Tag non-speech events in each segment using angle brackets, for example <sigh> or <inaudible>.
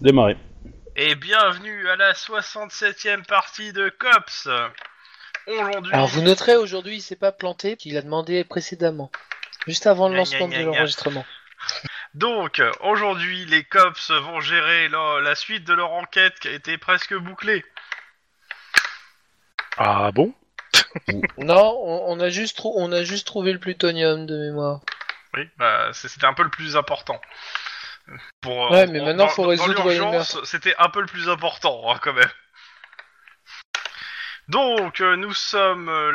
Démarrer. Et bienvenue à la 67ème partie de COPS. Aujourd'hui, Alors vous noterez aujourd'hui, il s'est pas planté qu'il a demandé précédemment, juste avant le Gna, gna, lancement de gna, gna. <laughs> l'enregistrement. donc aujourd'hui, les cops vont gérer la, la suite de leur enquête qui a été presque bouclée. Ah bon Non, on, on a juste trou- on a juste trouvé le plutonium de mémoire. Oui, bah, c'est- c'était un peu le plus important. Pour, euh, Ouais, mais maintenant, faut dans résoudre les l'urgence, C'était un peu le plus important hein, quand même. Donc euh, nous sommes euh,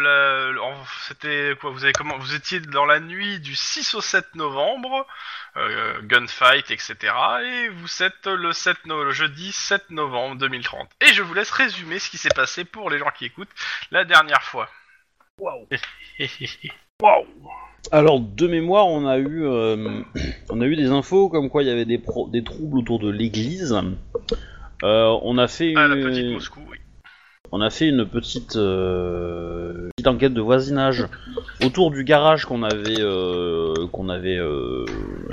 la- en- c'était quoi vous avez comment vous étiez dans la nuit du 6 au 7 novembre euh, gunfight etc et vous êtes le 7 no- le jeudi 7 novembre 2030 et je vous laisse résumer ce qui s'est passé pour les gens qui écoutent la dernière fois. Alors, de mémoire, on a eu, euh, on a eu des infos comme quoi il y avait des, pro- des troubles autour de l'église. Euh, on a fait une, Ah, la petite Moscou oui. on a fait une petite, euh, petite enquête de voisinage autour du garage qu'on avait, euh, qu'on avait, euh,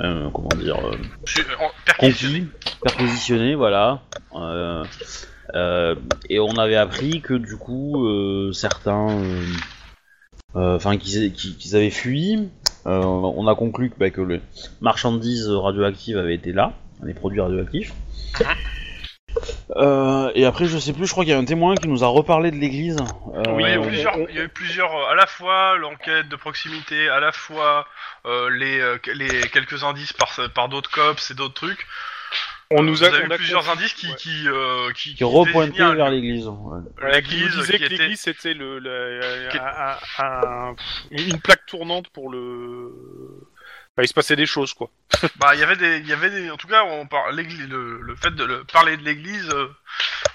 euh, comment dire, euh, Je- euh, en- perquisitionné. conquis, perquisitionné, voilà. Euh, euh, et on avait appris que du coup, euh, certains, euh, euh, enfin, qu'ils qu'ils- qu'ils avaient fui. Euh, on a conclu que, bah, que les marchandises radioactives avaient été là, les produits radioactifs. Euh, et après, je sais plus, je crois qu'il y a un témoin qui nous a reparlé de l'église. Euh, Oui, il y a eu on- plusieurs, il y a eu plusieurs, euh, à la fois l'enquête de proximité, à la fois euh, les, euh, les quelques indices par, par d'autres cops et d'autres trucs. On nous a, Vous avez on a plusieurs compris, indices qui, ouais. qui, euh, qui, Qui repointait désignaient un- vers l'église. ouais. Ouais, qui nous l'église disait qui que était- l'église c'était le, le- Qui- un- un- un- une plaque tournante pour le. Enfin, il se passait des choses quoi. Bah, il y avait des, il y avait des, en tout cas, on par, l'église- le, le fait de le- parler de l'église euh,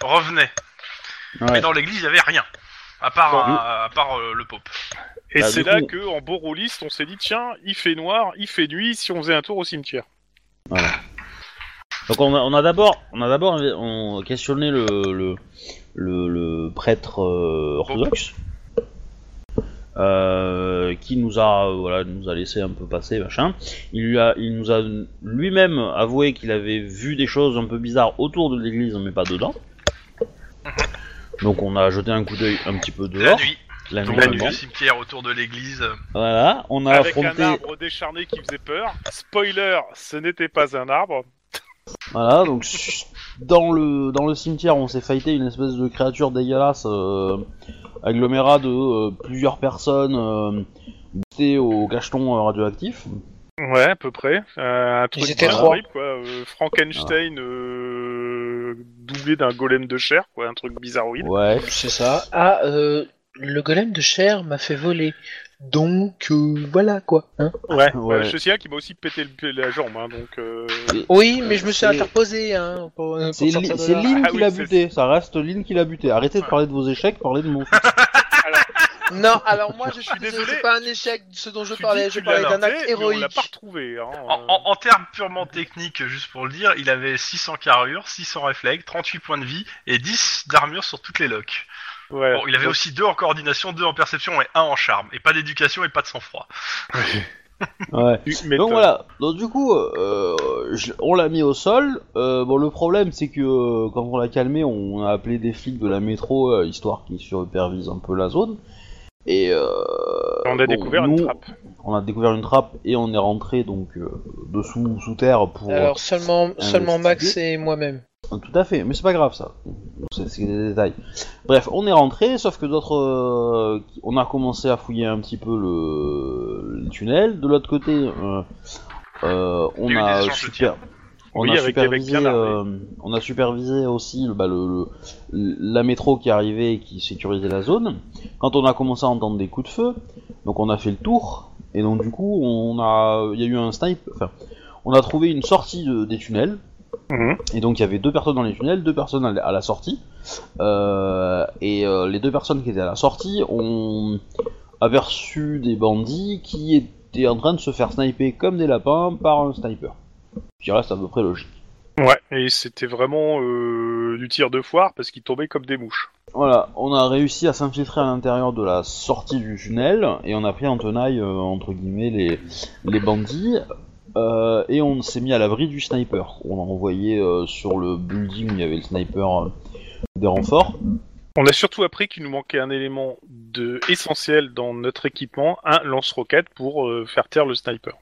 revenait. Ouais. Mais dans l'église, il y avait rien, à part, Bon. à, à part euh, le pape. Et Bah, c'est du là coup- que, en beau rôliste, on s'est dit tiens, il fait noir, il fait nuit, si on faisait un tour au cimetière. Donc on a, on a d'abord, on a d'abord on questionné le le, le, le prêtre euh, orthodoxe euh, qui nous a euh, voilà nous a laissé un peu passer machin. Il lui a, il nous a lui-même avoué qu'il avait vu des choses un peu bizarres autour de l'église mais pas dedans. Donc on a jeté un coup d'œil un petit peu La dehors. nuit, La donc la nuit, vraiment. le cimetière autour de l'église. euh, Voilà, on a Avec affronté. un arbre décharné qui faisait peur. Spoiler, ce n'était pas un arbre. Voilà, donc ch- dans le, dans le cimetière, on s'est fighté une espèce de créature dégueulasse, euh, agglomérat de euh, plusieurs personnes euh, boostées au cacheton euh, radioactif. Ouais, à peu près. Euh, un truc étaient bien trois. horrible, quoi. Euh, Frankenstein euh, doublé d'un golem de chair, quoi. Un truc bizarroïde. Ouais. C'est ça. Ah, euh, le golem de chair m'a fait voler, donc euh, voilà quoi. hein. Ouais. Ouais. Euh, Chessia qui m'a aussi pété le- la jambe, hein, donc. euh, oui, mais je me suis c'est- interposé. Hein, pour, pour C'est sortir Li- de c'est là. Lynn Ah qui oui, l'a c'est- buté, ça reste Lynn qui l'a buté. Arrêtez de parler de vos échecs, parlez de mon foot. Non, alors <laughs> moi je suis suis désolé, désolé. c'est pas un échec ce dont je tu parlais. dis que Je tu parlais l'as d'un largué, acte mais On l'a héroïque. pas retrouvé. hein. En, en- en termes purement techniques, juste pour le dire, il avait 600 carrures, 600 réflexes, 38 points de vie et 10 d'armure sur toutes les locks. euh, Ouais. oh. Bon, il avait aussi 2 en coordination, 2 en perception et 1 en charme. Et pas d'éducation et pas de sang-froid. Ouais. Tu m'étonnes. Donc voilà, donc du coup, euh, je- on l'a mis au sol. Euh, bon, le problème, c'est que euh, quand on l'a calmé, on a appelé des flics de la métro, euh, histoire qu'ils supervisent un peu la zone. Et euh, On a bon, découvert nous, une trappe. On a découvert une trappe et on est rentré donc euh, dessous sous terre pour. Alors seulement, seulement Max investiguer. et moi-même. Tout à fait, mais c'est pas grave ça. C'est c'est des détails. Bref, on est rentré, sauf que d'autres. euh, on a commencé à fouiller un petit peu le, le tunnel. De l'autre côté, euh, euh, on Il y a eu des a. échanges de super- On, Oui, a avec des mecs supervisé, bien armés. euh, on a supervisé aussi bah, le, le- la métro qui arrivait et qui sécurisait la zone. Quand on a commencé à entendre des coups de feu, donc on a fait le tour, et donc du coup, on a, il y a eu un snipe, enfin, on a trouvé une sortie de- des tunnels, Mhm. et donc il y avait deux personnes dans les tunnels, deux personnes à la- à la sortie. Euh, et euh, les deux personnes qui étaient à la sortie ont aperçu des bandits qui étaient en train de se faire sniper comme des lapins par un sniper. Ce Qui reste à peu près logique. Ouais. Et c'était vraiment euh, du tir de foire parce qu'il tombait comme des mouches. Voilà, on a réussi à s'infiltrer à l'intérieur de la sortie du tunnel et on a pris en tenaille euh, entre guillemets les, les bandits. Euh, et on s'est mis à l'abri du sniper. On a envoyé euh, sur le building où il y avait le sniper euh, des renforts. On a surtout appris qu'il nous manquait un élément de... essentiel dans notre équipement, un lance-roquette pour euh, faire taire le sniper.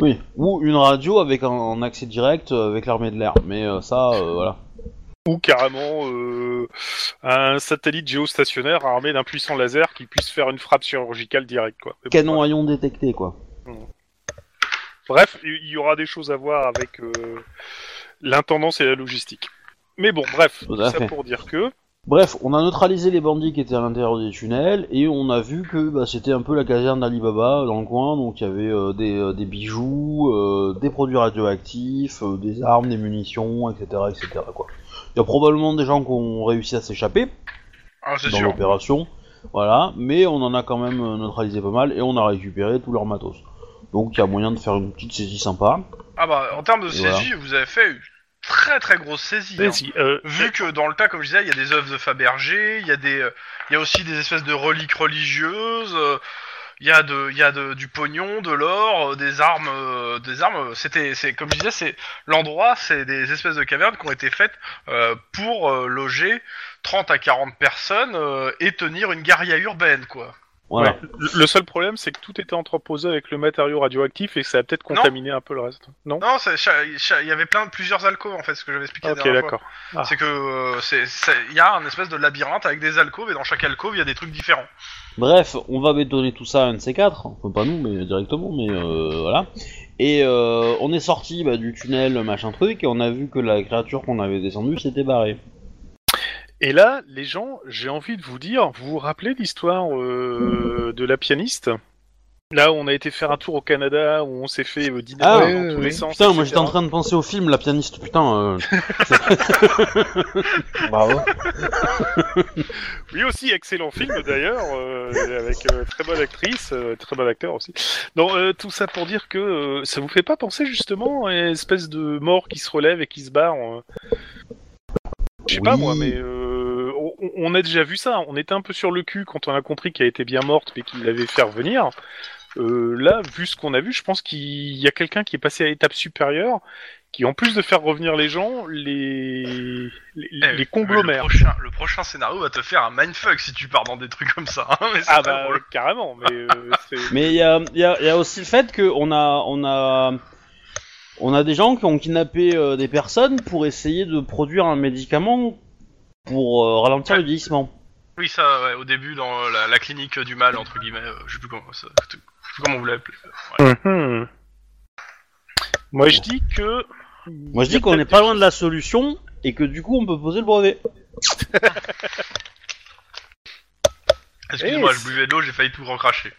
Oui. Ou une radio avec un, un accès direct euh, avec l'armée de l'air. Mais euh, ça, euh, voilà. Ou carrément euh, un satellite géostationnaire armé d'un puissant laser qui puisse faire une frappe chirurgicale directe. Quoi. Mais bon, Canon à ion détecté, quoi. Bref, il y aura des choses à voir avec euh, l'intendance et la logistique. Mais bon, bref, Tout tout à ça fait. pour dire que Bref, on a neutralisé les bandits qui étaient à l'intérieur des tunnels et on a vu que bah, c'était un peu la caserne d'Alibaba dans le coin, donc il y avait euh, des, euh, des bijoux, euh, des produits radioactifs, euh, des armes, des munitions, etc. etc. quoi. Il y a probablement des gens qui ont réussi à s'échapper Ah, c'est dans sûr. l'opération, voilà, mais on en a quand même euh, neutralisé pas mal et on a récupéré tout leur matos. Donc il y a moyen de faire une petite saisie sympa. Ah bah, en termes de Et saisie, vous avez fait une très très grosse saisie. hein. Vas-y, euh, Vu que dans le tas, comme je disais, il y a des œuvres de Fabergé, il y a des, euh, il y a aussi des espèces de reliques religieuses, euh, il y a de, il y a de, du pognon, de l'or, euh, des armes, euh, des armes. euh, C'était, c'est comme je disais, c'est l'endroit, c'est des espèces de cavernes qui ont été faites euh, pour euh, loger 30 à 40 personnes euh, et tenir une guérilla urbaine, quoi. Voilà. ouais, le- le seul problème, c'est que tout était entreposé avec le matériau radioactif et que ça a peut-être contaminé un peu le reste. Non Non, c'est- cha- cha- il y avait plein, plusieurs alcôves en fait, ce que j'avais expliqué. la Ok, dernière fois. d'accord. Ah. C'est que euh, c'est, c'est- il y a un espèce de labyrinthe avec des alcôves et dans chaque alcôve il y a des trucs différents. Bref, on va bétonner tout ça à un de ces quatre, enfin pas nous, mais directement, mais euh, voilà. Et euh, on est sorti bah, du tunnel, machin truc, et on a vu que la créature qu'on avait descendue s'était barrée. Et là, les gens, j'ai envie de vous dire, vous vous rappelez l'histoire euh, de la pianiste Là, où on a été faire un tour au Canada, où on s'est fait euh, dîner Ah, dans oui, tous oui, les oui. sens. Putain, moi etc. j'étais en train de penser au film La pianiste, putain. euh. <laughs> Bravo. Oui aussi, excellent film d'ailleurs, euh, avec euh, très bonne actrice, euh, très bon acteur aussi. Non, euh, tout ça pour dire que euh, ça vous fait pas penser justement à une espèce de mort qui se relève et qui se barre. euh. Je sais pas Oui. moi, mais euh, on, on a déjà vu ça. On était un peu sur le cul quand on a compris qu'elle était bien morte mais qu'il l'avait fait revenir. Euh, là, vu ce qu'on a vu, je pense qu'il y a quelqu'un qui est passé à l'étape supérieure, qui en plus de faire revenir les gens, les les, Eh, les le- conglomères. Le prochain, le prochain scénario va te faire un mindfuck si tu pars dans des trucs comme ça. hein, <laughs> mais c'est pas Ah bah drôle. carrément, mais euh, <laughs> c'est Mais il y a, il y a- il y a aussi le fait qu'on a, on a, on a des gens qui ont kidnappé euh, des personnes pour essayer de produire un médicament pour euh, ralentir le vieillissement. Oui, ça, ouais, au début, dans euh, la, la clinique du mal, entre guillemets, euh, je sais plus comment, ça, je sais plus comment vous l'appelez. euh, Mhm. hmm. Moi je dis que. Moi je dis qu'on n'est pas loin de la solution et que du coup on peut poser le brevet. Excuse-moi, Eh, je buvais de l'eau, j'ai failli tout <laughs> recracher.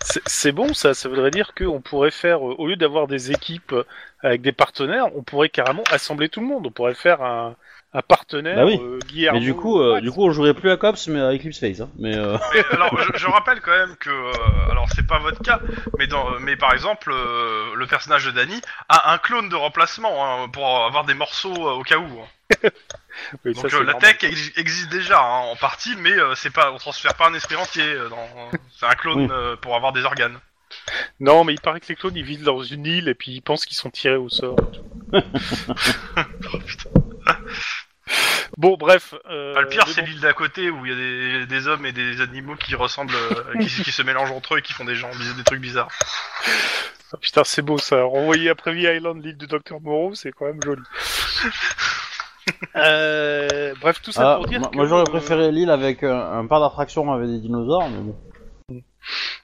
C'est- C'est bon ça, ça voudrait dire qu'on pourrait faire, euh, au lieu d'avoir des équipes euh, avec des partenaires, on pourrait carrément assembler tout le monde. On pourrait faire un, un partenaire Bah oui. euh, Mais Guillermo- du coup, euh, du coup on jouerait plus à Cops mais à Eclipse Phase. Hein. Mais euh, Eh, Mais, alors, je, je rappelle quand même que, euh, alors c'est pas votre cas, mais dans, mais par exemple, euh, le personnage de Danny a un clone de remplacement hein, pour avoir des morceaux euh, au cas où. hein. Oui, ça, Donc c'est euh, la normal. tech ex- existe déjà hein, en partie, mais euh, c'est pas, on transfère pas un esprit entier. euh, dans- c'est un clone Oui. euh, pour avoir des organes. Non, mais il paraît que les clones ils vivent dans une île et puis ils pensent qu'ils sont tirés <laughs> au sort. bon, bref. euh, Enfin, Bah, le pire, mais c'est bon. l'île d'à côté où il y a des, des hommes et des animaux qui ressemblent, euh, qui, qui se mélangent entre eux et qui font des gens biz- des trucs bizarres. Ah, putain, c'est beau ça. Renvoyer à Privy Island l'île du Docteur Moreau, c'est quand même joli. <laughs> Euh, bref, tout <laughs> ça ah, pour dire moi, que... moi, j'aurais préféré l'île avec euh, un parc d'attraction avec des dinosaures, mais bon.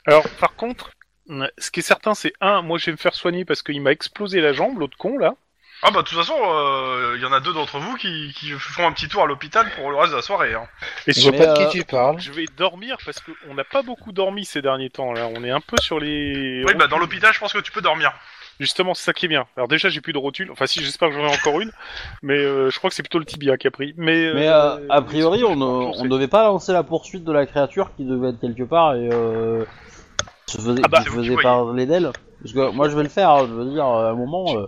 Alors, par contre, euh, ce qui est certain, c'est un, moi je vais me faire soigner parce qu'il m'a explosé la jambe, l'autre con là. Ah bah de toute façon, euh, il y en a deux d'entre vous qui, qui font un petit tour à l'hôpital pour le reste de la soirée. hein. Je Et sais surtout, Mais, pas de euh, qui tu parles. je vais dormir parce qu'on n'a pas beaucoup dormi ces derniers temps là. On est un peu sur les. Oui, bah dans l'hôpital, je pense que tu peux dormir. Justement, c'est ça qui est bien. Alors déjà, j'ai plus de rotule. Enfin, si, j'espère que j'en ai encore une. Mais euh, je crois que c'est plutôt le tibia qui a pris. Mais, Mais euh, euh, a priori, on, ne- on je sais. devait pas lancer la poursuite de la créature qui devait être quelque part et euh, se faisait, Ah bah, qui c'est vous qui faisait voyez. parler d'elle. Parce que moi, je vais le faire. hein, Je veux dire, à un moment, euh,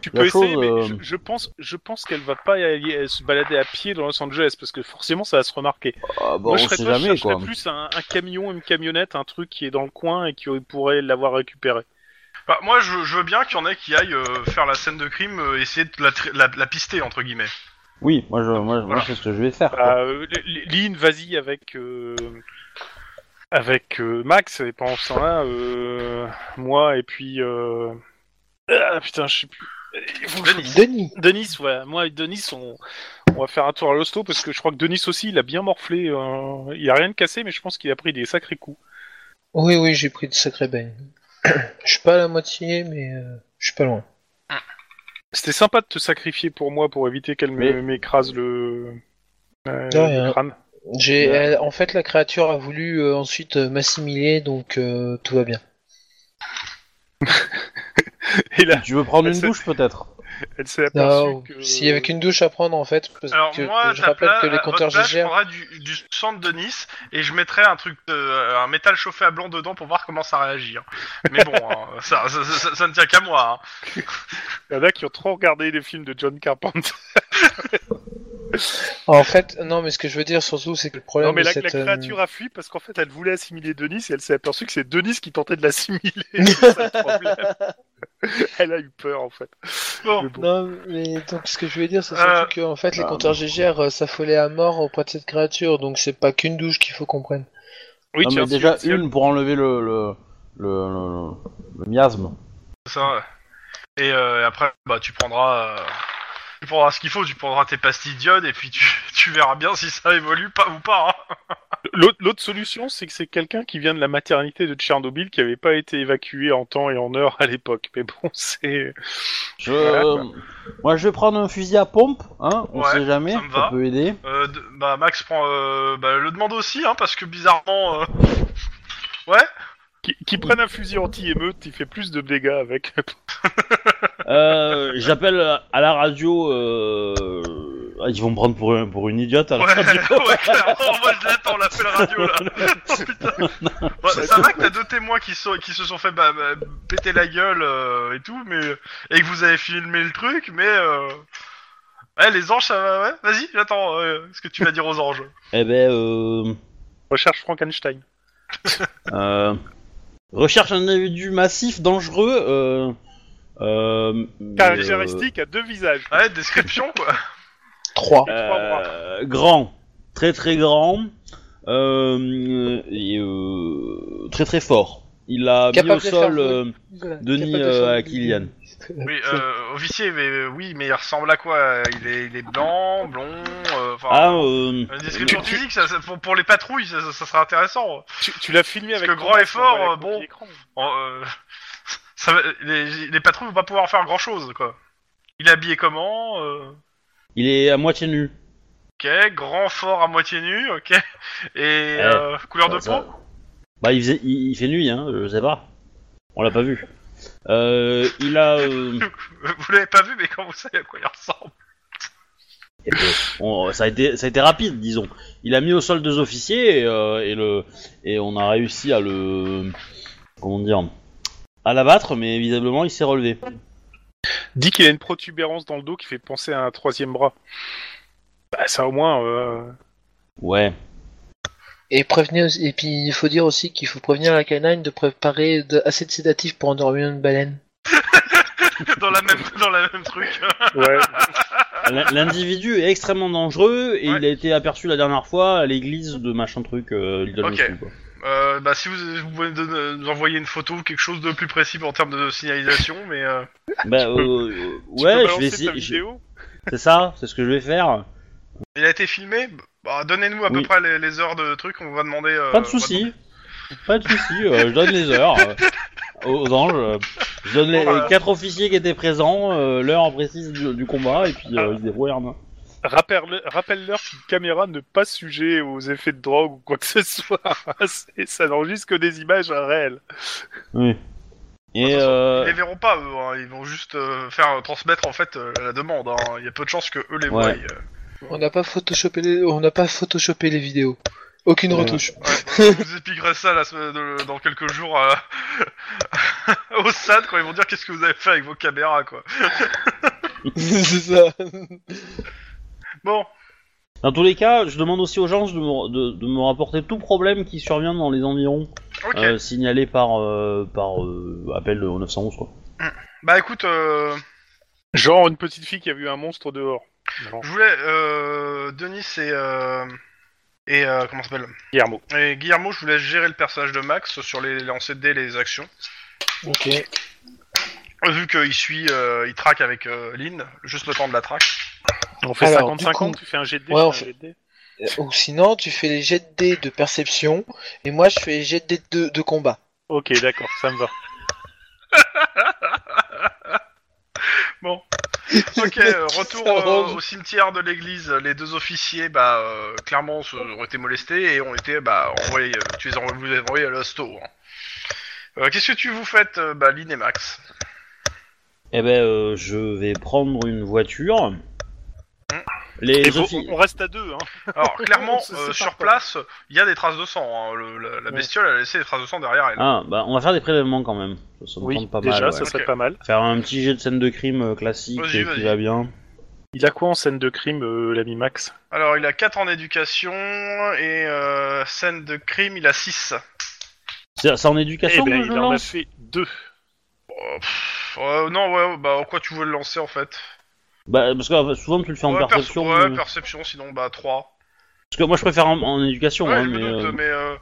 Tu la peux essayer, chose, mais euh, je, je pense, je pense qu'elle va pas y aller- se balader à pied dans Los Angeles parce que forcément, ça va se remarquer. ah bah, Moi, on je serais sait toi, je jamais chercherais quoi. plus un, un camion, une camionnette, un truc qui est dans le coin et qui pourrait l'avoir récupéré. Bah, moi, je, je veux bien qu'il y en ait qui aillent euh, faire la scène de crime, euh, essayer de la, tr- la- la pister, entre guillemets. Oui, moi, je, moi, je- moi, Voilà. c'est ce que je vais faire. quoi. Bah, euh, L- L- Lynn, vas-y avec euh, avec euh, Max et pendant ce temps-là, euh, moi et puis euh, ah, putain, je sais plus. Il faut que je- Denis. Denis, Denis, ouais, moi et Denis, on, on va faire un tour à l'hosto parce que je crois que Denis aussi, il a bien morflé. euh, il a rien de cassé, mais je pense qu'il a pris des sacrés coups. oui, oui, j'ai pris de sacrés baignes. <clears throat> je suis pas à la moitié, mais euh, je suis pas loin. C'était sympa de te sacrifier pour moi pour éviter qu'elle me- Mais- m'écrase le, euh, De rien. le crâne. <laughs> J'ai, Ouais. elle- en fait, la créature a voulu euh, ensuite euh, m'assimiler, donc euh, tout va bien. Et là, Tu veux prendre une c'est- douche, peut-être elle s'est Non, aperçue que. s'il y avait qu'une douche à prendre, en fait, parce Alors, que moi, je ta rappelle pla- que les à compteurs votre place, je GGR... prendrais du, du sang de Nice et je mettrais un truc de, euh, un métal chauffé à blanc dedans pour voir comment ça réagit. hein. Mais bon, hein, ça, ça, ça- ça ne tient qu'à moi. hein. Il y en a qui ont trop regardé les films de John Carpenter. En fait, non, mais ce que je veux dire surtout, c'est que le problème non, mais de la, cette... la euh, créature a fui parce qu'en fait, elle voulait assimiler Denis et elle s'est aperçue que c'est Denis qui tentait de l'assimiler. <laughs> C'est ça le problème. <laughs> elle a eu peur, en fait. Bon, Mais bon. Non, mais donc ce que je veux dire, c'est Euh, surtout que en fait, les ah, compteurs GGR euh, s'affolaient à mort auprès de cette créature, donc c'est pas qu'une douche qu'il faut qu'on prenne. Oui, Non, tiens, mais déjà, si- si- une pour enlever le, le, le, le- le- le miasme. ça. ouais. Et euh, après, bah, tu prendras, euh, tu prendras ce qu'il faut, tu prendras tes pastilles d'iode et puis tu, <laughs> tu verras bien si ça évolue pas ou pas. hein. L'autre l'autre solution, c'est que c'est quelqu'un qui vient de la maternité de Tchernobyl qui n'avait pas été évacué en temps et en heure à l'époque. Mais bon, c'est. Je... euh, Voilà. Moi, je vais prendre un fusil à pompe, hein, on Ouais, sait jamais, ça me va. peut aider. Euh, de- bah, Max prend, euh, bah, le demande aussi, hein, parce que bizarrement, euh, ouais. Qui, qui prennent un fusil anti-émeute, il fait plus de dégâts avec. <laughs> <laughs> Euh, J'appelle à la radio. Euh... ah, Ils vont me prendre pour, un- pour une idiote à la Ouais, radio. ouais, clairement, moi je l'attends, l'appel radio là. Oh, putain. Bah, ça va que t'as deux témoins qui, sont, qui se sont fait bah, bah, péter la gueule euh, et tout, mais et que vous avez filmé le truc, mais euh... ouais, les anges, ça va, ouais. Vas-y, j'attends. euh, ce que tu vas dire aux anges. Eh ben, euh, Recherche Frankenstein. euh, recherche un individu massif, dangereux. Euh... Euh... Caractéristique à deux visages. Ouais, description quoi. 3. euh, euh, grand, très très grand, euh, et euh, très très fort. Il a Capable mis de au faire sol. voler. euh, Denis, euh, à Kylian. Oui, euh, officier, mais euh, oui, mais il ressemble à quoi Il est, il est blanc, blond, euh, enfin. ah, euh, une description physique, ça, ça- pour, pour les patrouilles, ça, ça- ça sera intéressant. Tu, tu l'as filmé Parce avec. que grand et fort, Ouais, euh, avec bon. copie écran. En, euh, <laughs> ça va- les, les patrouilles vont pas pouvoir faire grand chose, quoi. Il est habillé comment euh, il est à moitié nu. Ok, grand, fort, à moitié nu, ok. Et Eh, euh, couleur de Ça- ça- peau Bah, il, faisait- il- il fait nuit, hein, je sais pas. On l'a pas vu. Euh, il a. euh, Vous l'avez pas vu, mais quand vous savez à quoi il ressemble. <laughs> on- ça, a été, ça a été rapide, disons. Il a mis au sol deux officiers et, euh, et le, et on a réussi à le. Comment dire À l'abattre, mais visiblement il s'est relevé. Dit qu'il a une protubérance dans le dos qui fait penser à un troisième bras. Bah, ça au moins. euh, Ouais. Et, prévenir, et puis il faut dire aussi qu'il faut prévenir la canine de préparer de- assez de sédatifs pour endormir une baleine. dans, la même, dans la même truc. hein <laughs> Ouais. L- L'individu est extrêmement dangereux et Ouais. il a été aperçu la dernière fois à l'église de machin truc, euh, Little Ok. Moscou, quoi. Euh, bah, si vous, vous pouvez nous nous envoyer une photo ou quelque chose de plus précis en termes de signalisation, mais. euh, Bah, peux- euh, euh, Tu peux ouais, je balancer vais ta essayer. je- vidéo Euh, C'est ça, c'est ce que je vais faire. Il a été filmé Bah, Donnez-nous à Oui. peu près les, les heures de truc, on va demander. euh, Pas de on va souci, pas de souci. euh, je donne les heures euh, aux anges. euh, Je donne les, Voilà. les quatre officiers qui étaient présents, euh, l'heure précise du, du combat et puis euh, Ah. ils se débrouillent. Rappelle- Rappelle-leur qu'une caméra n'est pas sujet aux effets de drogue ou quoi que ce soit. <laughs> C'est- ça n'enregistre que des images réelles. Et façon, euh, Ils les verront pas, eux, hein. ils vont juste euh, faire euh, transmettre en fait euh, la demande. hein. Il y a peu de chances que eux les voient. Ouais. euh. On n'a pas photoshopé les, on n'a pas photoshopé les vidéos. Aucune Ouais. retouche. <laughs> Ouais, je vous expliquerai ça la semaine- de- dans quelques jours euh, <laughs> au SAD quand ils vont dire qu'est-ce que vous avez fait avec vos caméras quoi. c'est ça. Bon, dans tous les cas, je demande aussi aux gens de me, de- de me rapporter tout problème qui survient dans les environs. Ok. euh, signalé par, euh, par euh, appel au 911 quoi. Bah écoute, euh, Genre une petite fille qui a vu un monstre dehors. Genre je voulais. Euh, Denis et. Euh, et euh, comment ça s'appelle Guillermo. Et Guillermo, je voulais gérer le personnage de Max sur les lancers de dés et les actions. Ok. Euh, Vu qu'il suit, euh, il traque avec euh, Lynn, juste le temps de la traque. On fait Alors, 55 du coup- ans, tu fais un jet de dés, Ouais, tu on fais fait- un jet de dés. Euh, Ou sinon, tu fais les jets de dés de perception et moi je fais les jets de dés de, de combat. Ok, d'accord, ça me va. Ok, euh, retour euh, Orange. au cimetière de l'église. Les deux officiers, bah, euh, clairement, se- ont été molestés et ont été, bah, envoyés, euh, tu les as envoyés- vous les avez envoyés à l'hosto. hein. Euh, Qu'est-ce que tu vous faites, euh, bah, Lynn et Max Eh ben, euh, je vais prendre une voiture. Et Hmm. Les faut- offi- on reste à deux, hein. Alors, clairement, On se euh, sépare sur pas. place, il y a des traces de sang. hein. Le- la, la Ouais. bestiole a laissé des traces de sang derrière elle. Ah, bah, on va faire des prélèvements quand même. Ça, ça me tente pas déjà, mal. ça ouais. serait Ok. pas mal. Faire un petit jet de scène de crime euh, classique Vas-y, euh, vas-y. qui va bien. Il a quoi en scène de crime, euh, l'ami Max Alors, il a 4 en éducation et euh, scène de crime, il a 6. C'est c'est en Eh éducation que ben, je il en a lance fait deux. non, ouais, bah, en quoi tu veux le lancer en fait Bah, parce que euh, souvent tu le fais en ouais, perce- perception. ouais, euh, perception, sinon, bah, 3. Parce que moi je préfère en, en éducation. Ouais, hein, je me mais, doute, euh, mais euh,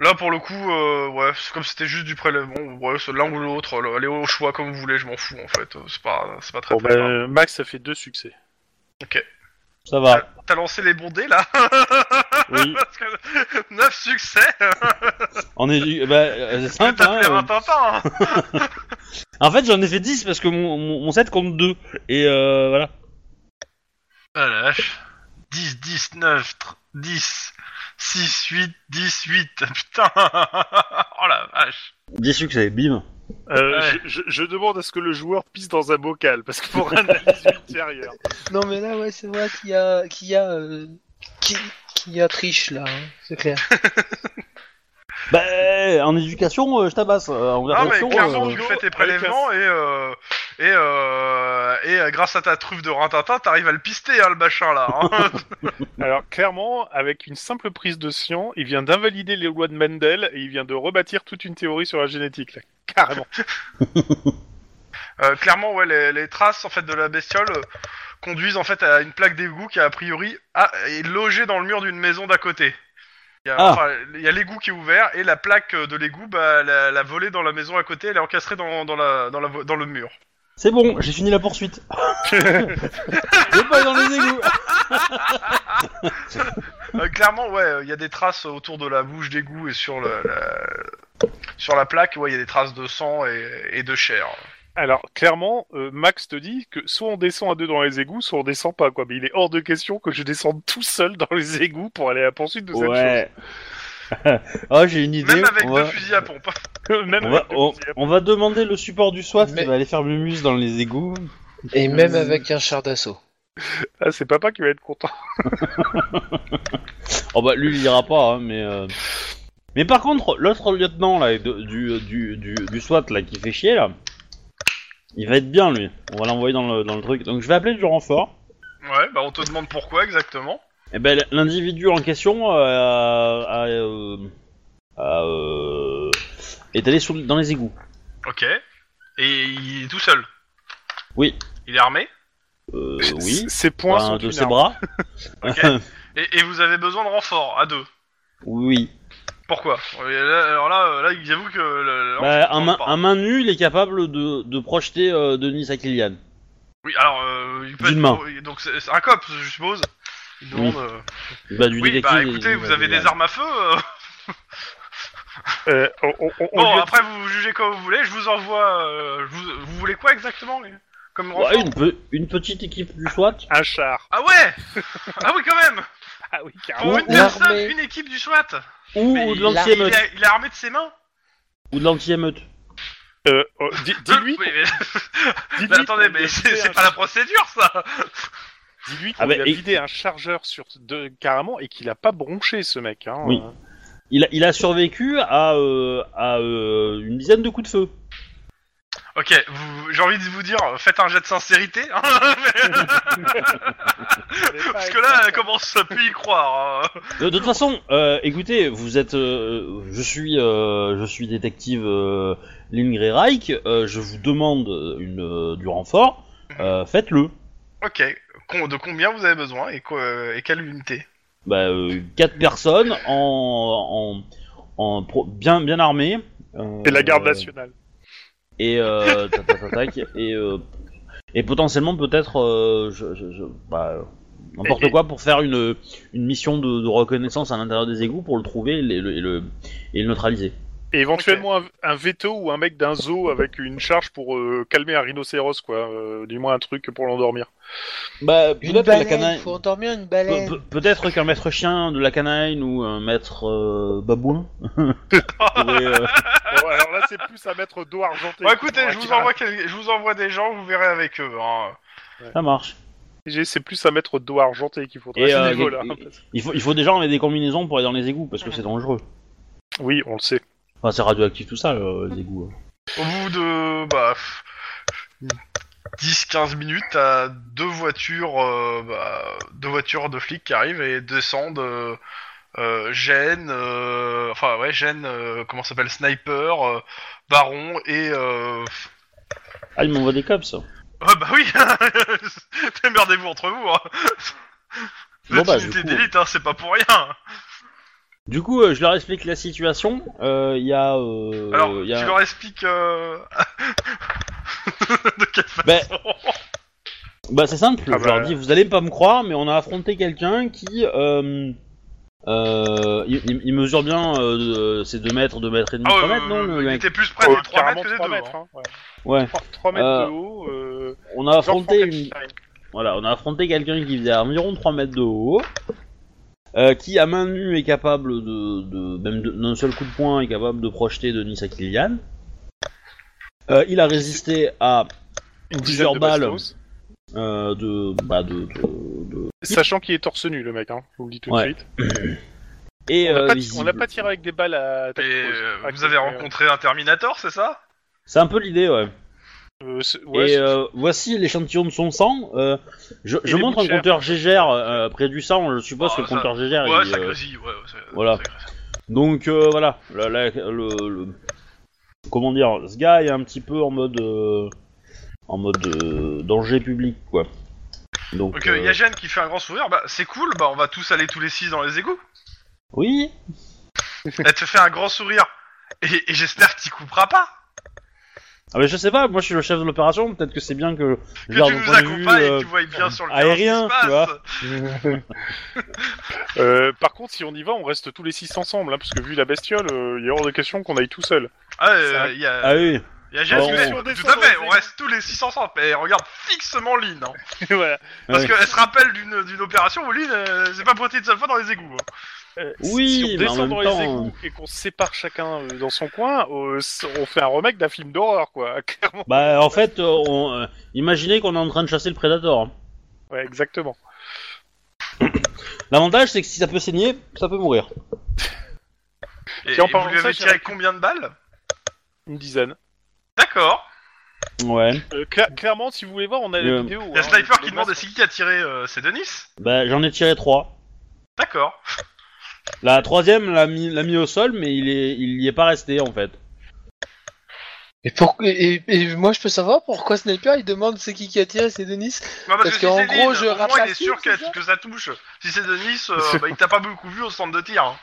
là pour le coup, euh, ouais, c'est comme c'était juste du prélèvement, ouais, c'est l'un ou l'autre, là, allez au choix comme vous voulez, je m'en fous en fait, euh, c'est pas, c'est pas très Bon, très grave. ben, Max, ça fait deux succès. Ça <laughs> va. T'as- T'as lancé les bons dés là oui. <laughs> Parce que 9 succès En édu... bah, euh, c'est simple. T'as hein, fait euh. un papa hein. <laughs> En fait j'en ai fait 10 parce que mon, mon, mon set compte 2. Et euh, voilà. Ah la vache. 10, 10, 9, 10, 6, 8, 18, <laughs> putain Oh la vache 10 succès, bim. Euh, Ouais. je, je- je demande à ce que le joueur pisse dans un bocal, parce que pour analyse ultérieure. Non mais là ouais c'est vrai qu'il y a qu'il y a euh, qu'il qu'il y a triche là, hein, c'est clair. Bah, euh, en éducation, euh, je tabasse. euh, en Non Ah, mais perception, clairement euh, tu Hugo, fais tes avec prélèvements et euh, et euh, et euh, grâce à ta truffe de ratata t'arrives à le pister hein, le machin là <laughs> hein. Alors clairement, avec une simple prise de science, il vient d'invalider les lois de Mendel et il vient de rebâtir toute une théorie sur la génétique. Là. Carrément. Euh, clairement, ouais, les, les traces en fait de la bestiole euh, conduisent en fait à une plaque d'égout qui a priori a- est logée dans le mur d'une maison d'à côté. Il y a, Ah. enfin, il y a l'égout qui est ouvert et la plaque euh, de l'égout, bah, la, la volée dans la maison à côté, elle est encastrée dans, dans, la, dans, la, vo- dans le mur. C'est bon, j'ai fini la poursuite. Je vais pas dans les égouts. Euh, clairement, ouais, euh, il y a des traces autour de la bouche d'égout et sur le, la, sur la plaque, ouais, il y a des traces de sang et, et de chair. Alors clairement, euh, Max te dit que soit on descend à deux dans les égouts, soit on descend pas. Quoi. Mais il est hors de question que je descende tout seul dans les égouts pour aller à la poursuite de cette Ouais. <laughs> oh, j'ai une idée. Même avec on, va... deux fusils à pompe. <laughs> chose. Même on va- avec le on- fusil à on va demander le support du SWAT Mais- qui va aller faire mumus dans les égouts. Et Euh, même avec un char d'assaut. Ah, c'est papa qui va être content. Oh bah lui il ira pas, hein, mais. euh, Mais par contre, l'autre lieutenant là, de- du, du, du, du SWAT là, qui fait chier là, il va être bien lui. On va l'envoyer dans le, dans le truc. Donc je vais appeler du renfort. Ouais, bah on te demande pourquoi exactement. Et ben l'individu en question euh, a, a, euh, a, euh, est allé sous- dans les égouts. Ok. Et il est tout seul. Oui. Il est armé Euh, <laughs> oui. Ses points Enfin, sont de une ses <laughs> arme. bras. Ok. Et, et vous avez besoin de renfort à deux. oui. Pourquoi Euh, là- Alors là, euh, là, j'avoue que. le- le- Bah, on un, se main, comprend pas. un main nue, il est capable de, de projeter euh, Denis à Kylian. Oui, alors. euh, il peut D'une être- main. Donc c'est c'est un cop, je suppose. Il Oui. demande. euh, Bah, du Oui, bah détective, écoutez, il- vous il- avez il- des armes à feu. euh, Euh, on, on- on- Bon, on lui a après vous jugez comme vous voulez. Je vous envoie. euh, je vous... vous voulez quoi exactement les- Comme renfort Ouais, Bah, une, pe- une petite équipe du SWAT. dit un char. Ah ouais Ah oui, quand même Ah oui, Pour carrément. une Ou personne, l'armée. une équipe du SWAT Ou, Mais de il- l'anti-émeute. il, est- il est armé de ses mains Ou de l'anti-émeute. Euh, oh, dis- Dis-lui. <laughs> Oui, mais- dis-lui mais attendez, qu'on lui a mais c'est vidé c'est un pas la procédure ça Dis-lui qu'on Ah bah, lui a et- vidé un chargeur sur deux, carrément et qu'il a pas bronché ce mec. Hein. Oui. Il a, il a survécu à, euh, à euh, une dizaine de coups de feu. Ok, vous- j'ai envie de vous dire, faites un jet de sincérité. hein, <laughs> Parce que là, elle commence à plus y croire. hein. De, de toute façon, euh, écoutez, vous êtes, euh, je suis, euh, je suis détective euh, Lingray Reich. euh, je vous demande une, euh, du renfort. euh, Faites-le. Ok, Con- de combien vous avez besoin et, quoi- et quelle unité Bah, euh, quatre personnes en, en, en pro- bien, bien armées. euh, C'est la garde euh, nationale. Et euh, tac, tac, tac, tac, et euh, et potentiellement peut-être, euh, je, je- je- bah, euh, n'importe Et- et- quoi pour faire une, une mission de, de reconnaissance à l'intérieur des égouts pour le trouver et le, et le- et le- et le neutraliser. Et éventuellement un, un veto ou un mec d'un zoo avec une charge pour euh, calmer un rhinocéros, quoi. Euh, du moins un truc pour l'endormir. Bah, Une peut-être que la baleine, canaille- faut endormir une Pe- baleine. pe- Peut-être qu'un maître chien de la canine ou un maître euh, babouin <laughs> pourrait, <laughs> euh, Bon, Ah, alors là, c'est plus à mettre d'eau argentée. Bon, écoutez, je vous, Akira. envoie quel- je vous envoie des gens, vous verrez avec eux. hein. Ça marche. J'ai- C'est plus à mettre d'eau argentée qu'il faudrait Et, à ce euh, niveau-là. et- Il faut, il faut des gens avec des combinaisons pour aller dans les égouts parce que c'est dangereux. Oui, on le sait. Enfin, c'est radioactif tout ça, euh, les égouts. Au bout de bah, 10-15 minutes, t'as deux voitures, euh, bah, deux voitures de flics qui arrivent et descendent. Euh, euh, Gênes, euh, enfin ouais, Gênes, euh, comment ça s'appelle, Sniper, euh, Baron et euh, <laughs> Ah, ils m'envoient des cops. Ah bah oui <laughs> Démerdez-vous entre vous hein. Bon, bah, L'utilité du coup- d'élite, hein, c'est pas pour rien Du coup, euh, je leur explique la situation. Euh, Il y a. euh, Alors, il y a- tu leur expliques... euh, De quelle façon Ben, Bah c'est simple, Ah je bah. leur dis, vous allez pas me croire, mais on a affronté quelqu'un qui... Euh, euh, il, il- il mesure bien euh, de- ses 2 mètres, 2 mètres et demi, Ah ouais, 3 ouais, mètres, non ouais, le il mec Oh, était plus près Euh, des 3 mètres carrément que des 2. trois mètres, hein, ouais. Ouais, 3, mètres Euh, de haut. Euh, on a affronté Jean-Franck une... Einstein. Voilà, on a affronté quelqu'un qui faisait environ 3 mètres de haut, euh, qui à main nue est capable de, de même de- d'un seul coup de poing est capable de projeter Denis à Kylian. Euh, il a résisté à Une plusieurs dizaine de balles. bastos. euh, de, bah, de, de- de- Sachant qu'il est torse nu, le mec, hein. je vous le dis tout Ouais. de suite. Et On n'a euh, pas, visible. on n'a pas tiré avec des balles à Et attaque close. euh, À vous close, avez euh, rencontré un Terminator, c'est ça C'est un peu l'idée, ouais. euh, c'est- ouais, et c'est- euh, voici l'échantillon de son sang. Euh, je je les montre un bouchères. compteur Gégère euh, près du sang. Je suppose Oh, Ah, que le ça- compteur Gégère. Ouais, il, ça euh, grésille, ouais, ouais, ça- voilà. ça grésille. donc euh, voilà. La- la- le, le- Comment dire Ce gars est un petit peu en mode. euh, En mode euh, danger public, quoi. Donc. Donc il y euh, a Jeanne qui fait un grand sourire, bah c'est cool, bah on va tous aller tous les 6 dans <laughs> les égouts. Oui Elle te fait un grand sourire, et, et j'espère que t'y couperas pas Ah, mais je sais pas, moi je suis le chef de l'opération. Peut-être que c'est bien que. je Que garde tu mon nous point de vue, accompagnes et euh, que tu vois bien sur le aérien, terrain ce qui se tu vois. passe. euh, par contre, si on y va, on reste tous les six ensemble, hein, parce que vu la bestiole, euh, il est hors de question qu'on aille tout seul. Ah, Ça- euh, il y a, Ah oui il y a Jess, Alors, mais- on- tout à fait, on reste tous les 600 et regarde fixement Lynn. hein. <laughs> voilà. Parce Ouais. qu'elle se rappelle d'une d'une opération où Lynn euh, s'est pas pointée de sa fois dans les égouts. hein. Euh, Oui, si mais en on descend même dans temps, les égouts et qu'on se sépare chacun euh, dans son coin, euh, c- on fait un remake d'un film d'horreur, quoi. <laughs> Clairement. Bah en fait, euh, on, euh, imaginez qu'on est en train de chasser le prédateur. hein. Ouais, exactement. L'avantage c'est que si ça peut saigner, ça peut mourir. Et, Tiens, en et parlant vous de lui ça, avez j'ai tiré rec- combien de balles Une dizaine. D'accord. Ouais. Euh, cla- clairement, si vous voulez voir, on a Euh, la vidéo. hein, Il y a Sniper qui demande si qui a tiré, euh, c'est Denis Bah j'en ai tiré trois. D'accord. La troisième l'a mis, l'a mis au sol, mais il est, il y est pas resté en fait. Et, pour... et, et moi, je peux savoir pourquoi Sniper il demande c'est qui qui a tiré, c'est Denis Non, Parce qu'en c'est gros, Lynn, au moins, il je est rattrape sûr tout, que, c'est ça que ça touche. Si c'est Denis, euh, bah, il t'a pas beaucoup vu au centre de tir. hein.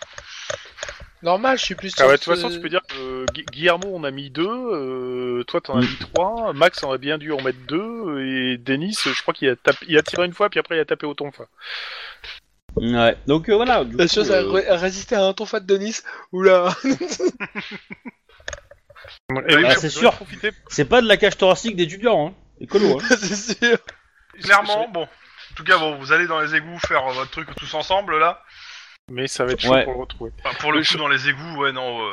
Normal, je suis plus Ah ouais, de sur toute façon, ce- tu peux dire que euh, Gu- Guillermo, on a mis deux, euh, toi, t'en as Mm. mis trois, Max en a bien dû en mettre deux, et Denis, euh, je crois qu'il a, tapé- il a tiré une fois, puis après, il a tapé au tonfa. Ouais. Donc euh, voilà. du La coup, chose euh, à, ré- à résister à un tonfa de Denis Oula <laughs> Et Ah, donc, bah, c'est je sûr. vais profiter- C'est pas de la cage thoracique d'étudiants, hein. Écolo, hein. C'est sûr Clairement, bon. En tout cas, bon, vous allez dans les égouts faire euh, votre truc tous ensemble là. Mais ça va être chaud Ouais. pour le retrouver. Enfin, pour le Euh, coup, je- dans les égouts, ouais, non. euh,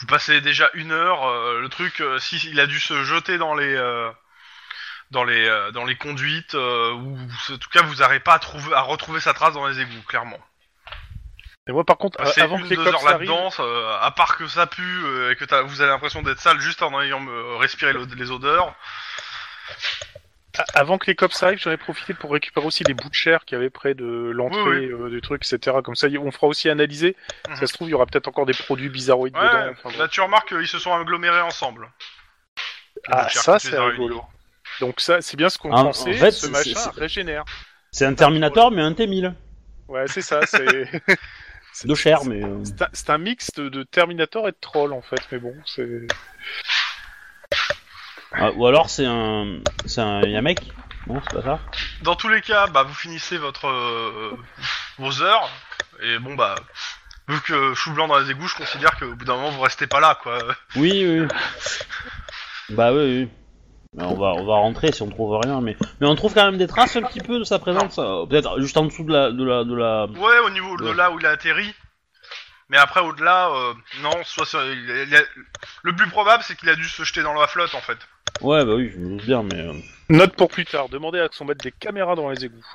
vous passez déjà une heure. euh, le truc, euh, si il a dû se jeter dans les, euh, dans les, euh, dans les conduites, euh, ou en tout cas, vous n'arrivez pas à, trouver, à retrouver sa trace dans les égouts, clairement. Et moi, par contre, Ah, euh, C'est avant une que les deux heures cops arrivent, là-dedans, euh, à part que ça pue euh, et que t'as- vous avez l'impression d'être sale juste en ayant euh, respiré l'ode- les odeurs. a- avant que les cops arrivent, j'en ai profité pour récupérer aussi les bouts de chair qu'il y avait près de l'entrée Oui, euh, du truc, etc. Comme ça, y- on fera aussi analyser. Mhm. Ça se trouve, il y aura peut-être encore des produits bizarroïdes Ouais, dedans. enfin, bon. là tu remarques qu'ils se sont agglomérés ensemble. Ah, Boucher ça, qui les c'est a rigolo. Donc ça, c'est bien ce qu'on En- en pensait. fait, ce c'est- machin c'est- régénère. C'est un Terminator, mais un T1000. Ouais, c'est ça. <laughs> C'est C'est de chair, mais. euh, c'est un, c'est un mix de, de Terminator et de Troll en fait. Mais bon, c'est ah, ou alors c'est un. C'est un Yamek Non, c'est pas ça Dans tous les cas, bah, vous finissez votre euh, vos heures et bon bah vu que chou blanc dans les égouts, je considère qu'au bout d'un moment vous restez pas là quoi. Oui, oui. bah oui, oui. Mais on va, on va rentrer si on trouve rien, mais mais on trouve quand même des traces un petit peu de sa présence, euh, peut-être juste en dessous de la, de la, de la. Ouais, au niveau de Ouais. là où il a atterri. Mais après au-delà, euh, non, soit ça- il- il a- le plus probable c'est qu'il a dû se jeter dans la flotte en fait. Ouais, bah oui, je me doute bien, mais euh, note pour plus tard. Demandez à qu'on mette des caméras dans les égouts.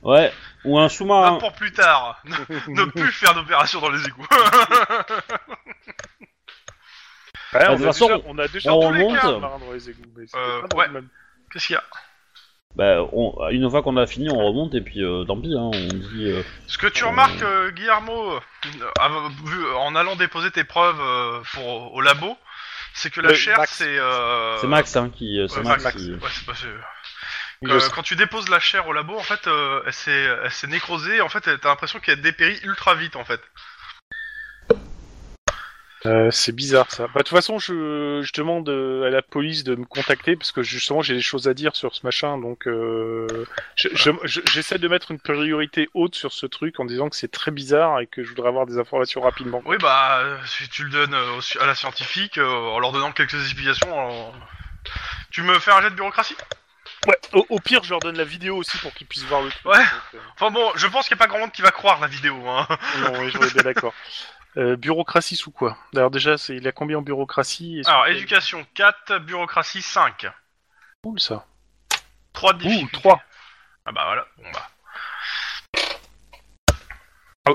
ouais, ou un Pas sous-marin. pour plus tard. <laughs> Ne, ne plus faire d'opération dans les égouts. <laughs> Ouais, Bah, Bah, on, de a toute façon, déjà, on a déjà on tous les remonte. cas, marins dans les égouts. Mais c'était Euh, pas dans ouais. le même- Qu'est-ce qu'il y a Bah, on- une fois qu'on a fini, on remonte et puis euh, tant pis, hein, on dit. euh, Ce que tu Euh. remarques, euh, Guillermo, euh, av- vu- en allant déposer tes preuves euh, pour, au labo, c'est que la Euh, chair, Max. c'est... euh, C'est Max, hein, qui. euh, ouais, C'est Max. Max, qui- Ouais, c'est pas- c'est- Je Euh, sais. quand tu déposes la chair au labo, en fait, euh, elle s'est elle s'est nécrosée, en fait, elle- t'as l'impression qu'elle dépérit ultra vite, en fait. Euh, c'est bizarre ça. Bah, de toute façon, je, je demande euh, à la police de me contacter parce que justement j'ai des choses à dire sur ce machin. Donc euh, je- je- je- j'essaie de mettre une priorité haute sur ce truc en disant que c'est très bizarre et que je voudrais avoir des informations rapidement. Oui, bah, euh, si tu le donnes euh, au su- à la scientifique, euh, en leur donnant quelques explications, en- tu me fais un jet de bureaucratie Ouais, au, au pire, je leur donne la vidéo aussi pour qu'ils puissent voir le truc. Ouais. Donc, Enfin bon, je pense qu'il n'y a pas grand monde qui va croire la vidéo, hein. euh, non, oui, je suis bien d'accord. Euh, bureaucratie sous quoi D'ailleurs, déjà, c'est- il a combien en bureaucratie et sous Alors, quel- éducation 4, bureaucratie 5. Cool ça. 3 de Ouh, difficulté. 3. Ah bah voilà, bon bah.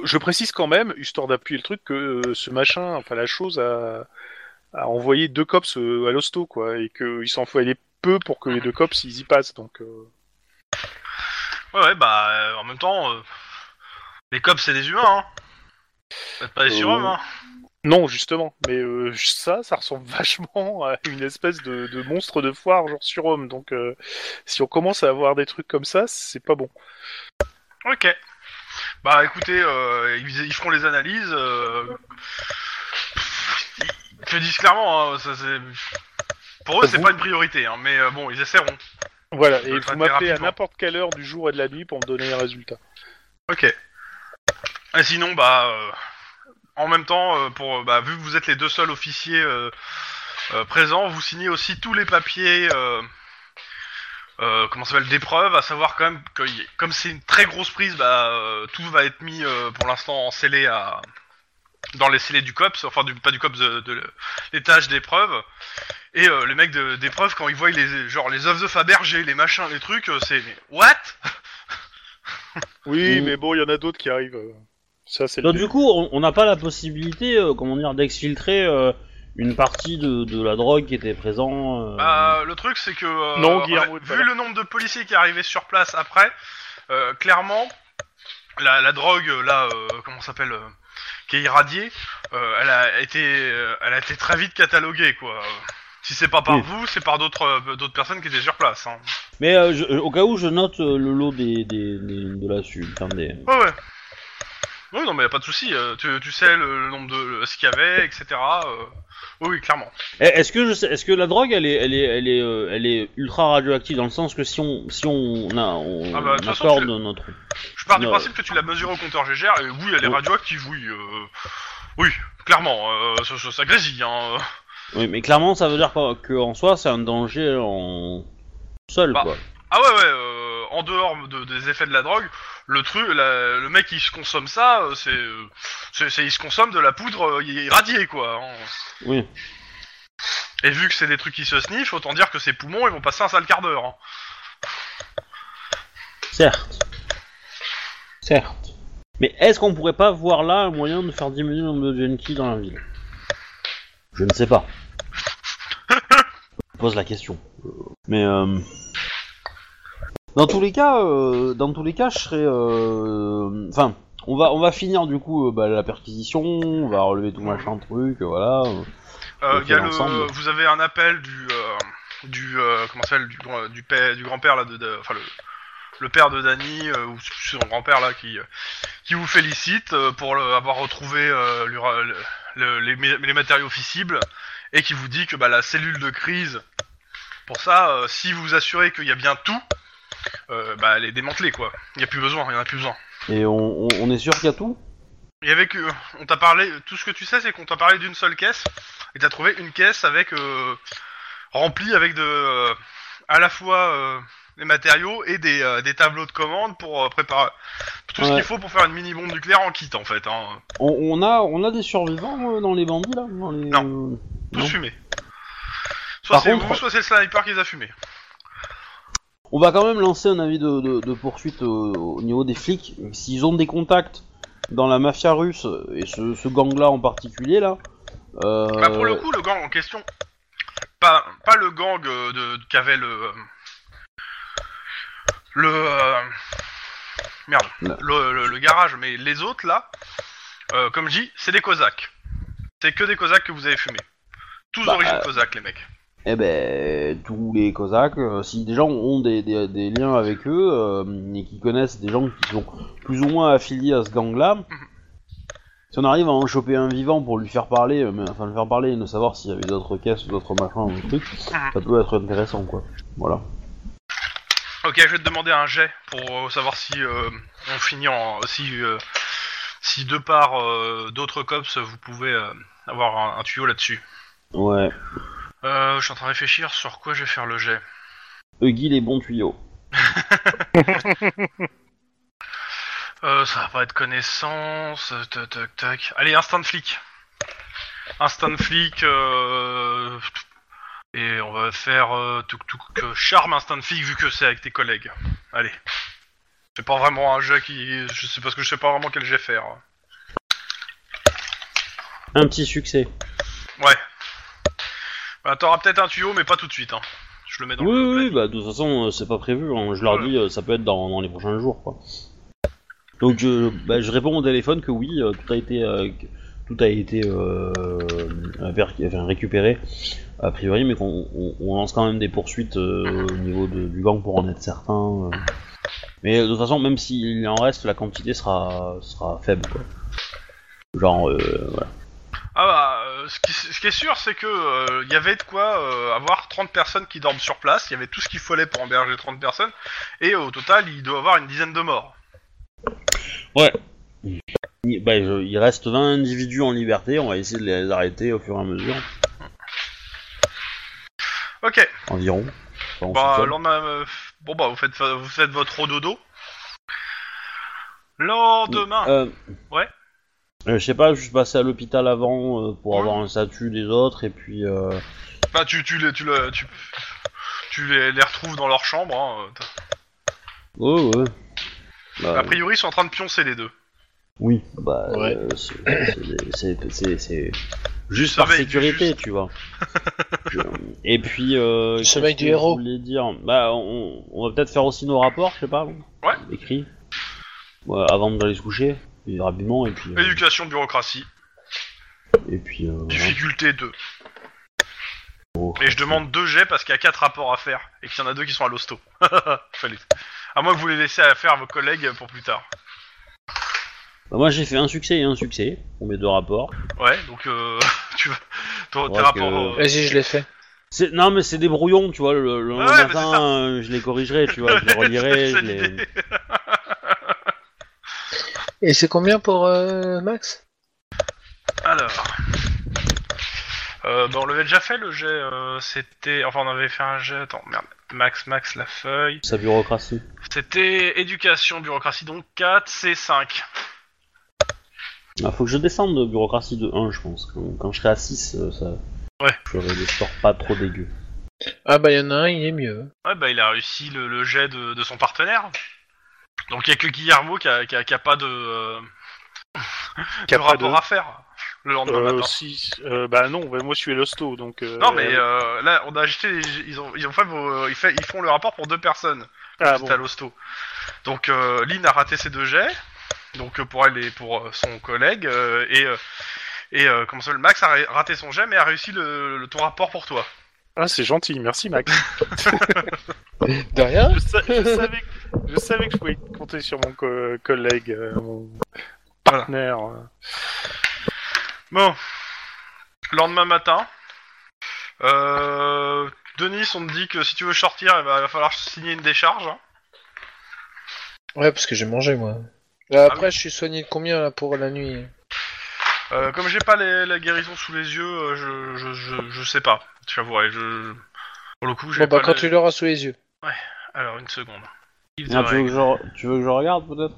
Je précise quand même, histoire d'appuyer le truc, que euh, ce machin, enfin la chose a, a envoyé deux cops euh, à l'hosto, quoi, et qu'il s'en faut aller peu pour que les deux cops ils y passent. Donc, euh, Ouais, ouais, bah euh, en même temps, euh, les cops c'est des humains, hein. Vous êtes pas des Euh, surhommes, hein. non, justement, mais euh, ça, ça ressemble <laughs> vachement à une espèce de, de monstre de foire, genre surhomme. Donc, euh, si on commence à avoir des trucs comme ça, c'est pas bon. Ok. Bah écoutez, euh, ils, ils feront les analyses. euh, Ils te disent clairement, hein, ça, c'est- pour eux c'est Vous- pas une priorité, hein, mais euh, bon, ils essaieront. Voilà, peut et le vous traiter m'appelez à rapidement. n'importe quelle heure du jour et de la nuit pour me donner les résultats. Ok. Et sinon, bah, euh, en même temps, euh, pour, euh, bah, vu que vous êtes les deux seuls officiers euh, euh, présents, vous signez aussi tous les papiers, euh, euh, comment ça s'appelle, d'épreuve, à savoir quand même que y- comme c'est une très grosse prise, bah, euh, tout va être mis euh, pour l'instant en scellé à, dans les scellés du COPS, enfin du, pas du COPS, de, de l'étage d'épreuve. Et euh, les mecs de- d'épreuve, quand ils voient les, genre, les œufs de Fabergé, les machins, les trucs, euh, c'est mais what Oui, Mm. mais bon, il y en a d'autres qui arrivent. euh, Ça, c'est le Donc du coup, on on n'a pas la possibilité, euh, comment dire, d'exfiltrer euh, une partie de, de la drogue qui était présent. euh, Bah, le truc, c'est que. euh, Non, Guillermo est pas Vu là. le nombre de policiers qui arrivaient sur place après, euh, clairement, la, la drogue, euh, là, euh, comment ça s'appelle euh, Qui est irradiée, euh, elle, a été, euh, elle a été très vite cataloguée, quoi. Euh, Si c'est pas par Oui. vous, c'est par d'autres euh, d'autres personnes qui étaient sur place. Hein. Mais euh, je- au cas où, je note euh, le lot des, des, des- de là-dessus. Enfin, des... Ouais, ouais. Oui, non, mais y a pas de souci. euh, tu, tu sais le, le nombre de. le- ce qu'il y avait, etc. euh, Oui, oui, clairement. Eh, Est-ce que je sais- est-ce que la drogue, elle est, elle est, elle est, euh, elle est ultra radioactive dans le sens que si on, si on, a, on Ah bah, de toute façon, accorde tu- notre. Je pars du Non. Oh. principe que tu l'as mesuré au compteur GGR, et oui, elle est Oui. radioactive, oui. euh, Oui, clairement, euh, ça, ça- ça grésille, hein. euh. Oui, mais clairement, ça veut dire qu'en que en soi, c'est un danger en seul, Bah, quoi. Ah ouais, ouais, euh, en dehors de- des effets de la drogue, le truc, la- le mec, il se consomme ça, euh, c'est, euh, c'est, c'est- il se consomme de la poudre euh, irradiée, quoi. hein. Oui. Et vu que c'est des trucs qui se sniffent, autant dire que ses poumons, ils vont passer un sale quart d'heure. hein. Certes. Certes. Mais est-ce qu'on pourrait pas voir là un moyen de faire diminuer le nombre de Genki dans la ville Je ne sais pas. Je pose la question. Euh, Mais euh, dans tous les cas, euh, dans tous les cas, je serais. euh, Enfin, on va on va finir du coup euh, bah, la perquisition, on va relever tout machin truc, euh, voilà. Euh, Ok, y a le- l'ensemble. vous avez un appel du euh, du euh, comment ça s'appelle du, grand- du, pa- du grand-père là de, de- enfin le, le père de Danny euh, ou son grand-père là qui euh, qui vous félicite euh, pour le- avoir retrouvé euh, l'ura- le- le- les, mé- les matériaux fissibles et qui vous dit que bah, la cellule de crise pour ça euh, si vous vous assurez qu'il y a bien tout euh, bah elle est démantelée quoi. Il y a plus besoin, il y en a plus besoin. Et on, on- on est sûr qu'il y a tout Il y avait que on t'a parlé tout ce que tu sais c'est qu'on t'a parlé d'une seule caisse et t'as trouvé une caisse avec euh, remplie avec de euh, à la fois euh, des matériaux et des, euh, des tableaux de commande pour euh, préparer tout ce Ouais. qu'il faut pour faire une mini bombe nucléaire en kit en fait hein, on, on a on a des survivants euh, dans les bandits là dans les- euh, tous Non. fumés. Soit Par c'est contre- vous soit c'est le sniper qui les a fumés. On va quand même lancer un avis de, de- de poursuite au, au niveau des flics. S'ils ont des contacts dans la mafia russe, et ce, ce gang-là en particulier, là... euh, Bah pour le coup, le gang en question, pas, pas le gang euh, de, de- qu'avait le. euh, Le. euh, merde, Le- le, le- le garage, mais les autres là, euh, comme je dis, c'est des Cosaques. C'est que des Cosaques que vous avez fumé. Tous Bah, d'origine euh, Cosaque, les mecs. Eh ben, tous les Cosaques, euh, si des gens ont des, des- des liens avec eux, euh, et qui connaissent des gens qui sont plus ou moins affiliés à ce gang-là, si on arrive à en choper un vivant pour lui faire parler, euh, mais- enfin le faire parler et ne savoir s'il y avait d'autres caisses ou d'autres machins ou trucs, Ah. ça peut être intéressant, quoi. Voilà. Ok, je vais te demander un jet pour euh, savoir si euh, on finit en. Si, euh, si de par euh, d'autres cops, vous pouvez euh, avoir un- un tuyau là-dessus. Ouais. Euh, je suis en train de réfléchir sur quoi je vais faire le jet. Huggy, les bons tuyaux. Euh, ça va pas être connaissance. euh, Tac, tac, tac. Allez, instant flic. Instant flic. Euh... Et on va faire euh, tuk, tuk, euh, charme instant flic vu que c'est avec tes collègues. Allez. C'est pas vraiment un jeu qui. Je sais parce que je sais pas vraiment quel jet faire. Un petit succès. Ouais. Bah, T'auras peut-être un tuyau, mais pas tout de suite. Hein. Je le mets dans Oui, le. oui, oui, bah de toute façon, euh, c'est pas prévu. hein. Je leur dis, euh, ça peut être dans, dans les prochains jours, quoi. Donc je, bah, je réponds au téléphone que oui, euh, tout a été, euh, que- tout a été euh, euh, ver- enfin, récupéré a priori, mais qu'on on- on lance quand même des poursuites euh, au niveau de- du gang pour en être certain. euh. Mais de toute façon, même s'il en reste, la quantité sera sera faible, quoi. Genre, euh, voilà. Ah bah, euh, ce, qui, ce qui est sûr, c'est que euh, il y avait de quoi euh, avoir 30 personnes qui dorment sur place, il y avait tout ce qu'il fallait pour héberger 30 personnes, et au total, il doit y avoir une dizaine de morts. Il- bah, je- il reste 20 individus en liberté. On va essayer de les arrêter au fur et à mesure. Ok, Environ. Enfin, on bah, soupçonne. le lendemain, euh, bon bah, vous faites, vous faites votre rododo. Lendemain, Euh, Ouais. euh, je sais pas, je suis passé à l'hôpital avant euh, pour Ouais. avoir un statut des autres et puis. euh, bah, tu, tu, les, tu, le- tu, tu les, les retrouves dans leur chambre, hein. Ouais, ouais. Bah, a priori, ils sont en train de pioncer les deux. Oui, bah. Ouais. euh, c'est- c'est- c'est- c'est- c'est Juste par sécurité, tu <laughs> vois. Je- Et puis. Euh, Le qu'est-ce sommeil que du je héros. voulais dire Bah, on, on va peut-être faire aussi nos rapports, je sais pas. Ouais. Écrits. Ouais, avant d'aller se coucher, et rapidement, et puis. euh, Éducation, bureaucratie, et puis. euh, voilà. difficulté 2. Oh. Et je demande deux jets parce qu'il y a quatre rapports à faire et qu'il y en a deux qui sont à l'hosto. <laughs> Fallait. À moins que vous les laissiez à faire à vos collègues pour plus tard. Bah, moi, j'ai fait un succès et un succès pour mes deux rapports. Ouais, donc euh, <laughs> tu vas. ton- Tes Ouais, rapports. que- <laughs> euh, Vas-y, je l'ai fait. C'est- Non, mais c'est des brouillons, tu vois. Le, le Ouais, matin, mais c'est ça. euh, je les corrigerai, tu vois. Je les <laughs> relirai. je c'est les- l'idée. Et c'est combien pour euh, Max Alors. Euh, bah, on l'avait déjà fait le jet. euh, C'était. Enfin, on avait fait un jet. Attends, merde. Max, Max, la feuille. Sa bureaucratie. C'était éducation, bureaucratie, donc 4, c'est 5. Ah, faut que je descende de bureaucratie de 1, je pense. Quand, quand je serai à 6, euh, ça. Ouais. Je ferai des scores pas trop dégueu. Ah bah, il y en a un, il est mieux. Ouais, bah il a réussi le, le jet de, de son partenaire. Donc il y a que Guillermo qui a, qui a- qui a pas de, euh, Qui a de pas rapport de- à faire le lendemain Euh, matin. si, euh, bah non, bah, moi je suis l'hosto, donc... euh, Non mais euh, là on a acheté, les- ils ont ils ont fait, vos- ils, fait- ils font le rapport pour deux personnes. ah, c'est bon. à l'hosto. Donc euh, Lynn a raté ses deux jets, donc euh, pour elle et pour euh, son collègue euh, et euh, et euh, comme ça le Max a ra- raté son jet mais a réussi le, le- ton rapport pour toi. Ah, c'est gentil, merci Max. De rien <laughs> je, sa- je savais que, je savais que je pouvais compter sur mon co- collègue, euh, mon partenaire. euh. Bon, lendemain matin, euh, Denis on te dit que si tu veux sortir, eh ben, il va, va falloir signer une décharge. hein. Ouais, parce que j'ai mangé, moi. Euh, Ah Après, je suis soigné de combien là, pour la nuit Euh, comme j'ai pas les- la guérison sous les yeux, euh, je, je, je, je sais pas. Je t'avouerai, je... Pour le coup, j'ai Bon, bah, pas quand la- tu l'auras sous les yeux. Alors, une seconde. Il Ah, tu, devrait- veux que je, re- tu veux que je regarde peut-être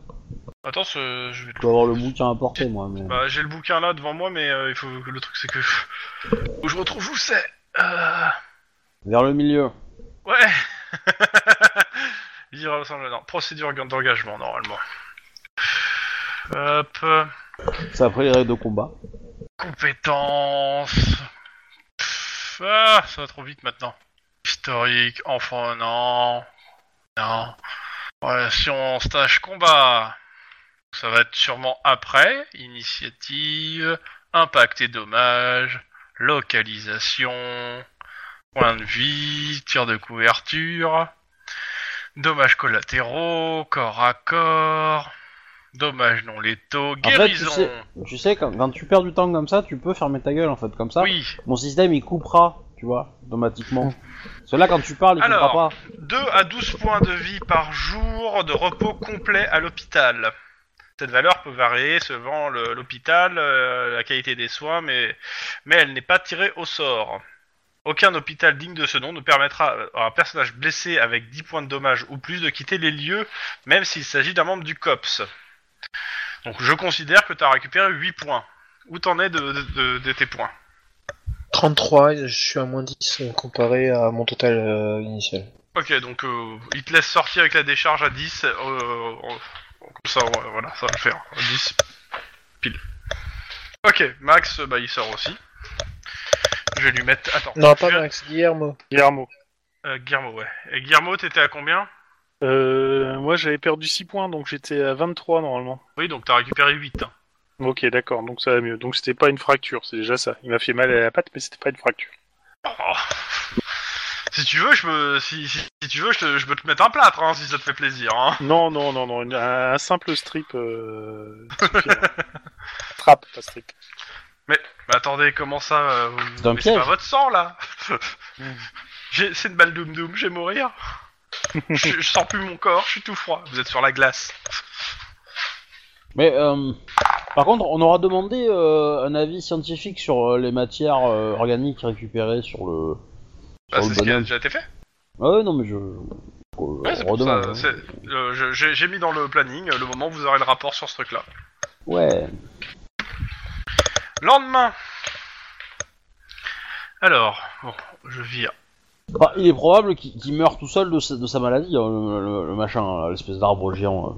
Attends, ce- je vais... Je dois avoir le bouquin à porter moi. Mais... Bah, j'ai le bouquin là devant moi, mais euh, il faut que le truc c'est que... Où je retrouve où c'est euh... Vers le milieu. Ouais <laughs> Dire à Los Angeles, non, procédure d'engagement, normalement. Hop... euh, C'est après les règles de combat. Compétences. Pff, Ah, ça va trop vite maintenant. Historique, enfant, non. Non. Relation, stage, combat. Ça va être sûrement après. Initiative, impact et dommages, localisation, point de vie, tir de couverture, dommages collatéraux, corps à corps, dommages non létaux, En fait, tu guérison. sais- Tu sais, quand, quand tu perds du temps comme ça, tu peux fermer ta gueule en fait. Comme ça, Oui. mon système il coupera, tu vois, automatiquement. Cela quand tu parles, il Alors. coupera pas. 2 à 12 points de vie par jour de repos complet à l'hôpital. Cette valeur peut varier selon le- l'hôpital, euh, la qualité des soins, mais, mais elle n'est pas tirée au sort. Aucun hôpital digne de ce nom ne permettra à un personnage blessé avec 10 points de dommage ou plus de quitter les lieux, même s'il s'agit d'un membre du COPS. Donc je considère que tu as récupéré 8 points. Où t'en es de, de- de- de tes points 33, je suis à moins 10 euh, comparé à mon total euh, initial. Ok, donc euh, il te laisse sortir avec la décharge à 10. euh, euh, comme ça, ouais, voilà, ça va le faire. À 10, pile. Ok, Max, euh, bah il sort aussi. Je vais lui mettre. Attends. Non, je pas vais- Max, Guillermo. Guillermo. Euh, Guillermo, ouais. Et Guillermo, t'étais à combien Euh, moi j'avais perdu 6 points, donc j'étais à 23 normalement. Oui, donc t'as récupéré 8. hein. Ok, d'accord, donc ça va mieux. Donc c'était pas une fracture, c'est déjà ça. Il m'a fait mal à la patte, mais c'était pas une fracture. Oh. Si tu veux, je peux, si, si, si tu veux, je, te- je peux te mettre un plâtre, hein, si ça te fait plaisir. Hein. Non, non, non, non, une- un, un simple strip. <laughs> Euh... suffira. Trappe, pas strip. Mais attendez, comment ça euh, vous- C'est un mais C'est piège. pas votre sang là. <laughs> J'ai- c'est une balle doum doum, je vais mourir. je, je sens plus mon corps, je suis tout froid. Vous êtes sur la glace. Mais euh, par contre, on aura demandé euh, un avis scientifique sur euh, les matières euh, organiques récupérées sur le. Bah, sur c'est le ce qui a bonhomme. déjà été fait. Ah ouais, non mais je. euh, hein. Ouais, c'est pour ça, c'est- euh, je- J'ai j'ai mis dans le planning euh, le moment où vous aurez le rapport sur ce truc-là. Ouais. Lendemain. Alors, bon, je vire. Bah, il est probable qu'il qu'il meure tout seul de sa, de sa maladie, hein, le, le- le machin, là, l'espèce d'arbre géant. là.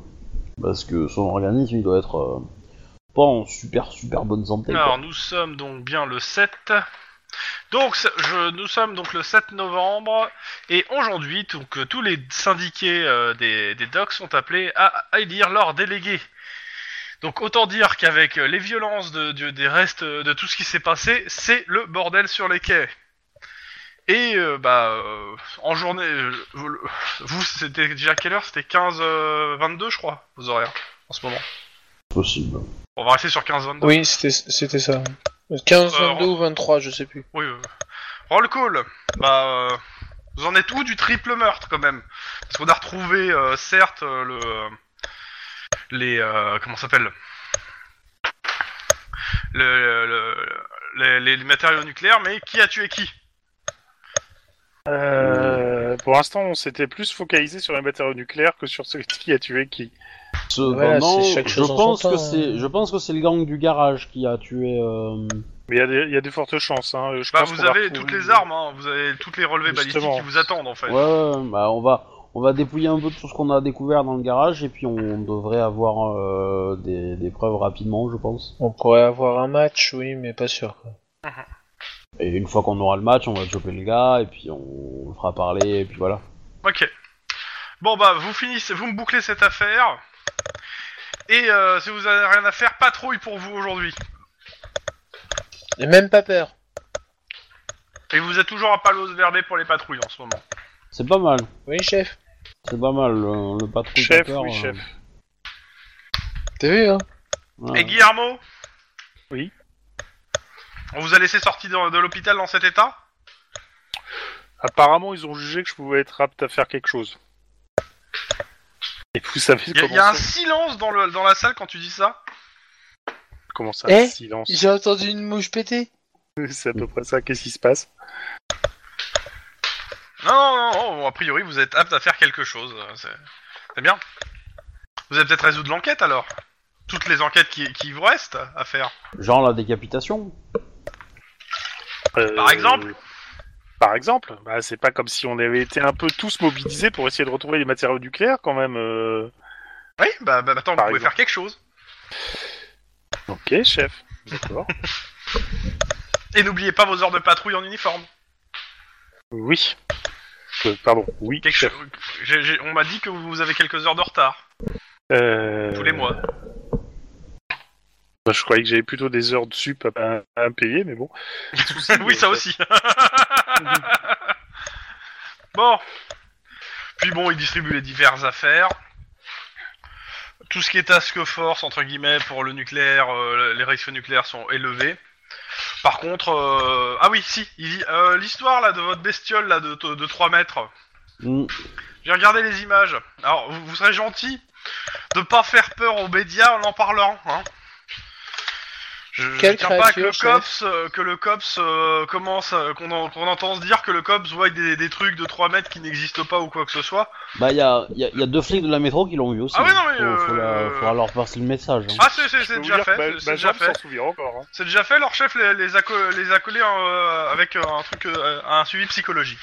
Parce que son organisme, il doit être euh, pas en super super bonne santé. quoi. Alors, nous sommes donc bien le 7. Donc, c'est- je, nous sommes donc le 7 novembre, et aujourd'hui, donc, euh, tous les syndiqués euh, des, des docs sont appelés à, à élire leurs délégués. Donc, autant dire qu'avec euh, les violences de, de- des restes euh, de tout ce qui s'est passé, c'est le bordel sur les quais. Et, euh, bah, euh, en journée, euh, vous, vous, c'était déjà quelle heure C'était 15, euh, 22, je crois, vos horaires, en ce moment. Possible. On va rester sur 15, 22. Oui, c'était c'était ça. 15, Euh, 22 ou 23, je sais plus. Oui, euh, roll call. Bah, euh, vous en êtes où du triple meurtre quand même Parce qu'on a retrouvé, euh, certes, euh, le les euh, comment ça s'appelle le, le- les, les- les matériaux nucléaires, mais qui a tué qui Euh, pour l'instant, on s'était plus focalisé sur les matériaux nucléaires que sur ce qui a tué qui. Cependant, c'est chaque je, chose en pense son que temps, hein. c'est, je pense que c'est le gang du garage qui a tué. euh, Mais il y a des- il y, a des fortes chances. Hein. Euh, Je Bah, pense vous qu'on va avez retrouver- toutes les armes, hein, vous avez toutes les relevés Justement. balistiques qui vous attendent en fait. Ouais, ouais, ouais, bah on va, on va dépouiller un peu de tout ce qu'on a découvert dans le garage et puis on devrait avoir euh, des, des preuves rapidement, je pense. On pourrait avoir un match, oui, mais pas sûr. quoi. Et une fois qu'on aura le match, on va choper le gars et puis on le fera parler et puis voilà. Ok. Bon bah vous finissez, vous me bouclez cette affaire. Et euh, si vous avez rien à faire, patrouille pour vous aujourd'hui. Et même pas peur. Et vous êtes toujours à Palos Verde pour les patrouilles en ce moment. C'est pas mal, Oui, chef. c'est pas mal, le, le patrouille Chef, tapeur, oui, euh, chef. T'as vu, hein voilà. Et Guillermo Oui. On vous a laissé sortir de, de l'hôpital dans cet état Apparemment, ils ont jugé que je pouvais être apte à faire quelque chose. Et vous savez Il y, a- comment, il y a un ça, silence dans, le, dans la salle quand tu dis ça comment ça Eh silence <laughs> J'ai entendu une mouche péter. C'est à peu près ça. Qu'est-ce qui se passe Non, non, non, non, a priori vous êtes apte à faire quelque chose. euh, C'est c'est bien. Vous allez peut-être résoudre l'enquête alors Toutes les enquêtes qui, qui vous restent à faire. Genre la décapitation Euh, Par exemple Par exemple, bah, c'est pas comme si on avait été un peu tous mobilisés pour essayer de retrouver les matériaux nucléaires quand même. euh. Oui, bah, bah attends, vous Par pouvez exemple. faire quelque chose. Ok, chef. D'accord. Et n'oubliez pas vos heures de patrouille en uniforme. oui. Euh, pardon. Oui. Quelque chef. chose- j'ai- j'ai- on m'a dit que vous avez quelques heures de retard, Euh, tous les mois. bah, je croyais que j'avais plutôt des heures de sup à, à- à me payer, mais bon. <laughs> oui, ça aussi. <laughs> bon. Puis bon, il distribue les diverses affaires. Tout ce qui est task force, entre guillemets, pour le nucléaire, euh, les risques nucléaires sont élevés. Par contre, euh, ah oui, si, il dit, euh, l'histoire là de votre bestiole là de, de 3 mètres, Mm. j'ai regardé les images. Alors, vous, vous serez gentil de pas faire peur aux médias en en parlant. Hein. Je, je Quelle tiens pas que le créature, chef. cops, euh, que le cops euh, commence, euh, qu'on en- qu'on entend se dire que le cops voit des, des trucs de 3 mètres qui n'existent pas ou quoi que ce soit. Bah, il y a, y a- y a deux flics de la métro qui l'ont vu aussi. Ah ouais, non, mais, Faut, faut euh, la- faudra leur passer le message. hein. Ah, c'est- c'est Je c'est peux vous déjà dire que fait, ma- c'est- ma c'est déjà jambe s'en fait. souvient encore. hein. <laughs> C'est déjà fait. Leur chef les, les, acco- les accolés euh, avec euh, un truc, euh, un suivi psychologique.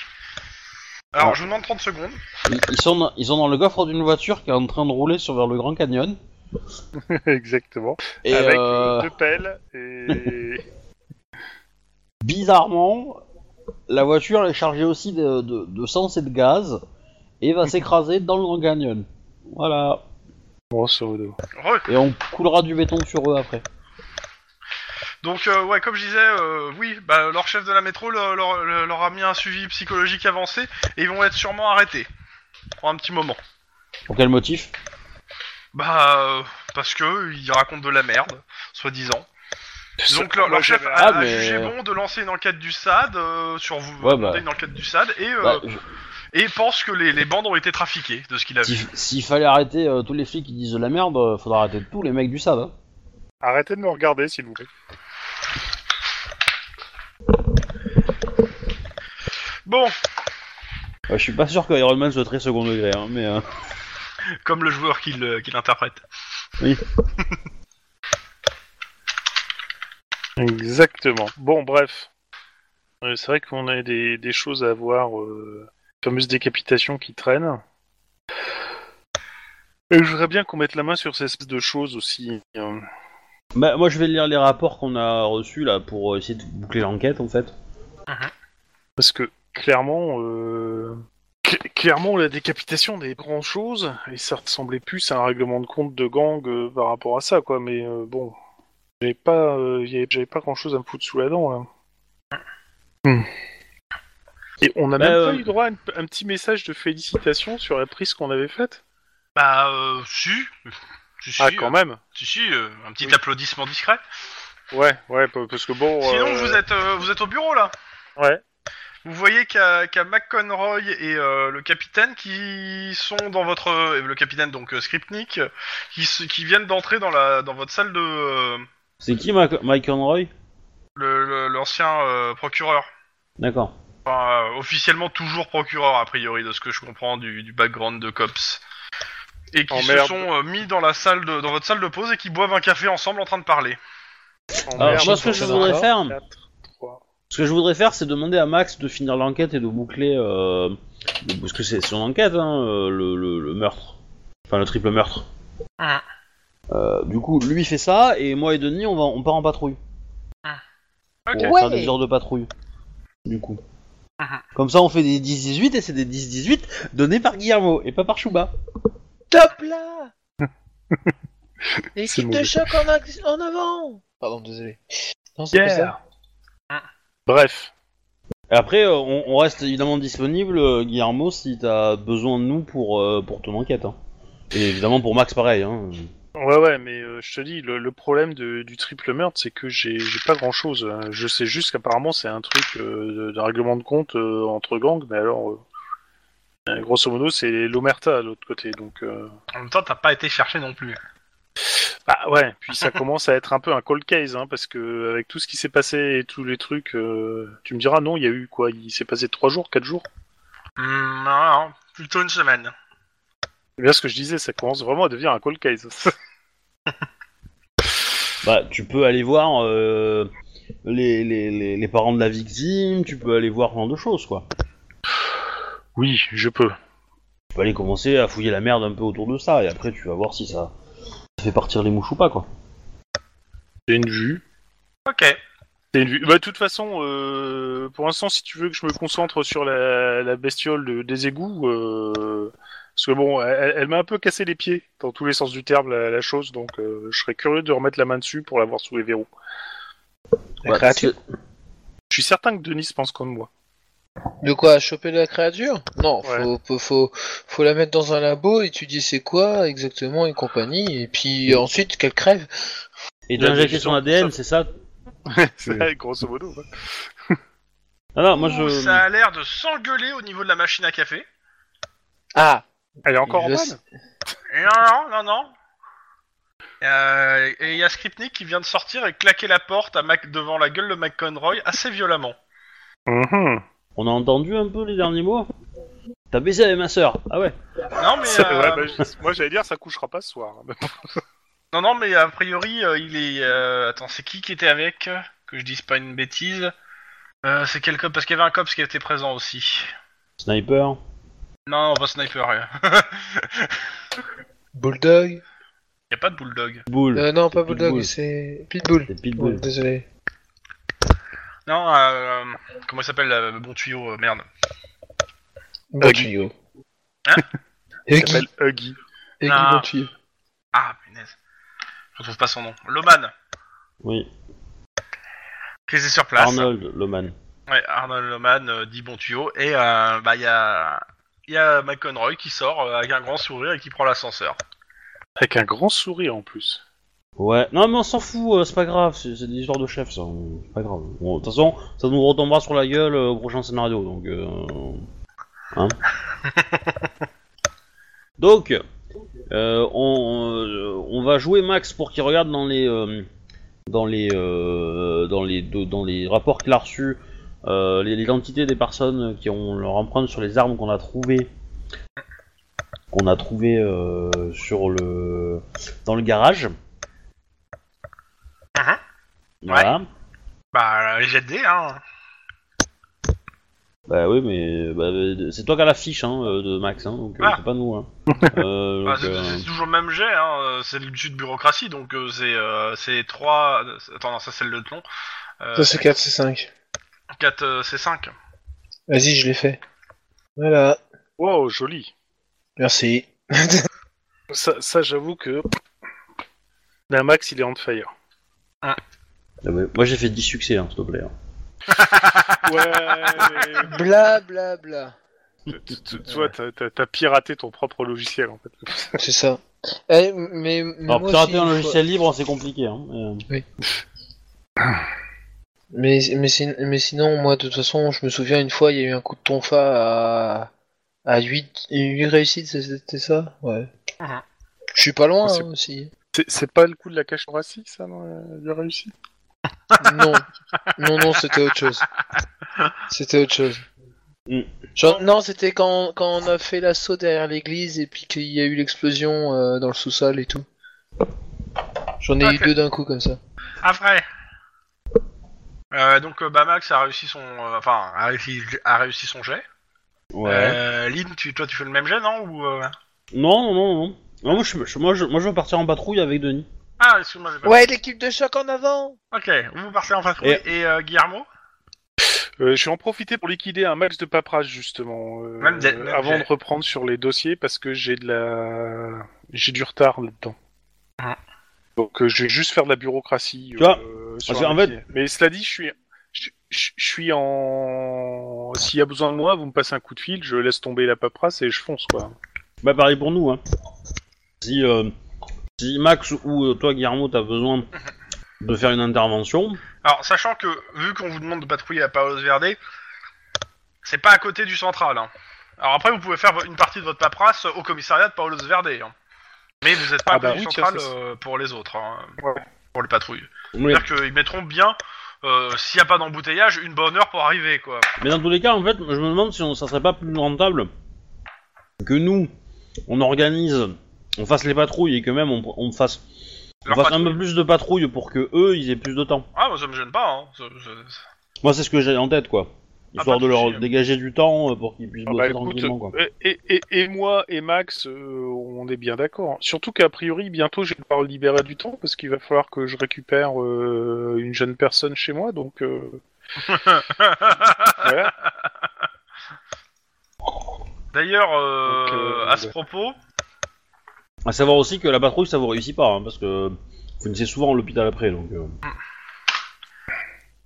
Alors, Ouais. je vous demande 30 secondes. Ils, ils sont dans, ils sont dans le coffre d'une voiture qui est en train de rouler sur vers le Grand Canyon. Exactement. Et Avec euh, euh, deux pelles et. bizarrement, la voiture est chargée aussi de, de, de sens et de gaz et va s'écraser dans le Grand Canyon. Voilà. Grosso modo. Re- Et on coulera du béton sur eux après. Donc euh, ouais, comme je disais, euh, oui, bah, leur chef de la métro leur, leur- leur- leur a mis un suivi psychologique avancé et ils vont être sûrement arrêtés pour un petit moment. Pour quel motif Bah euh, parce que ils racontent de la merde, soi-disant. Donc leur, Moi, leur chef j'avais- a, Ah, a mais- jugé bon de lancer une enquête du SAD euh, sur vous, Ouais, bah. demander une enquête du SAD et, euh, Bah, je- et pense que les, les bandes ont été trafiquées de ce qu'il a vu. si- S'il fallait arrêter euh, tous les flics qui disent de la merde, euh, faudra arrêter tous les mecs du SAD. hein. Arrêtez de me regarder, s'il vous plaît. Bon, Euh, je suis pas sûr que Iron Man soit très second degré, hein, mais. euh, comme le joueur euh, qui le- qui l'interprète. Exactement. Bon, bref. Euh, C'est vrai qu'on a des, des choses à voir. Euh, la fameuse décapitation qui traîne. Et je voudrais bien qu'on mette la main sur ces espèces de choses aussi. hein. Bah, moi je vais lire les rapports qu'on a reçus là pour euh, essayer de boucler l'enquête en fait. Parce que clairement, euh, cl- clairement, la décapitation des grands choses, et ça ressemblait plus à un règlement de compte de gang euh, par rapport à ça, quoi. Mais euh, bon, j'avais pas, euh, y avait- j'avais pas grand chose à me foutre sous la dent là. Hmm. Et on n'a Bah, même euh, pas eu droit à une- un petit message de félicitations sur la prise qu'on avait faite. Bah euh, si, si, si, ah, quand euh, même. si, si, euh, un petit Oui. applaudissement discret. Ouais, ouais, pa- parce que bon. Sinon, euh, vous êtes, euh, vous êtes au bureau là. Ouais. Vous voyez qu'à qu'à McConroy et euh, le capitaine qui sont dans votre euh, le capitaine donc euh, Skripnik euh, qui se- qui viennent d'entrer dans la dans votre salle de euh, C'est qui Ma- Mike Conroy le- le- l'ancien euh, procureur D'accord. Enfin, euh, officiellement toujours procureur a priori de ce que je comprends du, du background de cops et qui Oh, se merde. sont euh, mis dans la salle de, dans votre salle de pause et qui boivent un café ensemble en train de parler. en Alors, merde, moi, ce que je ça voudrais va. faire- Quatre, trois. Ce que je voudrais faire, c'est demander à Max de finir l'enquête et de boucler euh, Parce que c'est son enquête, hein, euh, le, le- le meurtre. Enfin, le triple meurtre. Ah. Euh, du coup, lui fait ça, et moi et Denis, on, va, on part en patrouille. Ok. Pour Ouais. faire des heures de patrouille. Du coup. Ah. Comme ça, on fait des 10-18, et c'est des 10-18 donnés par Guillermo, et pas par Chouba. Top <laughs> là C'est L'équipe mauvais. de choc en, ac- en avant Pardon, désolé. Non, c'est pas ça. Yeah. Bref. Et Après, euh, on, on reste évidemment disponible, euh, Guillermo, si t'as besoin de nous pour, euh, pour ton enquête. hein. Et évidemment pour Max, pareil. Hein. Ouais, ouais, mais euh, je te dis, le, le problème de- du triple meurtre, c'est que j'ai j'ai pas grand chose. Je sais juste qu'apparemment, c'est un truc euh, de- d'un règlement de compte euh, entre gangs, mais alors, euh, euh, grosso modo, c'est l'Omerta de l'autre côté. Donc, euh, En même temps, t'as pas été cherché non plus. bah ouais, puis <laughs> ça commence à être un peu un cold case, hein, parce que avec tout ce qui s'est passé et tous les trucs, euh, tu me diras, non, il y a eu quoi Il s'est passé trois jours, quatre jours Hmm, non, non, plutôt une semaine. C'est bien ce que je disais, ça commence vraiment à devenir un cold case. Bah, tu peux aller voir euh, les, les, les, les parents de la victime, tu peux aller voir plein de choses, quoi. oui, je peux. Tu peux aller commencer à fouiller la merde un peu autour de ça, et après tu vas voir si ça, ça fait partir les mouches ou pas, quoi. J'ai une vue. Ok. T'as une vue. Bah, de toute façon, euh, pour l'instant, si tu veux que je me concentre sur la, la bestiole de- des égouts, euh, parce que bon, elle, elle m'a un peu cassé les pieds dans tous les sens du terme la, la chose, donc euh, je serais curieux de remettre la main dessus pour la voir sous les verrous. La créature Je suis certain que Denis pense comme <laughs> moi. De quoi Choper la créature Non, Ouais. faut, faut, faut, faut la mettre dans un labo, étudier c'est quoi exactement et compagnie, et puis ensuite qu'elle crève. Et Il y a d'injecter des son gens ADN, comme c'est ça <laughs> C'est grosso modo. ouais. Ah non, moi je. Ouh, Ça a l'air de s'engueuler au niveau de la machine à café. Ah Elle est encore Je en sais- panne. Et Non, non, non, non. Euh, et il y a Skripnik qui vient de sortir et claquer la porte à Mac devant la gueule de McConroy assez violemment. Mhm. On a entendu un peu les derniers mots T'as baisé avec ma sœur Ah ouais Non mais, Ça- euh, <laughs> ouais, bah, je- moi, j'allais dire, ça couchera pas ce soir. hein. non, non, mais a priori, euh, il est... euh, Attends, c'est qui qui était avec euh, Que je dise pas une bêtise. Euh, c'est quel cop Parce qu'il y avait un cop qui était présent aussi. Sniper. Non, non, pas sniper. euh, <laughs> Il Bulldog y a pas de bulldog. Mmh. Boule. Euh, Non, pas Pitbull. Bulldog, c'est Pitbull. C'est Pitbull. Ouais, désolé. Non, euh, euh, comment il s'appelle euh, Bon tuyau, euh, merde. Bon Huggy. tuyau. <laughs> Hein Elle Huggy, s'appelle Huggy. Huggy, Non. bon tuyau. Ah, punaise. Je trouve pas son nom. Loman, Oui. qui était sur place. Arnold Loman. Ouais, Arnold Loman euh, dit bon tuyau. Et euh, bah, il y a, il y a McConroy qui sort euh, avec un grand sourire et qui prend l'ascenseur. Avec un grand sourire en plus. Ouais, non mais on s'en fout, euh, c'est pas grave, c'est c'est des histoires de chef ça, on- c'est pas grave. Bon, de toute façon, ça nous retombera sur la gueule euh, au prochain scénario, donc... euh, Hein donc, euh, on, euh, on va jouer Max pour qu'il regarde dans les... euh, dans les... euh, dans les do- dans les rapports qu'il a reçus, euh, les- l'identité des personnes qui ont leur empreinte sur les armes qu'on a trouvées qu'on a trouvé sur le dans le garage. Mhm. Voilà. Bah, euh, les jets de dés, hein. Bah oui, mais bah, euh, c'est toi qui as la fiche hein, euh, de Max, hein, donc euh, Ah. c'est pas <laughs> nous. Hein. Euh, Bah, donc, c'est euh, c'est toujours le même jet, hein. euh, C'est l'habitude de bureaucratie, donc euh, c'est euh, c'est 3. Attends, non, ça c'est le tlon. Euh, Ça c'est 4, c'est 5. 4, c'est 5. Vas-y, je l'ai fait. Voilà, Wow, joli. merci. Ça, ça, j'avoue que. La Max, il est on fire. ah, mais moi j'ai fait 10 succès, hein, s'il te plaît. hein. Ouais, mais- Bla bla bla. Tu- tu- Tu vois, t'as- t'as t'as piraté ton propre logiciel en fait. C'est ça. Eh, mais, mais Alors, moi pirater aussi, un une fois- logiciel libre, c'est compliqué. Hein, euh. Mais, mais, sin- mais sinon, moi, de toute façon, je me souviens une fois, il y a eu un coup de tonfa à, à 8, 8 réussites, c'est- c'était ça Ouais. Ah. Mhm. Je suis pas loin C'est- hein, aussi. C'est- C'est pas le coup de la cache thoracique, ça, non euh, de réussi Non, non, non, c'était autre chose. C'était autre chose. Mm. Genre, non, c'était quand, quand on a fait l'assaut derrière l'église et puis qu'il y a eu l'explosion euh, dans le sous-sol et tout. J'en ai eu Ok. deux d'un coup comme ça. Après. Euh, donc euh, bah, Max a réussi son, euh, enfin a réussi, a réussi son jet. Ouais. Euh, Lynn, tu, toi, tu fais le même jet, non Ou, euh, Non, non, non, non. Non, moi, je, je- moi, je, moi, je veux partir en patrouille avec Denis. Ah, excuse-moi, j'ai pas... Ouais, l'équipe de choc en avant Ok, vous partez en patrouille. Et, euh, Guillermo Euh, je vais en profiter pour liquider un max de paperasse justement euh, Même des- même avant des- de reprendre sur les dossiers parce que j'ai de la j'ai du retard là-dedans. Ah. Donc euh, je vais juste faire de la bureaucratie. Tu vois, euh, sur parce un qu'en fait- dossier. Mais cela dit, je suis je, je- je suis en s'il y a besoin de moi, vous me passez un coup de fil, je laisse tomber la paperasse et je fonce quoi. Bah, pareil pour nous, hein. Si, euh, si Max ou euh, toi, Guillermo, t'as besoin de faire une intervention, Alors, sachant que, vu qu'on vous demande de patrouiller à Palos Verde, c'est pas à côté du central. hein. Alors après, vous pouvez faire vo- une partie de votre paperasse au commissariat de Palos Verde. hein. Mais vous n'êtes pas Ah à côté bah du oui, tiens, central ça, c'est- euh, pour les autres, hein, Ouais. pour les patrouilles. mais, C'est-à-dire qu'ils mettront bien, euh, s'il n'y a pas d'embouteillage, une bonne heure pour arriver, quoi. mais dans tous les cas, en fait, je me demande si on- ça serait pas plus rentable que nous, on organise, on fasse les patrouilles et que même on, on fasse, on Leur fasse un patrouille. peu plus de patrouilles pour que eux, ils aient plus de temps. Ah, moi, ça me gêne pas, hein. Ça- ça- Moi, c'est ce que j'ai en tête, quoi. Histoire Ah, pas de de leur souci. dégager du temps euh, pour qu'ils puissent Ah bosser bah, écoute, tranquillement, quoi. euh, et, et, et moi et Max, euh, on est bien d'accord. hein. Surtout qu'a priori, bientôt, je vais devoir libérer du temps parce qu'il va falloir que je récupère euh, une jeune personne chez moi. Donc, euh, voilà. D'ailleurs, euh, Donc, euh, à ce ouais. propos, À savoir aussi que la patrouille, ça vous réussit pas, hein, parce que vous finissez souvent à l'hôpital après, donc. euh.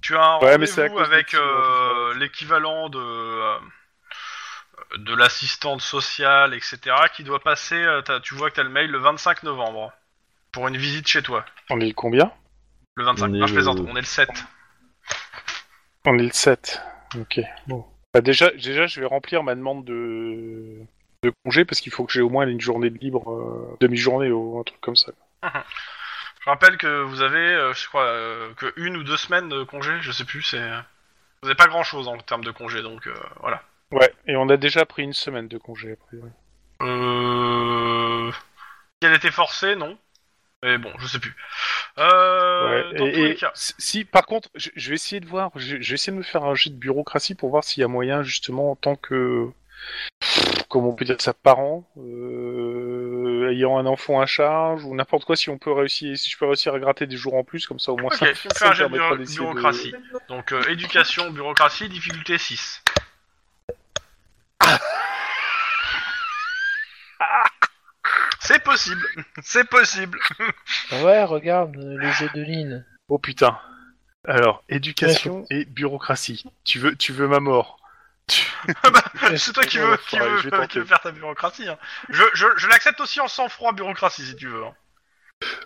tu as un Ouais, mais c'est à rendez-vous cause des avec petits, euh, l'équivalent de euh, de l'assistante sociale, etc., qui doit passer. euh, t'as- tu vois que t'as le mail le 25 novembre hein, pour une visite chez toi. on est le combien Le 25. On est Non, je plaisante. le- On est le 7. On est le 7. Ok. Bon. Bah, déjà, déjà, je vais remplir ma demande de, de congé parce qu'il faut que j'ai au moins une journée de libre, euh, demi-journée ou un truc comme ça. Je rappelle que vous avez, euh, je crois, euh, que une ou deux semaines de congé. Je sais plus. C'est vous n'avez pas grand chose en termes de congé, donc euh, voilà. Ouais. Et on a déjà pris une semaine de congé. a priori. Euh... Si elle était forcée, non. Mais bon, je sais plus. Euh, Ouais, Dans et- tous les et cas. si- si, par contre, je, je vais essayer de voir, je, je vais essayer de me faire un jet de bureaucratie pour voir s'il y a moyen, justement, en tant que, comment on peut dire ça, parent, euh, ayant un enfant à charge ou n'importe quoi, si on peut réussir, si je peux réussir à gratter des jours en plus, comme ça au moins Ok, ça, tu me fais ça un me jet de permettra bureau- d'essayer de- bureaucratie. Donc euh, éducation, bureaucratie, difficulté 6. Ah C'est possible, c'est possible. Ouais, regarde, euh, le jeu de ligne. Oh putain. Alors, éducation et bureaucratie. Tu veux, tu veux ma mort. <laughs> C'est toi qui Ouais, veux, ouais, qui ouais, veux, je vais tenter. qui veux faire ta bureaucratie. hein. Je, je, je l'accepte aussi en sang-froid bureaucratie si tu veux. hein.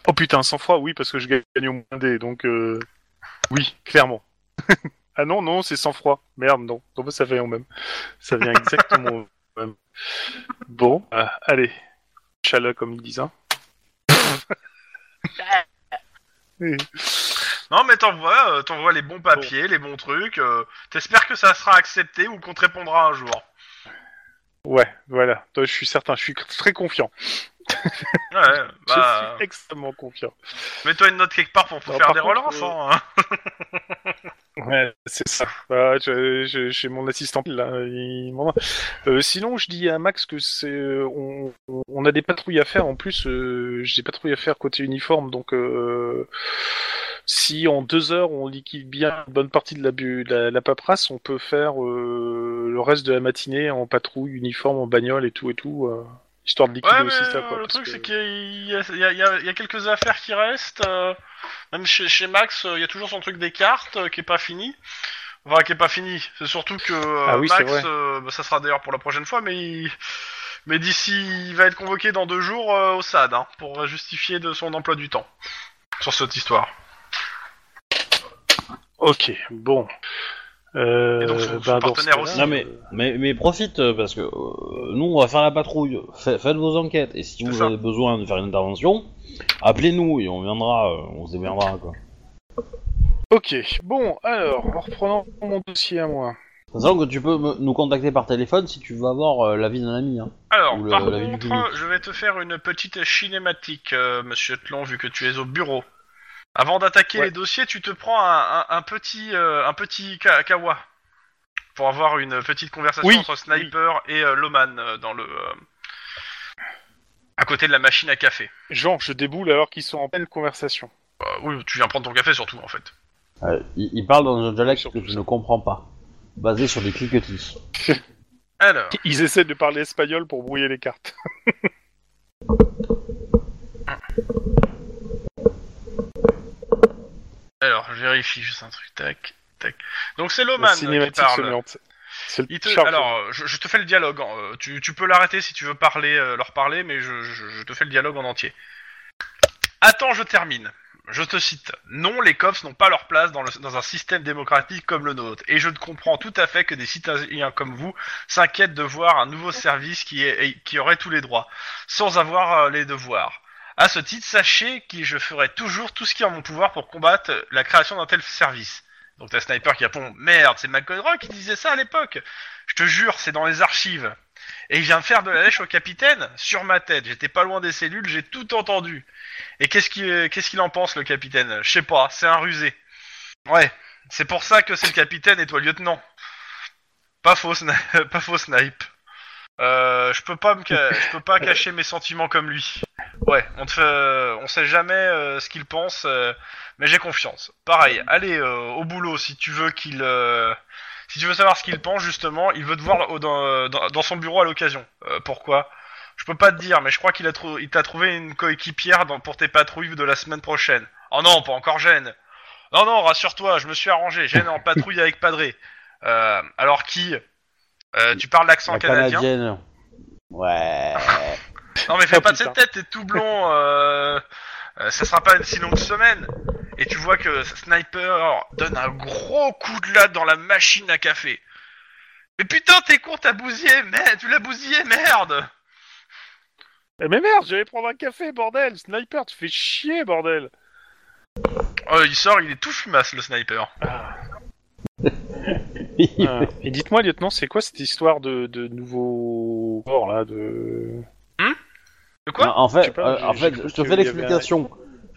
Oh putain, sans froid, oui, parce que je gagne au moins des, donc euh, oui, clairement. <laughs> ah non, non, c'est sans froid. Merde, non. Donc ça vient au même. Ça vient exactement au <laughs> même. Bon, euh, allez. Chala, comme ils disent. Hein. Oui. Non mais t'envoies, euh, t'envoies les bons papiers, les bons trucs. euh, T'espères que ça sera accepté ou qu'on te répondra un jour. ouais, voilà. Toi, je suis certain, je suis très confiant. Ouais, bah, Je suis extrêmement confiant. mets-toi une note quelque part pour Alors, faire par des contre, relances. euh, hein. Ouais, c'est ça. Bah, je- je- j'ai mon assistant là. il m'en a. Euh, sinon, je dis à Max que c'est euh, on, on a des patrouilles à faire. En plus, euh, j'ai des patrouilles à faire côté uniforme. Donc, euh, si en deux heures on liquide bien une bonne partie de la, bu- de la, la paperasse, on peut faire euh, le reste de la matinée en patrouille uniforme, en bagnole et tout et tout, euh, histoire de liquider Ouais, mais aussi ça. euh, Quoi, le parce truc, que- c'est qu'il y a, il y a- il y a- il y a quelques affaires qui restent. euh, même chez, chez Max, euh, il y a toujours son truc des cartes euh, qui est pas fini. Enfin, qui est pas fini. C'est surtout que euh, Ah oui, c'est Max, vrai. euh, bah, ça sera d'ailleurs pour la prochaine fois, mais il... mais d'ici, il va être convoqué dans deux jours euh, au SAD hein, pour justifier de son emploi du temps sur cette histoire. Ok, bon. Euh, Et donc, son- son bah, dans ce partenaire cas-là, aussi. euh, Non mais, mais, mais profite euh, parce que euh, nous on va faire la patrouille, Fa- faites vos enquêtes et si C'est vous ça. avez besoin de faire une intervention, appelez-nous et on viendra, euh, on se démerdera quoi. Ok, bon, alors, en reprenant mon dossier à moi. De toute façon que tu peux me- nous contacter par téléphone si tu veux avoir euh, l'avis d'un ami. Hein. Alors, Ou le- par la vie du contre, public. je vais te faire une petite cinématique, euh, monsieur Tlon, vu que tu es au bureau. Avant d'attaquer Ouais. les dossiers, tu te prends un, un- un petit, euh, un petit ka- kawa. pour avoir une petite conversation Oui, entre Sniper et euh, Loman euh, dans le euh, à côté de la machine à café. Genre, je déboule alors qu'ils sont en pleine conversation. Euh, oui, tu viens prendre ton café surtout en fait. Euh, il, il parle dans un dialecte Surtout que je ne comprends pas, basé sur des cliquetis. Alors, Ils essaient de parler espagnol pour brouiller <laughs> les cartes. alors, je vérifie juste un truc. Tac, tac. Donc c'est La Loman qui cinématique parle. sonnante. C'est Il le te- Charles. alors, euh, je, je te fais le dialogue. hein, euh, Tu, tu peux l'arrêter si tu veux parler, euh, leur parler, mais je, je- je te fais le dialogue en entier. Attends, je termine. Je te cite. Non, les cops n'ont pas leur place dans, le- dans un système démocratique comme le nôtre. Et je ne comprends tout à fait que des citoyens comme vous s'inquiètent de voir un nouveau service qui, est, qui aurait tous les droits, sans avoir euh, les devoirs. À ce titre, sachez que je ferai toujours tout ce qui est en mon pouvoir pour combattre la création d'un tel service. Donc t'as Sniper qui répond Merde, c'est McConroy qui disait ça à l'époque je te jure, c'est dans les archives. Et il vient faire de la lèche au capitaine sur ma tête. J'étais pas loin des cellules, j'ai tout entendu. Et qu'est-ce qu'il qu'est-ce qu'il en pense, le capitaine Je sais pas, c'est un rusé. Ouais, c'est pour ça que c'est le capitaine et toi, lieutenant. Pas faux, sni- <laughs> pas faux snipe. Euh, je peux pas me, ca- je peux pas cacher mes sentiments comme lui. Ouais, on te fait- on sait jamais euh, ce qu'il pense, euh, mais j'ai confiance. Pareil, allez euh, au boulot si tu veux qu'il, euh, si tu veux savoir ce qu'il pense, justement, il veut te voir au- dans, euh, dans- dans son bureau à l'occasion. Euh, pourquoi Je peux pas te dire, mais je crois qu'il a trou- il t'a trouvé une coéquipière dans- pour tes patrouilles de la semaine prochaine. Oh non, pas encore Gêne. Non, non, rassure-toi, je me suis arrangé. Gêne est en patrouille avec Padré. Euh, alors qui Euh, Tu parles l'accent La canadien canadienne. Ouais. Non, mais fais Oh, pas de cette putain. tête, t'es tout blond. Euh... euh, ça sera pas une si longue semaine. Et tu vois que Sniper donne un gros coup de latte dans la machine à café. Mais putain, t'es con, t'as bousillé, merde, tu l'as bousillé, merde Eh, Mais merde, j'allais prendre un café, bordel Sniper, tu fais chier, bordel Euh, Il sort, il est tout fumasse, le Sniper. Euh, et dites-moi, lieutenant, c'est quoi cette histoire de, de nouveau corps là de... De <laughs> quoi Non, en Je sais fait, pas, euh, j'ai- en j'ai fait cru je te qu'il fais y avait un- l'explication.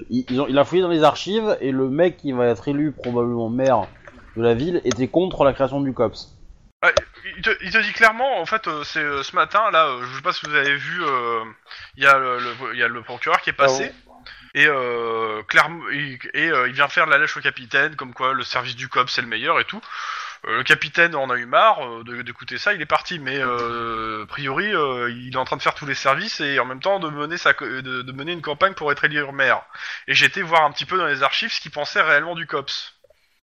Il, ils ont- il a fouillé dans les archives et le mec qui va être élu probablement maire de la ville était contre la création du COPS. Ouais, il, te, il te dit clairement, en fait, euh, c'est euh, ce matin, là, euh, je sais pas si vous avez vu, euh, il y, a le- le- il y a le procureur qui est passé, et euh, clairement, il, et, euh, il vient faire de la lèche au capitaine, comme quoi le service du COP c'est le meilleur et tout. Euh, le capitaine en a eu marre euh, de- d'écouter ça, il est parti, mais euh, a priori, euh, il est en train de faire tous les services et en même temps de mener, sa, co- de, de mener une campagne pour être élu maire. Et j'étais voir un petit peu dans les archives ce qu'il pensait réellement du COPS.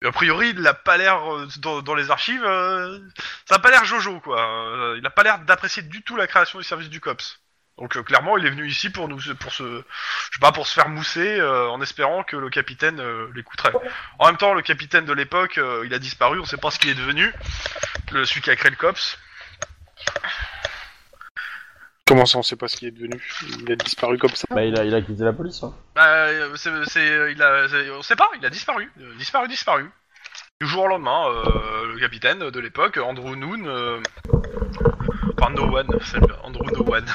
A priori, il n'a pas l'air, euh, dans, dans les archives, euh, ça a pas l'air Jojo, quoi. Euh, il a pas l'air d'apprécier du tout la création du service du COPS. Donc euh, clairement, il est venu ici pour nous, pour se, je sais pas, pour se faire mousser, euh, en espérant que le capitaine euh, l'écouterait. En même temps, le capitaine de l'époque, euh, il a disparu, on sait pas ce qu'il est devenu. Le celui qui a créé le COPS. Comment ça, on sait pas ce qu'il est devenu Il a disparu comme ça Bah, il a, il a quitté la police. hein. Bah, euh, c'est, c'est- euh, il a, c'est- on sait pas, il a disparu, Euh, disparu, disparu. Du jour au lendemain, euh, le capitaine de l'époque, Andrew Noon, euh, enfin No One, c'est le- Andrew No One,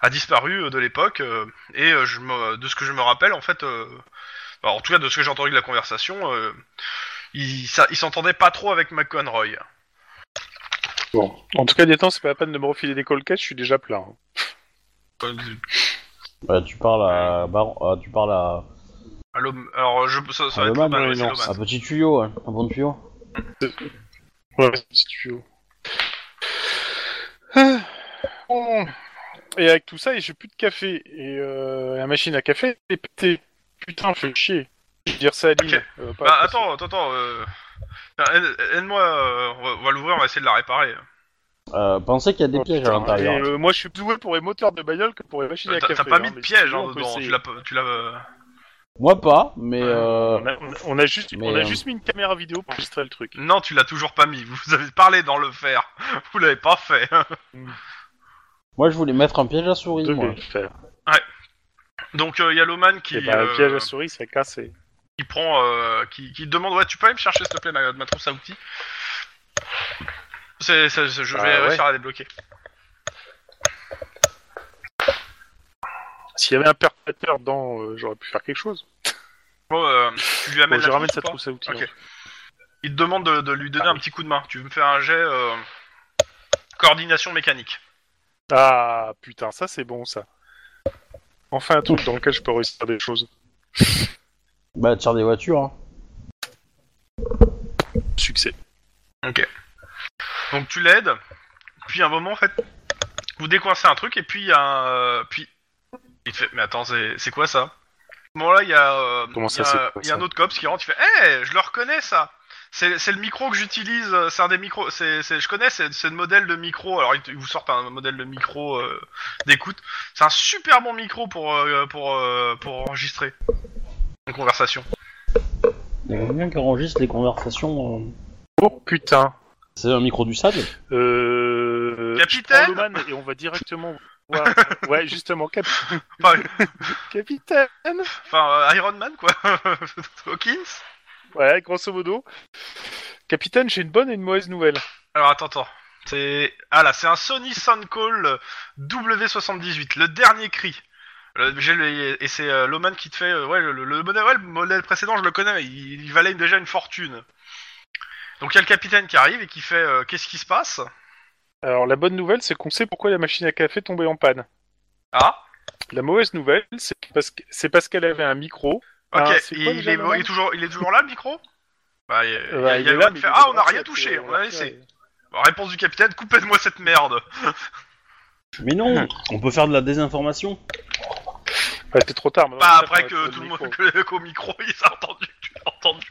a disparu euh, de l'époque. euh, et euh, je me, de ce que je me rappelle, en fait, euh, enfin, en tout cas de ce que j'ai entendu de la conversation, euh, il, ça- il s'entendait pas trop avec McConroy. Bon. En tout cas, lieutenant, c'est pas la peine de me refiler des colquettes, je suis déjà plein. hein. Euh, Bah, tu parles à, Bar- à- tu parles à, Alors, alors je, ça, ça à va être Loman, Loman, ouais, ouais, c'est non, Loman. un petit tuyau, hein, un bon tuyau. Ouais, si tu veux. Ah. Bon. Et avec tout ça, et j'ai plus de café. Et euh, la machine à café est pétée. Putain, fait chier. Je vais dire ça à Lynn. Ok. euh, pas Bah à- attends, attends, attends. Euh... tiens, aide- Aide-moi, euh, on va- on va l'ouvrir, on va essayer de la réparer. Euh, pensez qu'il y a des Oh, pièges à putain, l'intérieur. et, euh, moi, je suis plus doué pour les moteurs de bagnole que pour les machines Euh, à T'as café. t'as pas hein, mis de mais piège sinon, hein, on peut dedans, essayer. tu l'as pas- tu l'as. euh, Moi pas, mais euh, On a, on a- on a juste, Mais, on a euh, juste mis une caméra vidéo pour enregistrer le truc. Non, tu l'as toujours pas mis. <laughs> Vous avez parlé dans le faire. <laughs> Vous l'avez pas fait. <laughs> moi je voulais mettre un piège à souris. De moi. le faire. Donc euh, il y a Loman qui, Et bah, euh, le piège à souris serait cassé. qui prend, euh, qui, qui demande, ouais, tu peux aller me chercher s'il te plaît ma, ma trousse à outils. C'est, c'est- c'est- je Bah, vais ouais. réussir à débloquer. S'il y avait un perpétrateur dedans, euh, j'aurais pu faire quelque chose. Bon, euh, tu lui amènes Bon, je la ramène Ah trousse, sa ou pas trousse à outils. Ok. hein. il te demande de, de lui donner un petit coup de main. Tu veux me faire un jet euh, coordination mécanique. Ah putain, ça c'est bon ça. Enfin un truc dans lequel je peux réussir des choses. Bah, tire des voitures. Hein. Succès. Donc tu l'aides, puis à un moment, en fait, vous décoincez un truc, et puis il y a un... euh, Puis... Il te fait, mais attends, c'est c'est quoi ça À ce moment-là, il y a, euh, Comment ça, il y a- c'est quoi il y a un ça autre cops qui rentre, il fait Hé, je le reconnais ça !» C'est c'est le micro que j'utilise, euh, c'est un des micros, c'est, c'est- je connais, c'est, c'est le modèle de micro, alors ils te- ils vous sortent un modèle de micro euh, d'écoute. C'est un super bon micro pour, euh, pour, euh, pour enregistrer une conversation. Il y a quelqu'un qui enregistre les conversations. euh. Oh putain. C'est un micro du SAD Euh... Capitaine je prends Loman et on <laughs> va directement voir. ouais, justement, cap- Enfin, <laughs> capitaine. enfin, euh, Iron Man, quoi. <laughs> Hawkins Ouais, grosso modo. Capitaine, j'ai une bonne et une mauvaise nouvelle. Alors attends, attends. C'est ah là, c'est un Sony Soundcall W78, le dernier cri. Le- j'ai le- Et c'est euh, Loman qui te fait euh, ouais le, le modèle, ouais, le modèle précédent je le connais mais il, il valait déjà une fortune. Donc il y a le capitaine qui arrive et qui fait euh, qu'est-ce qui se passe Alors, la bonne nouvelle, c'est qu'on sait pourquoi la machine à café tombait en panne. Ah La mauvaise nouvelle, c'est parce que- c'est parce qu'elle avait un micro. ok Ah, c'est il, quoi il déjà, est, Loman il est toujours il est toujours là le micro Bah il, y a- Euh, il y bah, a- il il y a le est là, droit de mais faire, il est ah on n'a branché, rien touché puis, on euh, l'a voilà, laissé. ouais. Bah, réponse du capitaine coupez-moi cette merde. Mais <laughs> non On peut faire de la désinformation Ouais, c'est trop tard. maintenant, Pas on après a que tout le micro. monde <laughs> que- qu'au micro il a entendu que tu l'as entendu.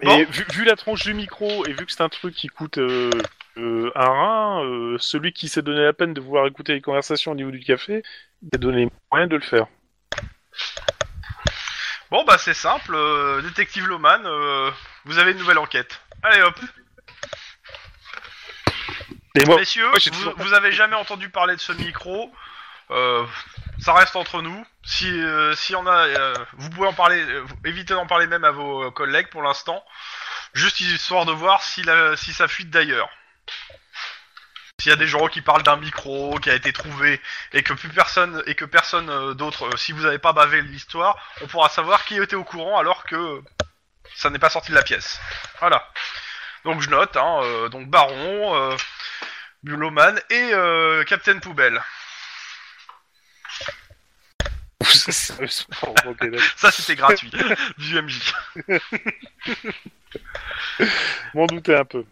Et Bon. vu, vu la tronche du micro et vu que c'est un truc qui coûte euh, euh, un rein, euh, celui qui s'est donné la peine de vouloir écouter les conversations au niveau du café, il s'est donné les moyens de le faire. Bon bah c'est simple, euh, détective Loman, euh, vous avez une nouvelle enquête. Allez hop, Et moi, messieurs, j'ai vous, toujours pas vous avez jamais entendu parler de ce micro, euh, ça reste entre nous. Si euh, si on a, euh, vous pouvez en parler, euh, vous- évitez d'en parler même à vos euh, collègues pour l'instant, juste histoire de voir si la, si ça fuite d'ailleurs. S'il y a des gens qui parlent d'un micro qui a été trouvé et que plus personne et que personne euh, d'autre, euh, si vous n'avez pas bavé l'histoire, on pourra savoir qui était au courant alors que ça n'est pas sorti de la pièce. Voilà. Donc je note, hein, euh, donc Baron, euh, Buloman et euh, Captain Poubelle. <laughs> Sérieusement, ok, d'accord. Ça c'était <laughs> gratuit du MJ. m'en doutais un peu.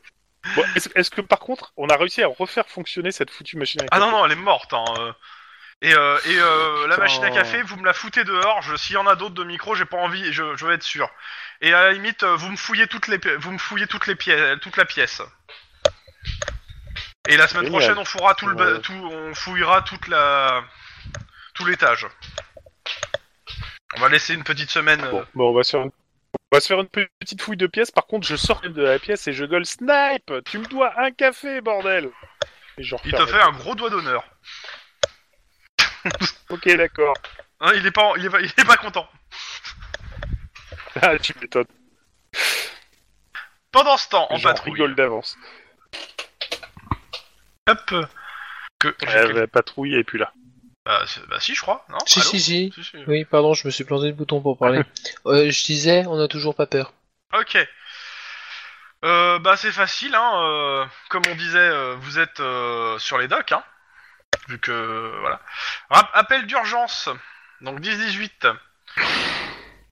Bon, est-ce, est-ce que par contre, on a réussi à refaire fonctionner cette foutue machine à Ah café non non, elle est morte. Hein. euh. Et, euh, et euh, la Putain. machine à café, vous me la foutez dehors. Je, s'il y en a d'autres de micro, j'ai pas envie. Je, je veux être sûr. Et à la limite, euh, vous me fouillez toutes les, pi- vous me fouillez toutes les pièces, euh, toute la pièce. Et la semaine Génial. prochaine, on fouillera tout le, ba- Ouais. tout, on fouillera toute la, tout l'étage. On va laisser une petite semaine. euh, Bon, bon, on, va se faire une... on va se faire une petite fouille de pièce. Par contre, je sors de la pièce et je gueule Snipe Tu me dois un café, bordel Et je Il referme. te fait un gros doigt d'honneur. Ok, d'accord. <laughs> Hein, il est pas, il est pas, il est pas content. Ah, tu m'étonnes. Pendant ce temps, en J'en patrouille. rigole d'avance. Hop. Que. Ah Ouais, la patrouille et puis là. Bah, c'est- bah si, je crois. Non. Si, Allô si, si. Si, si. Oui, pardon, je me suis planté le bouton pour <laughs> parler. Euh, je disais, on a toujours pas peur. Ok. Euh, bah c'est facile. Hein, euh, comme on disait, euh, vous êtes euh, sur les docks. Hein, vu que voilà. Rap- appel d'urgence. Donc 10-18.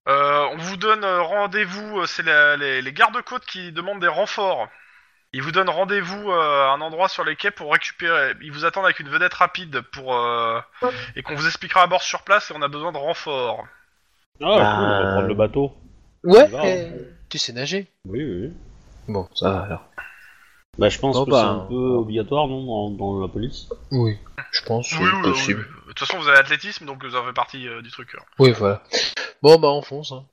Euh, on vous donne euh, rendez-vous. euh, C'est la- les, les gardes-côtes qui demandent des renforts. Ils vous donnent rendez-vous euh, à un endroit sur les quais pour récupérer. Ils vous attendent avec une vedette rapide pour euh, et qu'on vous expliquera à bord sur place et on a besoin de renforts. Ah, Bah, cool, on va prendre le bateau. Ouais, va, hein. euh, tu sais nager. Oui, oui. Bon, ça va alors. Bah, je pense Bon, que bah, c'est un on- peu obligatoire, non, dans, dans la police Oui, je pense. Oui, c'est oui, oui, possible. oui. De toute façon, vous avez l'athlétisme, donc vous en faites partie euh, du truc. hein. Oui, voilà. Bon, bah, on fonce. Hein.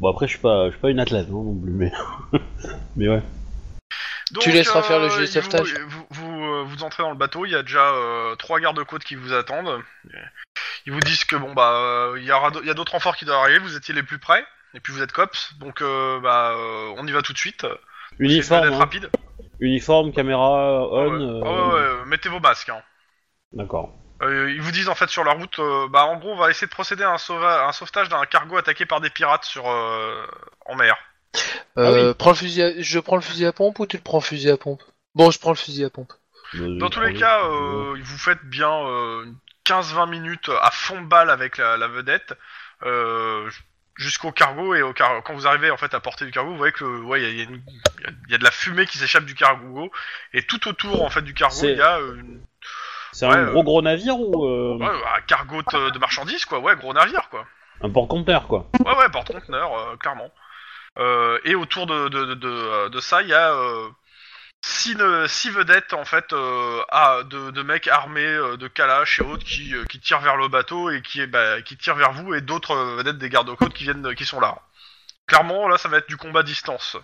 Bon, après, je suis pas, je suis pas une athlète, hein, non, non plus, mais. <laughs> mais ouais. Donc, euh, Tu laisseras faire le jeu de il vous- sauvetage. Vous, vous, euh, vous entrez dans le bateau, il y a déjà euh, trois gardes-côtes qui vous attendent. Ils vous disent que bon bah euh, il y aura d'au- il y a d'autres renforts qui doivent arriver, vous étiez les plus près, et puis vous êtes cops, donc euh, bah euh, on y va tout de suite. Uniforme, Essayez hein. d'être rapide. uniforme, caméra, Ah on. ouais. euh, Ah ouais, ouais, ouais, mettez vos masques. hein. D'accord. Euh, ils vous disent en fait sur la route, euh, bah en gros on va essayer de procéder à un, sauva- un sauvetage d'un cargo attaqué par des pirates sur euh, en mer. Euh, prends le fusil à- Je prends le fusil à pompe ou tu le prends le fusil à pompe Bon, je prends le fusil à pompe. Dans tous les cas, euh, vous faites bien euh, une 15-20 minutes à fond de balle avec la, la vedette euh, j- jusqu'au cargo et au car- quand vous arrivez en fait à portée du cargo, vous voyez que le- ouais, il y a- il y, a une- il y a- il y a de la fumée qui s'échappe du cargo et tout autour en fait du cargo, C'est- il y a euh, une- C'est ouais, un euh, gros gros navire ou euh, ouais, un cargo de, de marchandises quoi, ouais, gros navire quoi. un porte-conteneur quoi Ouais, ouais, porte-conteneur, euh, clairement. Euh, et autour de, de, de, de, euh, de ça, il y a euh, six, ne- six vedettes, en fait, euh, à- de, de mecs armés euh, de Kalash et autres qui, euh, qui tirent vers le bateau et qui, bah, qui tirent vers vous et d'autres euh, vedettes des gardes-côtes qui, viennent, de- qui sont là. Clairement, là, ça va être du combat à distance.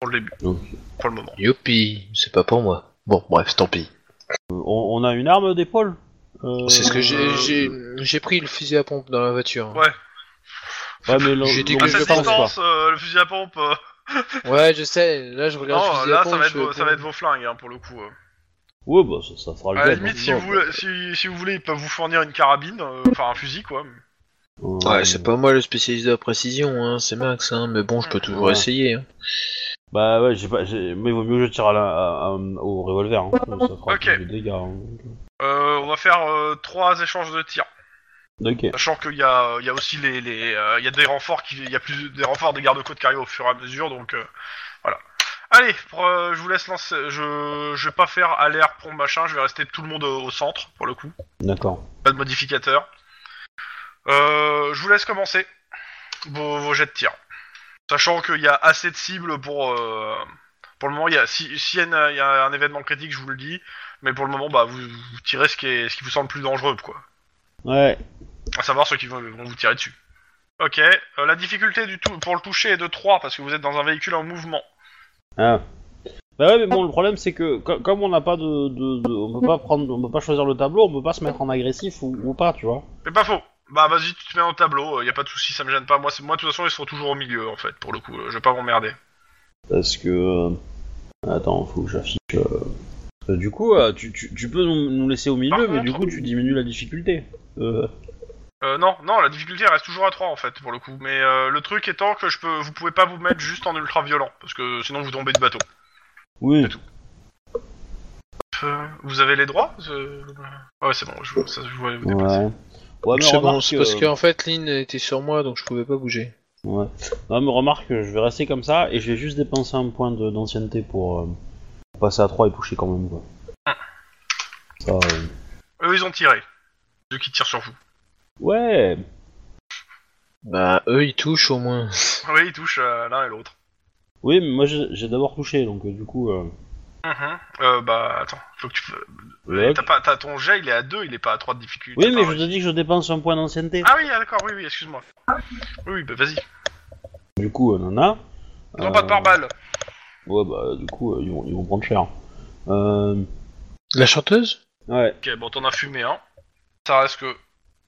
Pour le début. Ok. Pour le moment. Youpi, c'est pas pour moi. Bon, bref, tant pis. Euh, on, on a une arme d'épaule Euh, C'est ce que Euh, j'ai- j'ai j'ai pris le fusil à pompe dans la voiture. Ouais. Ouais, mais l'on- J'ai dit l'on que À ne je le cette pense prends, Ah, distance, euh, le fusil à pompe. euh, Ouais, je sais, là je regarde le non, fusil à là, pompe. ça va, être, je fais vos- ça va bon. être vos flingues, hein, pour le coup. euh. Ouais, bah ça, ça fera le À la job, limite, hein. si vous, voulez- si, si vous voulez, ils peuvent vous fournir une carabine, euh, enfin un fusil, quoi. Euh, Ouais, c'est pas moi le spécialiste de la précision, hein, c'est Max, hein, mais bon, je peux toujours Ouais. essayer. hein. Bah ouais, j'ai pas, j'ai- mais vaut mieux que je tire à la- à- à- au revolver, hein. ça fera Ok. plus de dégâts. hein. Euh, on va faire euh, trois échanges de tirs, Ok. sachant qu'il y a, il y a aussi les, les euh, il y a des renforts qui, il y a plus des renforts des gardes-côtes qui arrivent au fur et à mesure, donc euh, voilà. Allez, pour, euh, je vous laisse lancer. Je, je vais pas faire alerte pour machin, je vais rester tout le monde au, au centre pour le coup, D'accord. pas de modificateur. Euh, je vous laisse commencer vos, vos jets de tir, sachant qu'il y a assez de cibles pour. euh, pour le moment, il y a, si, s'il y, a une- il y a un événement critique, je vous le dis, mais pour le moment, bah, vous, vous tirez ce qui, est, ce qui vous semble plus dangereux, quoi. Ouais. À savoir ceux qui vont, vont vous tirer dessus. Ok, euh, la difficulté du tout pour le toucher est de 3 parce que vous êtes dans un véhicule en mouvement. Ah. Bah ouais, mais bon, le problème c'est que co- comme on n'a pas de, de- de- on peut pas prendre, on peut pas choisir le tableau, on peut pas se mettre en agressif ou, ou pas, tu vois. C'est pas faux. Bah vas-y, tu te mets au tableau, euh, y a pas de souci, ça me gêne pas. Moi, c'est- moi de toute façon, ils seront toujours au milieu en fait, pour le coup, euh, je vais pas m'emmerder. Parce que, euh, attends, faut que j'affiche. euh, euh, du coup, euh, tu, tu- tu peux nous, nous laisser au milieu, Par mais du contre- coup, tu diminues la difficulté. Euh, Euh, non, non, la difficulté elle reste toujours à 3 en fait, pour le coup. Mais euh, le truc étant que je peux, vous pouvez pas vous mettre juste en ultra violent parce que sinon vous tombez du bateau. oui. Euh, vous avez les droits euh, Ouais, c'est bon, je, vois- ça, je vois. vous Ouais. dépassez. Ouais, mais C'est bon, remarque, c'est parce euh, qu'en fait, Lynn était sur moi, donc je pouvais pas bouger. Ouais. Non, mais remarque, je vais rester comme ça et je vais juste dépenser un point de- d'ancienneté pour, euh, pour passer à 3 et toucher quand même. Quoi. Ah. Ça, euh, Eux, ils ont tiré. Ceux qui tirent sur vous. Ouais, Bah, eux ils touchent au moins. Oui, ils touchent euh, l'un et l'autre. oui, mais moi j'ai j'ai d'abord touché donc euh, du coup. euh, Mhm. Euh, bah attends, faut que tu. ouais. T'as pas, t'as ton jet, il est à 2, il est pas à 3 de difficulté. Oui, mais Enfin, je te dis que je dépense un point d'ancienneté. Ah oui, ah, d'accord, oui, oui, excuse-moi. Oui, oui, bah vas-y. Du coup, euh, on en a. Ils ont pas de Euh. pare-balles. Ouais, bah du coup, euh, ils, vont, ils vont prendre cher. Euh, La chanteuse ouais, Ok, bon, t'en as fumé un. Ça reste que.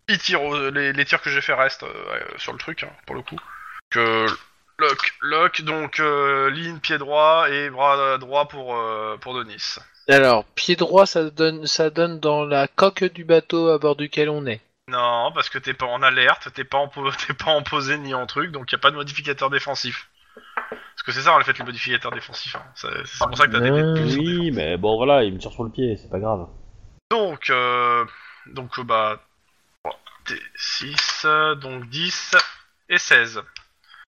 Ils tirent au- les, les tirs que j'ai fait restent euh, ouais, sur le truc, hein, pour le coup. Que. Lock, lock, donc euh, ligne, pied droit et bras droit pour, euh, pour Denis. Alors, pied droit, ça donne, ça donne dans la coque du bateau à bord duquel on est. Non, parce que t'es pas en alerte, t'es pas en, po- <laughs> t'es pas en posé ni en truc, donc y a pas de modificateur défensif. Parce que c'est ça, en fait, le modificateur défensif. hein. C'est c'est pour ça que t'as des dés de plus. oui, mais bon voilà, il me tire sur le pied, c'est pas grave. Donc, euh, donc euh, bah, 6, donc 10 et 16.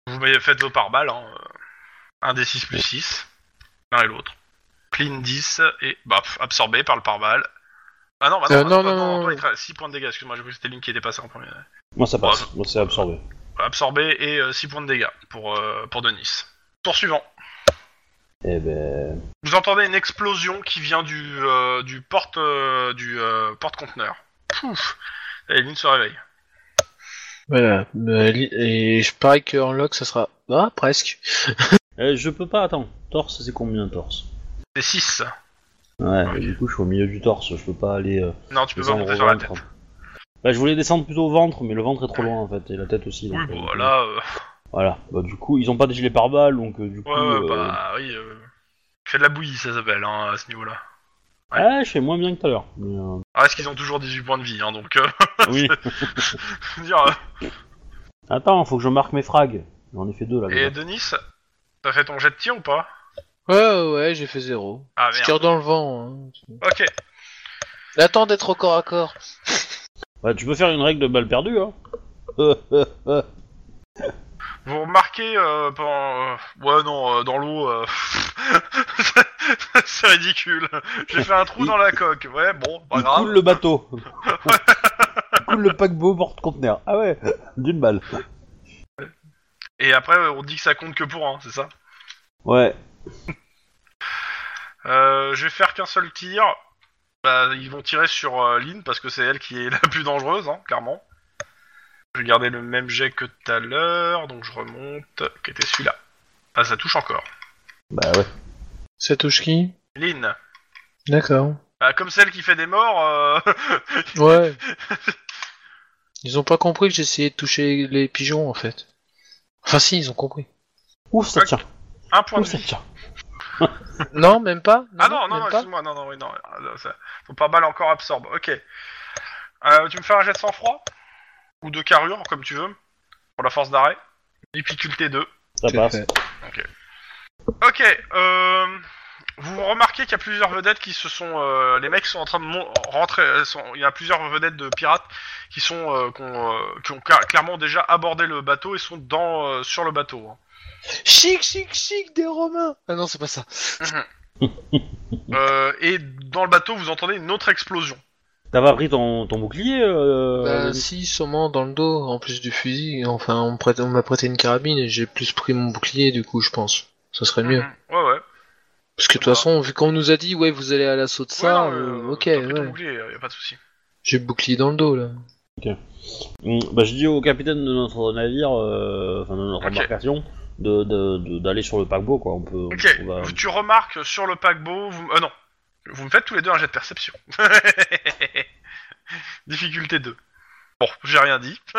Vous mettez- faites vos pare-balles, hein. un des 6 plus 6, l'un et l'autre. Clean 10 et bah, pff, absorbé par le pare-balles. Ah non, bah non, Euh, non, bah non, non, non. 6 points de dégâts, excuse-moi, j'ai cru que c'était Link qui était passé en premier. Moi ça passe, moi c'est absorbé. Absorbé et 6 points de dégâts pour, euh, pour Denis. Tour suivant. Eh ben. Vous entendez une explosion qui vient du, euh, du porte euh, du euh, porte-conteneur. Pouf Et Lynn se réveille. Voilà. Mais Lynn- Et je parie qu'en lock, ça sera. Ah, presque. Eh, je peux pas, attends. Torse, c'est combien torse C'est 6. Ouais, mais du coup, je suis au milieu du torse, je peux pas aller euh, Non, tu peux pas descendre monter au sur la ventre. tête. Bah, je voulais descendre plutôt au ventre, mais le ventre est trop loin en fait, et la tête aussi. donc, Oui, euh, bon, là, euh, Voilà, bah, du coup, ils ont pas de gilet pare-balles, donc euh, du coup. ouais, bah, ouais, euh, bah oui. euh, Fais de la bouillie, ça s'appelle, hein, à ce niveau-là. Ah, je fais moins bien que tout à l'heure. mais, euh, Ah, est-ce qu'ils ont toujours 18 points de vie, hein, donc... euh, <laughs> Oui. je veux dire, Ah, euh, Attends, faut que je marque mes frags. J'en ai fait deux là. Et déjà. Denis, t'as fait ton jet de tir ou pas <laughs> Ouais, ouais, j'ai fait zéro. Ah Je merde, tire dans le vent. hein. ok. J'attends d'être au corps à corps. Ouais, tu peux faire une règle de balle perdue, hein. Euh, euh, euh. Vous remarquez, euh, pendant... euh, ouais non, euh, dans l'eau, euh, <laughs> c'est ridicule. J'ai fait un trou dans la coque, ouais, bon, pas Il grave. coule le <laughs> bateau. Il coule le paquebot porte-conteneur. Ah ouais, d'une balle. Et après, on dit que ça compte que pour un, c'est ça Ouais. Euh, je vais faire qu'un seul tir. Bah, ils vont tirer sur euh, Lynn parce que c'est elle qui est <laughs> la plus dangereuse, hein, clairement. Je vais garder le même jet que tout à l'heure, donc je remonte, qui était celui-là. Ah, ça touche encore. Bah ouais. Ça touche qui Lynn, D'accord. bah, comme celle qui fait des morts, euh, <laughs> Ouais. Ils ont pas compris que j'essayais de toucher les pigeons en fait. Enfin si, ils ont compris. Ouf, ça tient. un point de Ouf, ça vie. tient. Non, même pas. Ah non, non, même non, pas. excuse-moi, non, non, oui, non, ah, non, ça... faut pas mal encore absorbe, ok. Euh, tu me fais un jet de sang-froid Ou de carrure, comme tu veux, pour la force d'arrêt. Difficulté 2. Ça C'est passe. fait. Ok, euh, vous remarquez qu'il y a plusieurs vedettes qui se sont, euh, les mecs sont en train de mon- rentrer. elles sont- il y a plusieurs vedettes de pirates qui sont, euh, qui ont, euh, qui ont cla- clairement déjà abordé le bateau et sont dans, euh, sur le bateau. hein. Chic, chic, chic des Romains. Ah non, c'est pas ça. <laughs> Euh, et dans le bateau, vous entendez une autre explosion. T'as pas pris ton, ton bouclier euh, bah Denis si, sûrement dans le dos, en plus du fusil. Enfin, on, me prête- on m'a prêté une carabine et j'ai plus pris mon bouclier du coup, je pense. Ça serait mieux. Mhm. Ouais, ouais. Parce que de toute façon, vu qu'on nous a dit, ouais, vous allez à l'assaut de ça, Ouais, non, mais, euh, euh, ok, t'as pris ton ouais. bouclier, y a pas de souci. J'ai le bouclier dans le dos là. Mm, Bah, je dis au capitaine de notre navire, euh, enfin de notre Ok. embarcation, de- de- de- d'aller sur le paquebot, quoi. On peut. on Ok, trouve, euh, vous- tu remarques sur le paquebot. Vous... ah non, vous me faites tous les deux un jet de perception. <laughs> Difficulté 2. Bon, j'ai rien dit. <laughs>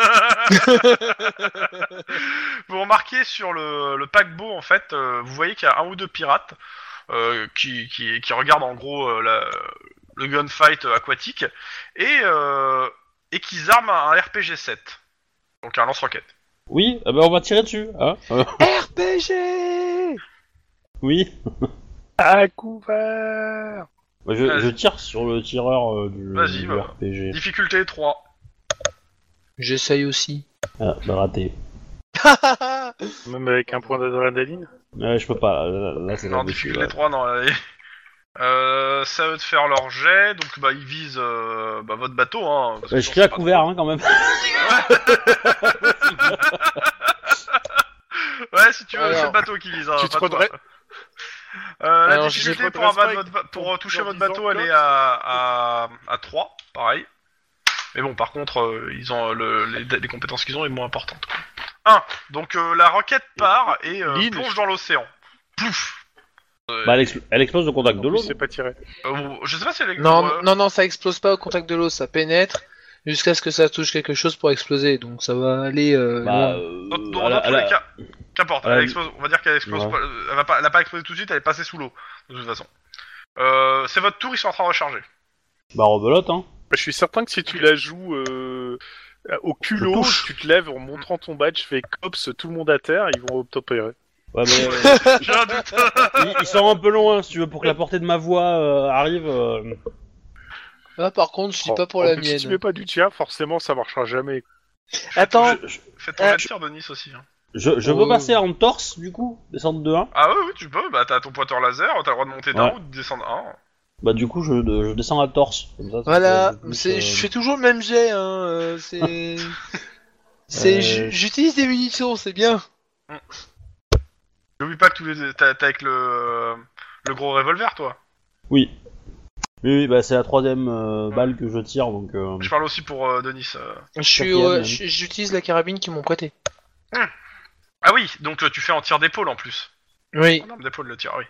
vous remarquez sur le, le paquebot, en fait, euh, vous voyez qu'il y a un ou deux pirates euh, qui, qui, qui regardent en gros euh, la- le gunfight euh, aquatique et, euh, et qu'ils arment un RPG-7. Donc un lance-roquette. Oui, eh ben, on va tirer dessus, hein <laughs> Euh, RPG Oui. À couvert Bah, je, Vas-y. je tire sur le tireur euh, du, Vas-y, du bah. RPG. Difficulté 3. J'essaye aussi. Ah, bah, raté. Même avec un point d'adrénaline Ouais, je peux pas, là, là, là, c'est Non, pas possible, difficulté là. 3, non. là, et- <laughs> Euh, c'est à eux de faire leur jet, donc bah, ils visent euh, bah, votre bateau. Hein, parce que Ouais, sinon, je tire à c'est pas couvert, hein, quand même. trop- Ouais, si tu veux, Alors, c'est le bateau qui vise. Hein, tu te pas toi. redresses- <laughs> Euh, la Alors, je difficulté te pour, abattre redresse pas votre ba- pour ton- euh, toucher ton votre visant bateau, elle cloche. est à, à, à 3, pareil. Mais bon, par contre, euh, ils ont euh, le- les, les compétences qu'ils ont est moins importante. 1. Donc euh, la roquette part et euh, Lynn, plonge je- dans l'océan. Pouf Euh, Bah, elle, expl- elle explose au contact de En l'eau. plus, c'est pas tiré. euh, Je sais pas si elle est. non, euh, non, non, ça explose pas au contact de l'eau, ça pénètre jusqu'à ce que ça touche quelque chose pour exploser. Donc ça va aller. euh, non loin. Bah, euh, Dans, dans- à la- dans à tous la- les cas, qu'importe, à la- elle explose- on va dire qu'elle explose euh, Ouais. pas, euh, elle, va pas, elle a pas explosé tout de suite, elle est passée sous l'eau, de toute façon. Euh, c'est votre tour, ils sont en train de <laughs> recharger. bah, rebelote, hein. Bah, je suis certain que si tu la joues euh, au culot, touche. tu te lèves en montrant ton badge, fais cops, tout le monde à terre, ils vont t'opérer. Ouais, <laughs> mais, euh, J'ai un doute. ils, ils sont un peu loin, si tu veux, pour que la portée de ma voix euh, arrive. euh, Ah, par contre, je suis Oh, pas pour en la plus, mienne. Si tu mets pas du tien, forcément, ça marchera jamais. Attends, je, Fais ton Ah, jet de tir, Denis, aussi. hein. je, je Oh. peux passer en torse, du coup, descendre de 1. Ah oui, oui, tu peux, bah t'as ton pointeur laser, t'as le droit de monter d'un Ouais. ou de descendre un. Bah, du coup, je, je descends à torse. Comme ça, ça voilà, fait beaucoup c'est- plus, je euh, fais toujours le même jet, hein. <laughs> euh, c'est. c'est. Euh, j- J'utilise des munitions, c'est bien. N'oublie pas que tous les deux, t'as t'as avec le, le gros revolver, toi. Oui. Oui, oui, bah, c'est la troisième euh, balle que je tire, donc. euh, Je parle aussi pour euh, Denis. euh. Je suis, Quatrième, ouais, hein. je- J'utilise la carabine qu'ils m'ont prêtée. Ah oui, donc euh, tu fais en tir d'épaule en plus. Oui, En arme d'épaule le tir, oui.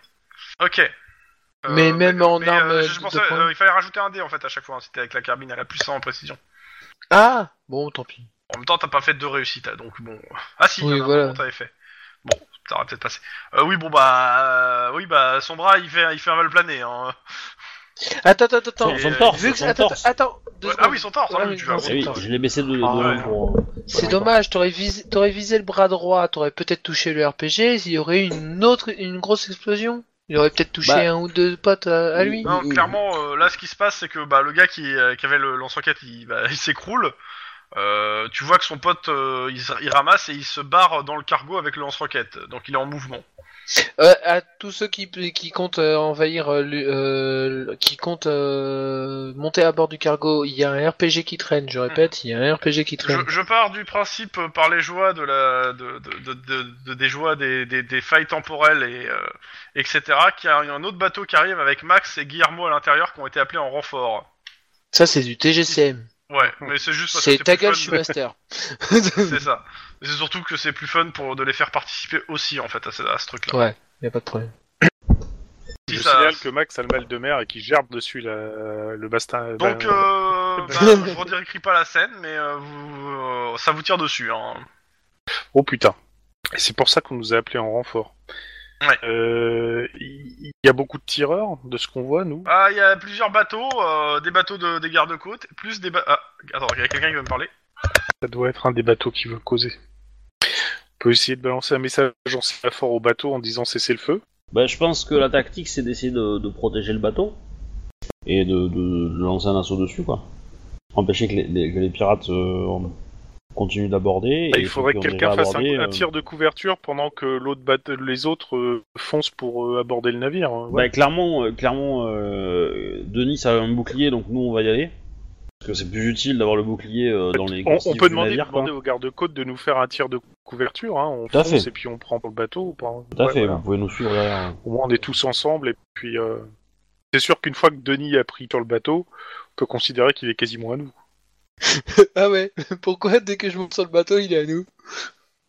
Ok. Euh, mais même en mais, arme. euh, de- je de pensais, poing. euh, il fallait rajouter un dé en fait à chaque fois, hein, c'était avec la carabine à la plus 100 en précision. Ah Bon, tant pis. En même temps, t'as pas fait de deux réussites, hein, donc bon. Ah si, Oui, il y en a un voilà. moment, t'avais fait. Bon, ça aurait peut-être passé. Euh, oui, bon bah, euh, oui bah, son bras, il fait, il fait un mal plané. Hein. Attends, attends, attends. Son, son euh, torse, Vu que- son attends, torse. attends. deux Ouais, ah secondes. oui, son torse, Ouais, ah oui, tu vas Eh oui, attends. je l'ai baissé de, de Ah, loin ouais. pour. euh, C'est Ouais, dommage, t'aurais visé, t'aurais visé le bras droit, t'aurais peut-être touché le RPG, il y aurait une autre, une grosse explosion. Il aurait peut-être touché Bah. un ou deux potes à, à lui. Non, Mm, mm. clairement, euh, là, ce qui se passe, c'est que bah, le gars qui, euh, qui avait le lance-roquette, il, bah, il s'écroule. Euh, tu vois que son pote, euh, il, se- il ramasse et il se barre dans le cargo avec le lance-roquette. Donc il est en mouvement. Euh, à tous ceux qui, qui comptent euh, envahir, euh, l'U- euh, qui comptent euh, monter à bord du cargo, il y a un RPG qui traîne, je répète, il y a un RPG Je, qui traîne. je pars du principe euh, par les joies de la, de, de, de- de- de- des joies des, des, des failles temporelles et euh, etc. Qu'il y a un autre bateau qui arrive avec Max et Guillermo à l'intérieur qui ont été appelés en renfort. Ça c'est du TGCM. Ouais, mais c'est juste parce que C'est ta plus gueule, je fun. suis master. C'est ça. C'est surtout que c'est plus fun pour de les faire participer aussi en fait à ce, à ce truc-là. ouais, y a pas de problème. Si Je ça- signale que Max a le mal de mer et qu'il gerbe dessus la- le bastin. Donc, ben, euh, euh, bah, je redirai pas la scène, mais euh, vous, euh, ça vous tire dessus. Hein. Oh putain. Et c'est pour ça qu'on nous a appelés en renfort. Ouais. Euh, Il il y a beaucoup de tireurs de ce qu'on voit, nous. Ah, il y a plusieurs bateaux, euh, des bateaux de, des gardes-côtes, plus des ba- ah, attends, il y a quelqu'un qui veut me parler. Ça doit être un des bateaux qui veut causer. On peut essayer de balancer un message en fort au bateau en disant cessez le feu. Bah, je pense que la tactique, c'est d'essayer de, de protéger le bateau et de, de- de lancer un assaut dessus, quoi. Empêcher que les, les- que les pirates euh, continuent d'aborder. Et et Bah, il ceux faudrait qui que ont quelqu'un déjà fasse un, abordé, un euh, tir de couverture pendant que l'autre bate- les autres euh, foncent pour euh, aborder le navire. hein. Ouais. Bah, clairement, euh, clairement euh, Denis a un bouclier, donc nous on va y aller. Parce que c'est plus utile d'avoir le bouclier euh, dans les. Bah, on, on coursives peut du demander, navire, quoi. demander aux gardes-côtes de nous faire un tir de couverture. hein. On Tout à fonce fait. et puis on prend pour le bateau. ou pas. Tout à Ouais, fait, voilà. vous pouvez nous suivre derrière. hein. Au moins, on est tous ensemble, et puis euh, c'est sûr qu'une fois que Denis a pris sur le bateau, on peut considérer qu'il est quasiment à nous. ah ouais, <laughs> pourquoi dès que je monte sur le bateau, il est à nous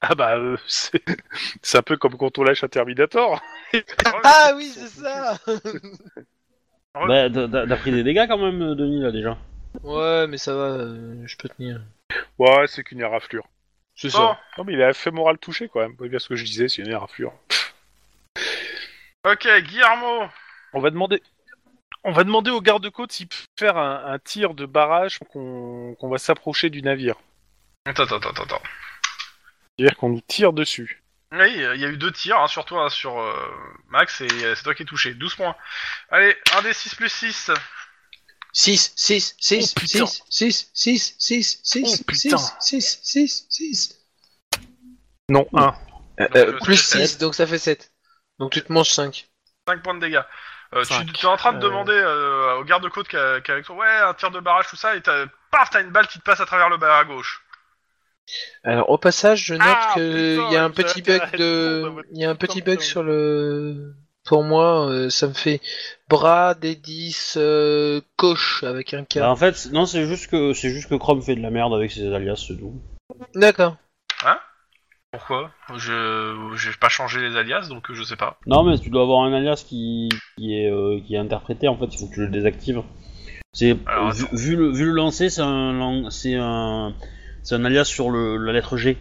Ah bah, euh, <laughs> c'est c'est un peu comme quand on lâche un Terminator. Ah oui, c'est ça Bah, t'as- t'as t'as pris des dégâts quand même, euh, Denis, là déjà. Ouais, mais ça va, euh, je peux tenir. Ouais, c'est qu'une éraflure. C'est Bon, Non, mais il a fait moral touché quand même. C'est bien ce que je disais, c'est une éraflure. ok, Guillermo. On va demander. On va demander aux gardes-côtes s'ils peuvent faire un, un tir de barrage qu'on qu'on va s'approcher du navire. Attends, attends, attends, attends. C'est-à-dire qu'on nous tire dessus. Oui, euh, il y a eu deux tirs, hein, sur toi, hein, sur euh, Max, et euh, c'est toi qui es touché. 12 points. Allez, 1 des 6 plus 6. 6, 6, 6, Oh, putain. 6, 6, 6, 6, 6, Oh, putain. 6, 6, 6, 6. Non, un. euh, plus ça fait 6, donc ça fait 7. Donc tu te manges 5. 5 points de dégâts. Euh, tu Cinq. tu es en train de Euh. demander euh, au garde-côte qui a- qui est avec toi, ouais, un tir de barrage, tout ça, et t'as- paf, t'as une balle qui te passe à travers le bas à gauche. Alors au passage, je note Ah, que putain, il y a un vous avez petit bug intérêt à répondre à de votre il y a un petit bug question. sur le pour moi, euh, ça me fait bras des 10 euh, coche avec un K. Bah, en fait, non, c'est juste que c'est juste que Chrome fait de la merde avec ses alias, c'est tout. D'accord. Pourquoi Je j'ai pas changé les alias, donc euh, je sais pas. Non, mais tu dois avoir un alias qui, qui, est, euh, qui est interprété, en fait, il faut que tu le désactives. C'est, Alors, vu, attends. vu le, vu le lancer, c'est un, lang- c'est un, c'est un alias sur le, la lettre G.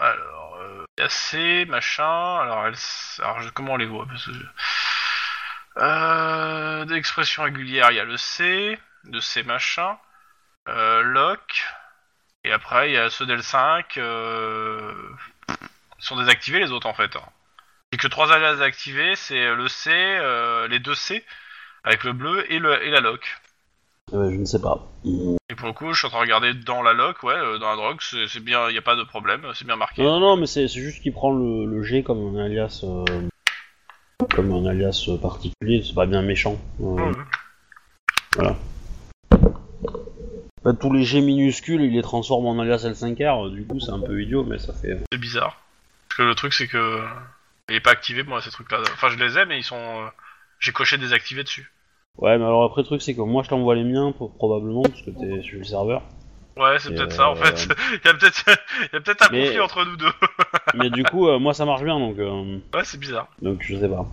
Alors, euh, AC, machin. Alors, elle, s- alors je- comment on les voit Parce que je- euh, Des expressions régulières, il y a le C, le C machin, euh, lock, et après il y a ceux d'L5. 5 Ils sont désactivés les autres en fait. hein. J'ai que trois alias activés, c'est le C, euh, les deux C, avec le bleu et, le, et la lock. Euh, je ne sais pas. Non, Et pour le coup, je suis en train de regarder dans la lock, ouais, euh, dans la drogue, c'est c'est bien, y a pas de problème, c'est bien marqué. non, non, mais c'est, c'est juste qu'il prend le, le G comme un alias, euh, comme un alias euh, particulier, c'est pas bien méchant. Euh, Mhm. bah, tous les G minuscules, il les transforme en alias L5R, euh, du coup, c'est un peu idiot, mais ça fait. C'est bizarre. Parce que le truc, c'est que. Il est pas activé, moi, ces trucs-là. Enfin, je les ai, mais ils sont. euh, J'ai coché désactivé dessus. Ouais, mais alors après, le truc, c'est que moi, je t'envoie les miens, pour- probablement, parce que t'es sur le serveur. Ouais, c'est Et, peut-être ça, en euh, fait. <laughs> Il y a peut-être peut un Mais- conflit entre nous deux. mais du coup, euh, moi, ça marche bien, donc, euh, Ouais, c'est bizarre. donc je sais pas.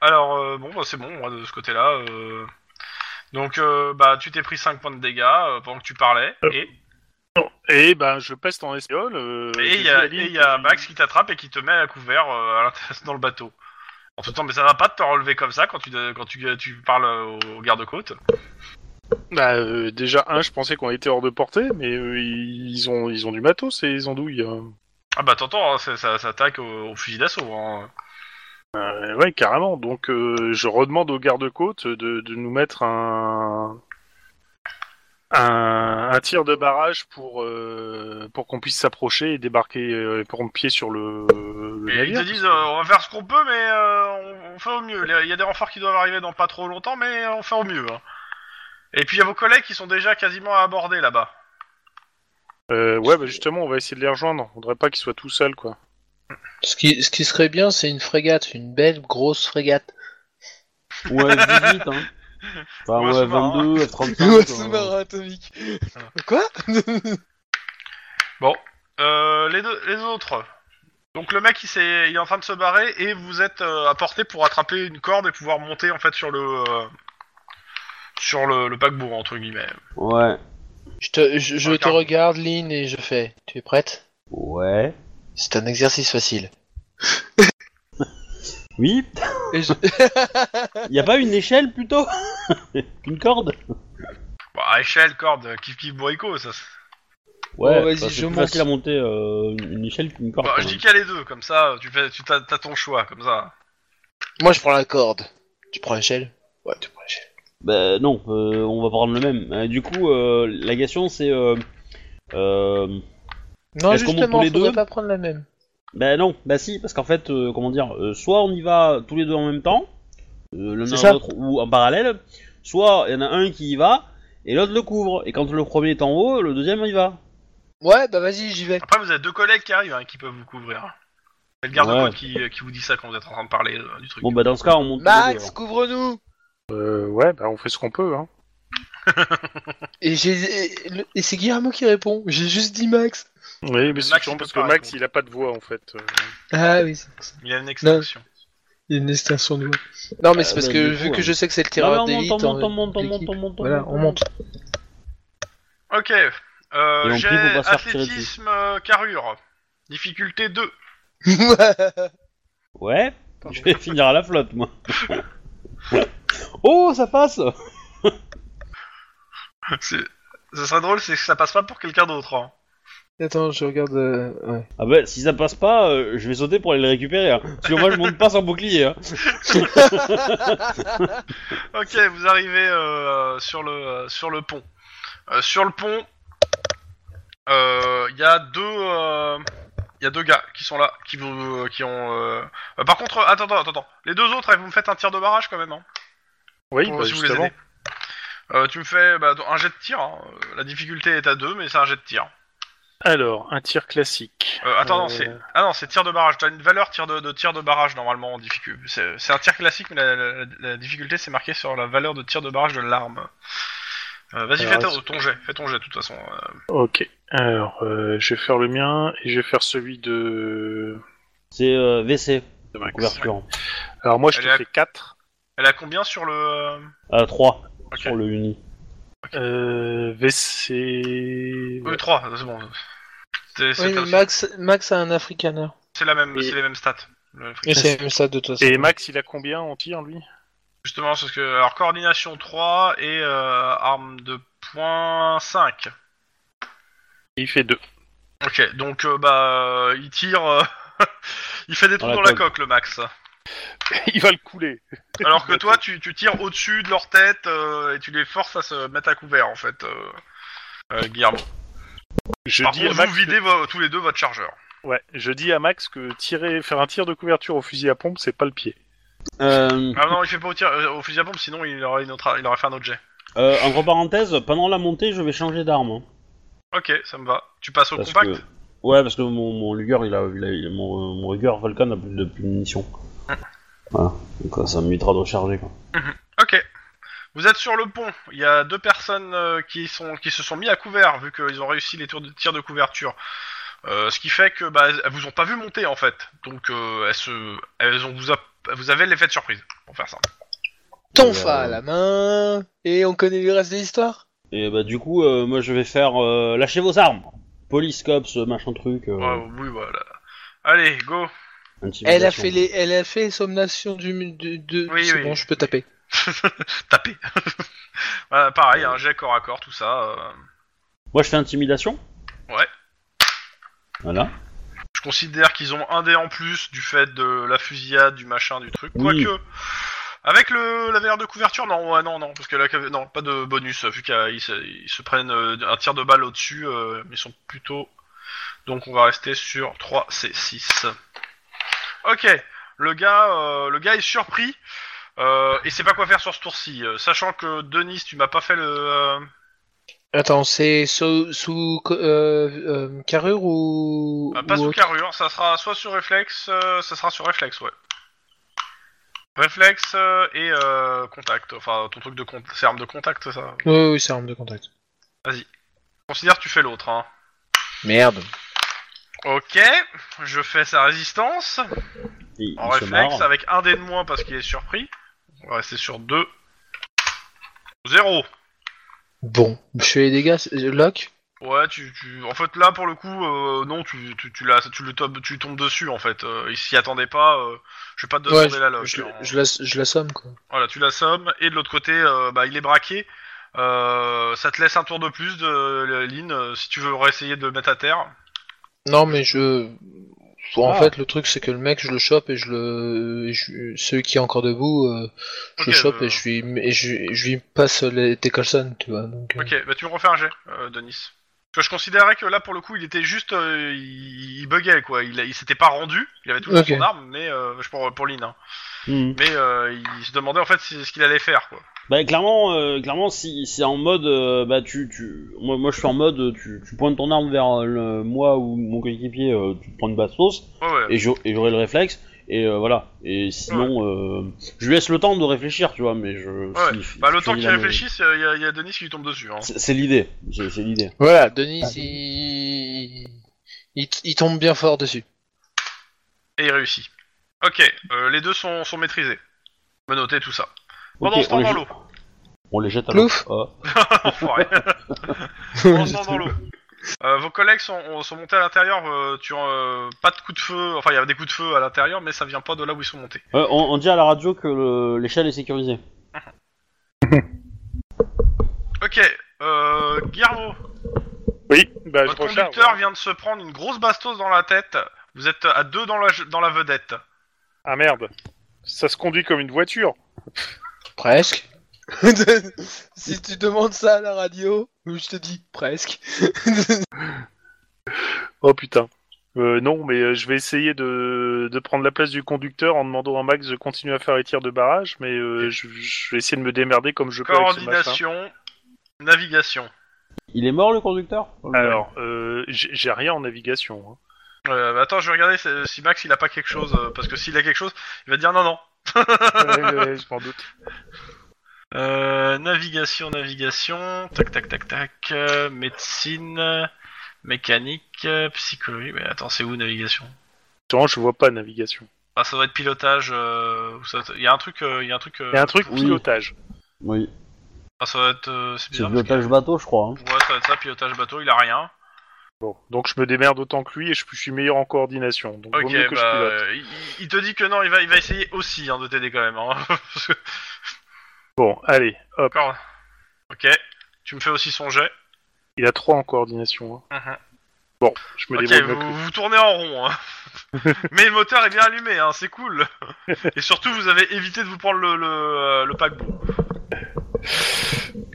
Alors, euh, bon, bah, c'est bon, moi, de ce côté-là. euh, Donc, euh, bah, tu t'es pris 5 points de dégâts euh, pendant que tu parlais. Et Et ben, je peste en espiole. euh, et je il y, a- dis à Lynn et il y a qui- Max qui t'attrape et qui te met à couvert euh, à l'intérieur- <laughs> dans le bateau. En tout temps, mais ça va pas de te relever comme ça quand tu, quand tu, tu parles aux gardes-côtes. Bah, euh, déjà, un, je pensais qu'on était hors de portée, mais euh, ils, ont, ils ont du matos et ils andouillent. hein. Ah bah t'entends, hein, ça, ça s'attaque au, au fusil d'assaut. Hein. Euh, ouais, carrément. Donc, euh, je redemande aux gardes-côtes de, de nous mettre un, un, un tir de barrage pour, euh, pour qu'on puisse s'approcher et débarquer euh, pied sur le, le Et ils navire, te disent, Bah, parce que- euh, on va faire ce qu'on peut, mais euh, on, on fait au mieux. Il y a des renforts qui doivent arriver dans pas trop longtemps, mais on fait au mieux. hein. Et puis il y a vos collègues qui sont déjà quasiment à aborder là-bas. Euh, ouais, bah justement, on va essayer de les rejoindre. On voudrait pas qu'ils soient tout seuls, quoi. Ce qui, ce qui serait bien, c'est une frégate, une belle grosse frégate. Ou à F18, hein. Enfin, Ou un ouais, sous-marin. 22, F35. <laughs> <laughs> Ouais, quoi. sous-marin atomique. Quoi Euh, les, deux, les autres. Donc le mec il, s'est- il est en train de se barrer et vous êtes euh, à portée pour attraper une corde et pouvoir monter en fait sur le euh, sur le, le paquebot entre guillemets. Ouais. Je te, je, je te Regarde. regarde, Lynn, et je fais. Tu es prête Ouais. C'est un exercice facile. Oui. Et je- Y a pas une échelle plutôt <laughs> Une corde Bon, à échelle, corde, kiff kiff bourrico, ça. c'est- Ouais, Bon, vas-y, bah, c'est je plus monte. Bah, facile à monter euh, une une échelle qu'une corde. Bon, quand je dis même. qu'il y a les deux, comme ça tu fais, tu t'as t'as ton choix, comme ça. <laughs> Moi, je prends la corde. Tu prends l'échelle Ouais, tu prends l'échelle. Bah non, euh, on va prendre le même. Euh, du coup, euh, la question c'est... Euh, euh, Non, Est-ce qu'on monte justement, tous les faudrait deux pas prendre la même. bah non, bah si, parce qu'en fait, euh, comment dire, euh, soit on y va tous les deux en même temps, euh, l'un C'est à ça. l'autre ou en parallèle, soit il y en a un qui y va et l'autre le couvre. Et quand le premier est en haut, le deuxième y va. Ouais, bah vas-y, j'y vais. Après vous avez deux collègues qui arrivent hein, qui peuvent vous couvrir. C'est le garde-côte Ouais. qui, qui vous dit ça quand vous êtes en train de parler euh, du truc. Bon bah dans ce cas, on monte tous les deux, Max, alors. couvre-nous Euh, ouais, bah on fait ce qu'on peut, hein. Et, j'ai- et le- et c'est Guillermo qui répond. J'ai juste dit Max. Oui, mais Max, c'est il chiant peut parce que pas Max, répondre. il a pas de voix, en fait. Euh, Ah oui, c'est pour ça. Il y a une extinction. Il y a une extinction de voix. Non, mais Euh, c'est parce bah, que du vu coup, que hein. je sais que c'est le Non, mais tireur on d'élite. monte, on monte, en- on monte, on monte, d'équipe. on monte, on Voilà, monte, on monte. Ok. Euh, Et on prie j'ai pour pas se faire tirer dessus. athlétisme euh, carrure. Difficulté 2. <laughs> Ouais, je vais <laughs> finir à la flotte, moi. oh, ça passe <laughs> C'est- Ce serait drôle, c'est que ça passe pas pour quelqu'un d'autre. hein. Attends, je regarde. euh, ouais. Ah bah, si ça passe pas, euh, je vais sauter pour aller le récupérer. Hein. Parce que moi, je monte pas sans bouclier. Hein. Ok, vous arrivez euh, sur, le, euh, sur le pont. Euh, sur le pont, euh, il y a deux... euh, Il y a deux gars qui sont là, qui vous, qui ont. euh, euh, par contre, attends, attends, attends. Les deux autres, elles, vous me faites un tir de barrage quand même, hein, Oui, pour- bah, si vous les justement. aidez. Euh, tu me fais bah, un jet de tir. hein. Euh, La difficulté est à deux, mais c'est un jet de tir. Alors, un tir classique. Euh, attends, non, Euh, c'est ah non, c'est tir de barrage. T'as une valeur tir de, de tir de barrage normalement en difficulté. C'est c'est un tir classique, mais la, la- la difficulté c'est marqué sur la valeur de tir de barrage de l'arme. Euh, Vas-y, fais Ah, Alors, ta- est-ce ton, jet, fais ton jet de toute façon. euh. Ok. Alors, euh, je vais faire le mien et je vais faire celui de, C'est euh, WC, de Max. couverture. Alors moi, je Elle est à- te fais 4. Elle a combien sur le euh, Ah, 3 Ok. sur le uni. Euh, VC... euh, 3 C'est bon. C'est Oui, c'est- mais Max, Max a un africaner. c'est la même, Et- c'est les mêmes stats. Le fric. Et c'est même ça de toute façon. Et Max, il a combien en tir, lui Justement, c'est ce que alors coordination 3 et euh, arme de point 5. Il fait 2. Ok, donc euh, bah euh, il tire, euh, <laughs> il fait des trous la dans la coque. coque le max. <laughs> il va le couler. Alors que toi, tu, tu tires au-dessus de leur tête euh, et tu les forces à se mettre à couvert, en fait, euh, euh, Guillermo. Je Par dis, contre, à Max vous videz vo- tous les deux votre chargeur. que- ouais, je dis à Max que tirer, faire un tir de couverture au fusil à pompe, c'est pas le pied. Euh, Ah non, il fait pas au, tir, euh, au fusil à pompe, sinon il aurait, une autre, il aurait fait un autre jet. euh, entre parenthèses, pendant la montée, je vais changer d'arme. hein. Ok, ça me va. Tu passes au Parce compact que- Ouais, parce que mon, mon Luger, il a, il a- il a- mon, mon Luger Falcon a plus de, plus de munitions. Ah. Voilà, donc euh, ça m'évitera de recharger. Quoi. Ok. Vous êtes sur le pont. Il y a deux personnes euh, qui, sont, qui se sont mis à couvert, vu qu'ils ont réussi les tours de tir de couverture. Euh, ce qui fait que bah, elles vous ont pas vu monter, en fait. Donc, euh, elles se, elles ont, vous, a- vous avez l'effet de surprise, pour faire ça. Tonfa euh, à la main. Et on connaît le reste de l'histoire Et bah, du coup, euh, moi, je vais faire euh, lâchez vos armes. Police, cops, machin truc. euh, Ouais, oui, voilà. Ah, Allez, go Elle a fait les, elle a fait les somnations du, mu- de, de- Oui, c'est oui. bon, je peux taper. Taper. <laughs> Voilà, pareil, un jet corps à corps, tout ça. euh. Moi, je fais intimidation Ouais. Voilà. Je considère qu'ils ont un dé en plus du fait de la fusillade, du machin, du truc. Oui. Quoique, avec le, la valeur de couverture, non, ouais, non, non, parce que la, non, pas de bonus, vu qu'ils se, ils se prennent euh, un tir de balle au-dessus, euh, ils sont plutôt. Donc on va rester sur 3C6. Ok, le gars, euh, le gars est surpris euh, et sait pas quoi faire sur ce tour-ci. euh, sachant que Denis, tu m'as pas fait le. euh, Attends, c'est sous, sous co- euh, euh, carrure ou, Ah, pas ou sous autre carrure, ça sera soit sur réflexe, euh, ça sera sur réflexe, ouais. Réflexe euh, et euh, contact, enfin ton truc de con- c'est arme de contact ça. Je Oui, oui, c'est arme de contact. considère que tu fais l'autre, hein. Merde. Ok, je fais sa résistance Il, en il se réflexe marre. avec un dé de moins parce qu'il est surpris. On va rester sur 2. 0. Bon, je fais les dégâts, c'est- euh, lock. Ouais, tu, tu- En fait, là, pour le coup, euh, non, tu, tu, tu, l'as- tu, le tombes, tu tombes dessus, en fait. Euh, il s'y attendait pas. euh, je vais pas te demander Ouais, la loge. je, hein. je la, je la somme quoi. Voilà, tu l'assommes, et de l'autre côté, euh, bah, il est braqué. Euh, ça te laisse un tour de plus de euh, Lynn, euh, si tu veux réessayer de le mettre à terre. Non, mais je. En Ah. fait, le truc, c'est que le mec, je le chope et je le. et je- Celui qui est encore debout, euh, je Ok, le chope euh, et je lui, et je, je lui passe les Teckelson, tu vois. Donc, euh, Ok, bah tu me refais un jet, euh, Denis. Parce que je considérais que là, pour le coup, il était juste... euh, il, il buguait, quoi. Il, il s'était pas rendu, il avait toujours Ok. son arme, mais... euh, je pour, pour Lynn, hein. Hmm. Mais euh, il se demandait, en fait, si- ce qu'il allait faire, quoi. Bah, clairement, euh, clairement si c'est en mode. euh, bah, tu, tu... Moi, moi, je suis en mode. euh, Tu, tu pointes ton arme vers euh, le, moi ou mon coéquipier, euh, tu te prends une bastos, Ouais, ouais. et j'au- et j'aurai le réflexe. Et euh, voilà. Et sinon, euh, je lui laisse le temps de réfléchir, tu vois, mais je. Ouais. si- Bah, le si temps il qu'il a le- réfléchisse, il y, a- y a Denis qui lui tombe dessus, hein. C'est c'est l'idée. C'est c'est l'idée. Voilà, Denis, il... il t- il tombe bien fort dessus. Et il réussit. Ok, euh, les deux sont, sont maîtrisés. Menotté, tout ça. Pendant Ok, ce temps, les dans jette- l'eau. <laughs> On les jette à Plouf. l'eau. Ah. <laughs> Enfoiré. On se sent dans l'eau. Euh, vos collègues sont, ont- sont montés à l'intérieur, euh, tu euh, pas de coups de feu, enfin il y a des coups de feu à l'intérieur, mais ça vient pas de là où ils sont montés. Euh, on, on dit à la radio que le- l'échelle est sécurisée. Ok, euh, Guillermo, Oui, bah, je votre recharge. conducteur vient de se prendre une grosse bastos dans la tête. Vous êtes à deux dans la, dans la vedette. Ah merde. Ça se conduit comme une voiture. Presque. <laughs> si tu demandes ça à la radio, je te dis presque. Oh putain. Euh, non, mais euh, je vais essayer de, de prendre la place du conducteur en demandant à Max de continuer à faire les tirs de barrage, mais euh, je, je vais essayer de me démerder comme je peux avec ce machin. Coordination, navigation. Il est mort le conducteur Alors, euh, j'ai j'ai rien en navigation. hein. Euh, attends, je vais regarder si- si Max il a pas quelque chose, euh, parce que s'il a quelque chose, il va dire non, non. Ouais, ouais, je m'en doute. Euh, navigation, navigation, tac, tac, tac, tac, euh, médecine, euh, mécanique, euh, psychologie, mais attends, c'est où navigation Attends, je vois pas navigation. Ah, ça doit être pilotage, euh, ou ça- il y a un truc, euh, il y a un truc, euh, Il y a un truc oui. pilotage. Oui, ah, ça doit être, euh, c'est c'est bizarre, le parce que- pilotage bateau, je crois. hein. ouais, ça doit être ça, pilotage bateau, il a rien. Bon, donc je me démerde autant que lui et je, je suis meilleur en coordination. Donc vaut Ok, mieux que bah, je pilote. euh, il, il te dit que non, il va, il va essayer aussi hein, de t'aider quand même, hein, <laughs> parce que- Bon, allez, hop. D'accord. Ok, tu me fais aussi son jet. Il a trois en coordination. hein. Mhm. Bon, je me Ok, débrouille mieux que lui. <laughs> vous, vous tournez en rond. hein. Mais le moteur est bien allumé, hein, c'est cool. Et surtout, vous avez évité de vous prendre le, le, euh, le paquebot.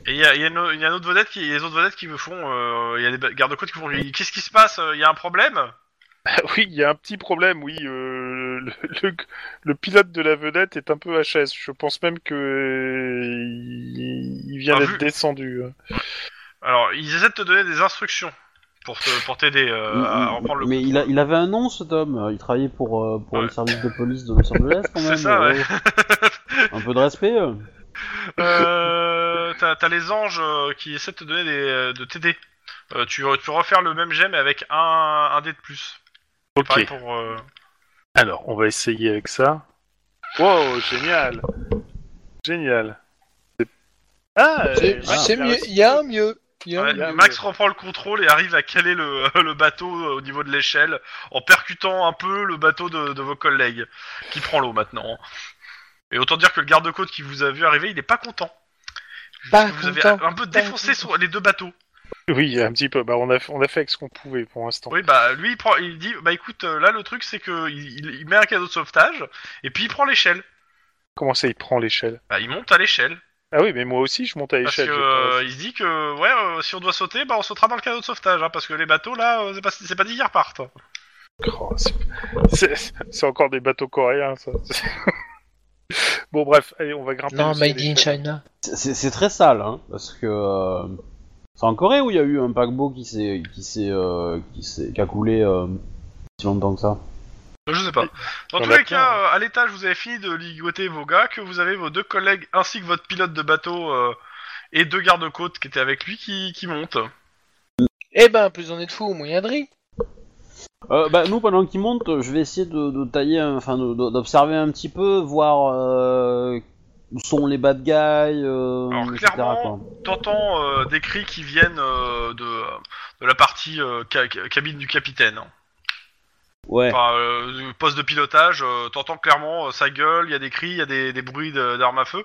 Et il y a, il y a une- il y a une autre vedette qui, les autres vedettes qui me font, euh, il y a des gardes-côtes qui font, qu'est-ce qui se passe euh, Il y a un problème Ah Oui, il y a un petit problème, oui. euh, le, le- le pilote de la vedette est un peu HS. Je pense même que euh, il, il vient Ah, d'être vu- descendu. hein. Alors, ils essaient de te donner des instructions pour te, pour t'aider euh, à Il- il- reprendre le. mais il, a- il avait un nom, cet homme. Il travaillait pour, euh, pour Ouais. le service de police de Los Angeles, quand <laughs> C'est même. ça, ouais. un peu de respect. euh. Euh, t'as, t'as les anges euh, qui essaient de te donner des, euh, de t'aider. Euh, tu, tu peux refaire le même jet mais avec un, un dé de plus. Pareil Ok, pour. euh, alors on va essayer avec ça. Wow, génial Génial Ah, C'est c'est euh, ouais, il a Ah, Euh, mieux, réussi. il y a un mieux. Guillaume Ouais, Yann, Max reprend le contrôle et arrive à caler le, <laughs> le bateau euh, au niveau de l'échelle en percutant un peu le bateau de, de vos collègues qui prend l'eau maintenant. Et autant dire que le garde-côte qui vous a vu arriver, il n'est pas content. Pas vous Bah, content. avez un peu défoncé sur les deux bateaux. Oui, un petit peu. Bah, on, a, on a fait avec ce qu'on pouvait pour l'instant. Oui, bah lui, il, prend, il dit Bah écoute, euh, là le truc c'est que il, il- il met un cadeau de sauvetage et puis il prend l'échelle. Comment ça, il prend l'échelle Bah il monte à l'échelle. Ah oui, mais moi aussi, je monte à Parce l'échelle. que euh, il se dit que ouais, euh, si on doit sauter, bah on sautera dans le cadeau de sauvetage. hein, parce que les bateaux là, euh, c'est pas, c'est pas dit qu'ils repartent. je pense. Oh, c'est- c'est c'est encore des bateaux coréens, ça. <laughs> bon, bref, allez, on va grimper. Non, aussi à Made in l'échelle. China. C'est c'est très sale, hein, parce que euh, c'est en Corée où il y a eu un paquebot qui s'est qui s'est euh, qui s'est qui a coulé euh, si longtemps que ça. Euh, Je sais pas. Dans Dans tous la les cas, hein. cour, euh, à l'étage, vous avez fini de ligoter vos gars, que vous avez vos deux collègues ainsi que votre pilote de bateau euh, et deux gardes-côtes qui étaient avec lui qui, qui montent. Eh ben, plus on est de fous, moins il y a de riz. Euh, bah, nous, pendant qu'il monte, je vais essayer de, de tailler, un- enfin de- de- d'observer un petit peu, voir euh, où sont les bad guys, euh, Alors, etc., clairement, quoi. T'entends euh, des cris qui viennent euh, de, de la partie euh, ca- ca- cabine du capitaine. hein. Ouais. Enfin, euh, du poste de pilotage, euh, t'entends clairement euh, sa gueule, il y a des cris, il y a des, des bruits de- d'armes à feu.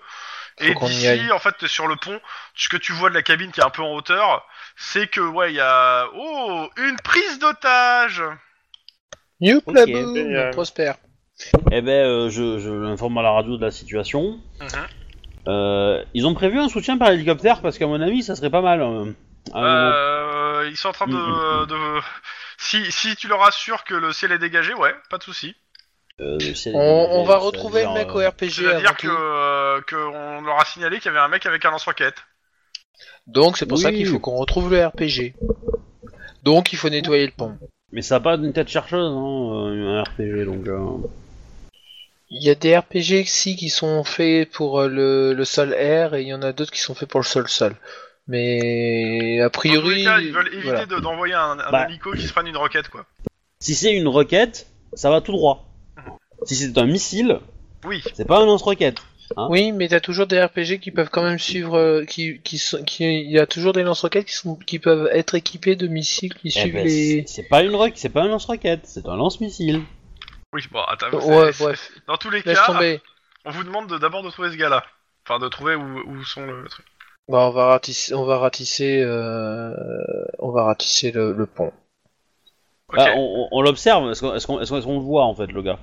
Faut Et qu'on y d'ici, aille. en fait, sur le pont, ce que tu vois de la cabine qui est un peu en hauteur, c'est que, ouais, il y a... Oh Une prise d'otage Youp Ok, la boum, génial. prospère. Eh ben, euh, je, je l'informe à la radio de la situation. Mhm. Euh, ils ont prévu un soutien par hélicoptère parce qu'à mon avis, ça serait pas mal. euh, à un moment. Euh, ils sont en train de, Mm, de- Si, si tu leur assures que le ciel est dégagé, ouais, pas de souci. Euh, le ciel On, est on dégagé, va ça veut retrouver dire, le mec au euh, RPG avant C'est-à-dire que tout. euh, qu'on leur a signalé qu'il y avait un mec avec un lance-roquette. Donc c'est pour ça Oui. qu'il faut qu'on retrouve le RPG. Donc il faut nettoyer le pont. Mais ça a pas une tête chercheuse, hein, euh, un RPG, donc. euh, Il y a des RPG ici qui sont faits pour euh, le, le sol air et il y en a d'autres qui sont faits pour le sol sol. Mais a Dans tous priori, les cas, ils veulent éviter voilà. de- d'envoyer un, un Bah. hélico qui se prenne une roquette, quoi. Si c'est une roquette, ça va tout droit. Si c'est un missile, Oui. c'est pas un lance-roquette. oui, mais t'as toujours des RPG qui peuvent quand même suivre, euh, qui, qui, sont- qui- il y a toujours des lance-roquettes qui sont, qui peuvent être équipés de missiles qui Eh suivent ben, les. C'est c'est pas une roquette, c'est pas un lance-roquette, c'est un lance-missile. Oui, bon, attends. Ouais, Ah, c'est- bref, c'est- Dans tous les laisse cas, tomber. on vous demande de- d'abord de trouver ce gars-là. Enfin, de trouver où, où sont le truc. Bah, on va ratisser, on va ratisser, euh, on va ratisser le, le pont. Ok. Ah, on on- on l'observe, est-ce qu'on est-ce qu'on- est-ce qu'on- est-ce qu'on le voit en fait, le gars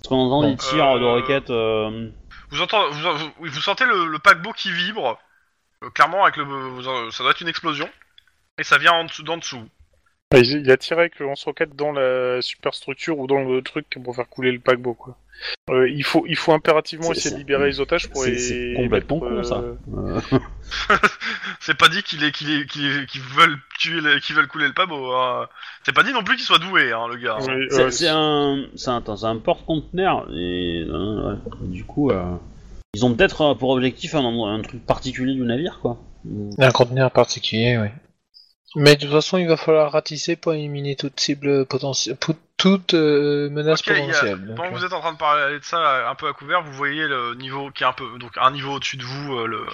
Est-ce qu'on entend Bon. des tirs Euh, de roquettes euh, Vous, entendez, vous, vous- vous sentez le, le paquebot qui vibre. Euh, clairement, avec le, vous- ça doit être une explosion. Et ça vient en dessous- d'en dessous. Ah, Il il a tiré avec le lance-roquette dans la superstructure ou dans le truc pour faire couler le paquebot, quoi. Euh, il, faut, il faut impérativement C'est- essayer c'est- de libérer les otages pour c'est- les. c'est complètement con, ça. euh, euh, C'est pas dit qu'il est qu'il est qu'il est- qu'ils veulent tuer le- qu'ils veulent couler le pabo. Hein. C'est pas dit non plus qu'il soit doué hein, le gars. hein. euh, C'est euh, c'est un, c'est un, attends, c'est un porte-conteneur et euh, ouais. du coup, euh, ils ont peut-être euh, pour objectif un, endroit- un truc particulier du navire, quoi. Un conteneur particulier, oui. Mais de toute façon, il va falloir ratisser pour éliminer toute cible potentielle, toute euh, menace Ok, il y a- potentielle. donc, Pendant euh, que vous êtes en train de parler de ça un peu à couvert, vous voyez le niveau qui est un peu donc un niveau au-dessus de vous, euh, le,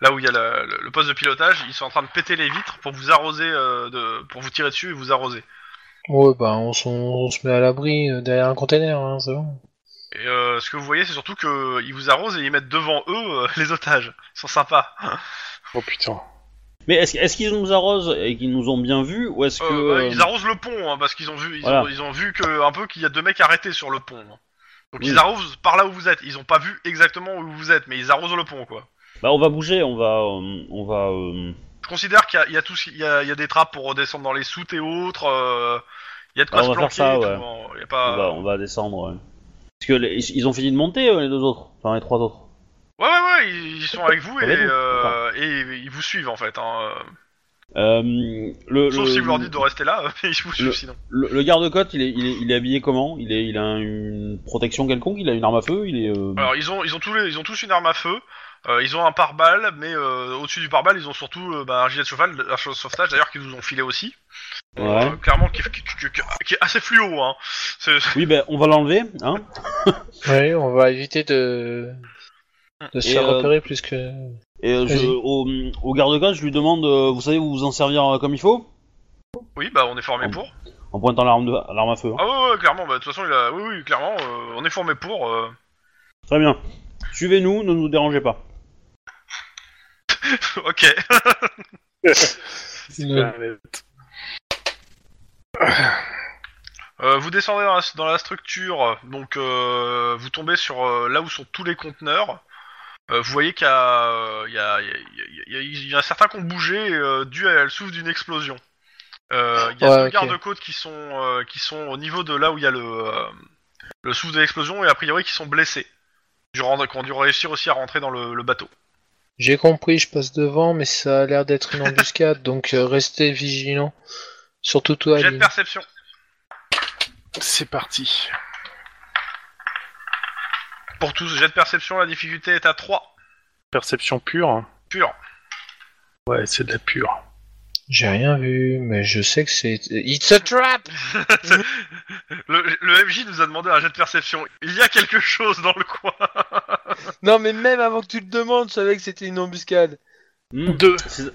là où il y a la- le, le poste de pilotage, ils sont en train de péter les vitres pour vous arroser euh, de pour vous tirer dessus et vous arroser. Ouais, bah, on, s'en- on se met à l'abri euh, derrière un conteneur, hein, c'est bon. Et euh, ce que vous voyez, c'est surtout que ils vous arrosent et ils mettent devant eux euh, <laughs> les otages. Ils sont sympas. Oh putain. Mais est-ce est-ce qu'ils nous arrosent et qu'ils nous ont bien vus ou est-ce que Euh, bah, euh, Ils arrosent le pont hein, parce qu'ils ont vu, ils, Voilà. ont, ils ont vu que un peu qu'il y a deux mecs arrêtés sur le pont. hein. Donc Oui. ils arrosent par là où vous êtes. Ils ont pas vu exactement où vous êtes, mais ils arrosent le pont quoi. bah, on va bouger, on va, euh, on va. euh, Je considère qu'il y a, il y a tout, ce- il y a, il y a des trappes pour redescendre dans les soutes et autres. euh, Il y a de quoi Ah, on se va planquer. faire ça, et tout, ouais. hein. Il y a pas. On va, on va descendre. ouais. Parce que les- ils ils ont fini de monter euh, les deux autres, enfin les trois autres. Ouais ouais ouais, ils, ils sont <laughs> avec vous et, Avec nous, euh, et ils vous suivent en fait. hein. Euh, le, Sauf le- si vous leur dites de rester là, <laughs> mais ils vous suivent le- sinon. le, le garde-côte, il est, il, est, il est habillé comment Il est, il a une protection quelconque Il a une arme à feu Il est. euh, Alors ils ont, ils ont tous les, ils ont tous une arme à feu. euh, ils ont un pare-balles, mais euh, au-dessus du pare-balles, ils ont surtout euh, bah, un gilet de cheval, un gilet de sauvetage d'ailleurs qu'ils vous ont filé aussi. ouais. Euh, clairement, qui, qui- qui- qui- qui est assez fluo. Hein. C'est- Oui, ben on va l'enlever, hein Ouais, on va éviter de. De se Et, faire euh, repérer plus que. Et euh, je- Vas-y. au, au garde-côte, je lui demande, euh, vous savez, vous vous en servir euh, comme il faut Oui, bah on est formé Ah. pour. En pointant l'arme de- l'arme à feu. hein. Ah ouais, ouais, clairement, bah de toute façon, il a... oui, oui, clairement, euh, on est formé pour. euh. <laughs> Très bien. Suivez-nous, ne nous dérangez pas. ok. Super, mais- Euh, vous descendez dans la, dans la structure, donc euh, vous tombez sur euh, là où sont tous les conteneurs. Euh, vous voyez qu'il y a, euh, il y, a, il y, a- il y a- il y en a certains qui ont bougé euh, dû à le souffle d'une explosion. Euh, Il y a Ouais, deux ok. gardes-côtes qui sont euh, qui sont au niveau de là où il y a le euh, le souffle de l'explosion et a priori qui sont blessés, durant, qui ont dû réussir aussi à rentrer dans le, le bateau. J'ai compris, je passe devant, mais ça a l'air d'être une embuscade, donc euh, restez vigilant. Surtout toi, Jet de Aline. perception. C'est parti. Pour tous, jet de perception, la difficulté est à 3. Perception pure. Pure. Ouais, c'est de la pure. J'ai rien vu, mais je sais que c'est. It's a trap Le, le MJ nous a demandé un jet de perception. Il y a quelque chose dans le coin. <laughs> Non, mais même avant que tu le demandes, je savais que c'était une embuscade. Hmm. Deux. Si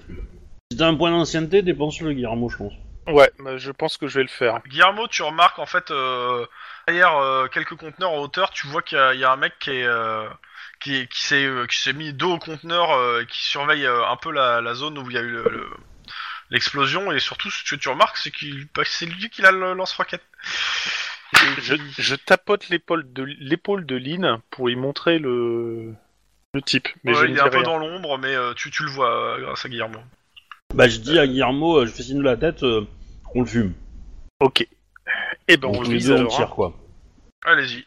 si t'as un point d'ancienneté, dépense-le, Guillermo, je pense. Ouais, bah, je pense que je vais le faire. Guillermo, tu remarques en fait euh, derrière euh, quelques conteneurs en hauteur, tu vois qu'il y, a- il y a un mec qui est euh, qui, qui s'est euh, qui s'est mis dos au conteneur, euh, qui surveille euh, un peu la, la zone où il y a eu le- le- l'explosion. Et surtout, ce que tu remarques, c'est qu'il bah, c'est lui qui a le lance-roquette. <laughs> Je, je tapote l'épaule de l'épaule de Lynn pour lui montrer le le type. Mais Ouais, je ne il dis est un peu rien. dans l'ombre, mais euh, tu, tu le vois euh, grâce à Guillermo. Bah, je dis à Guillermo, euh, je fais signe de la tête, euh, on le fume. Ok. Eh ben on Donc, tous le les vise deux, on alors. tire, quoi. Allez-y.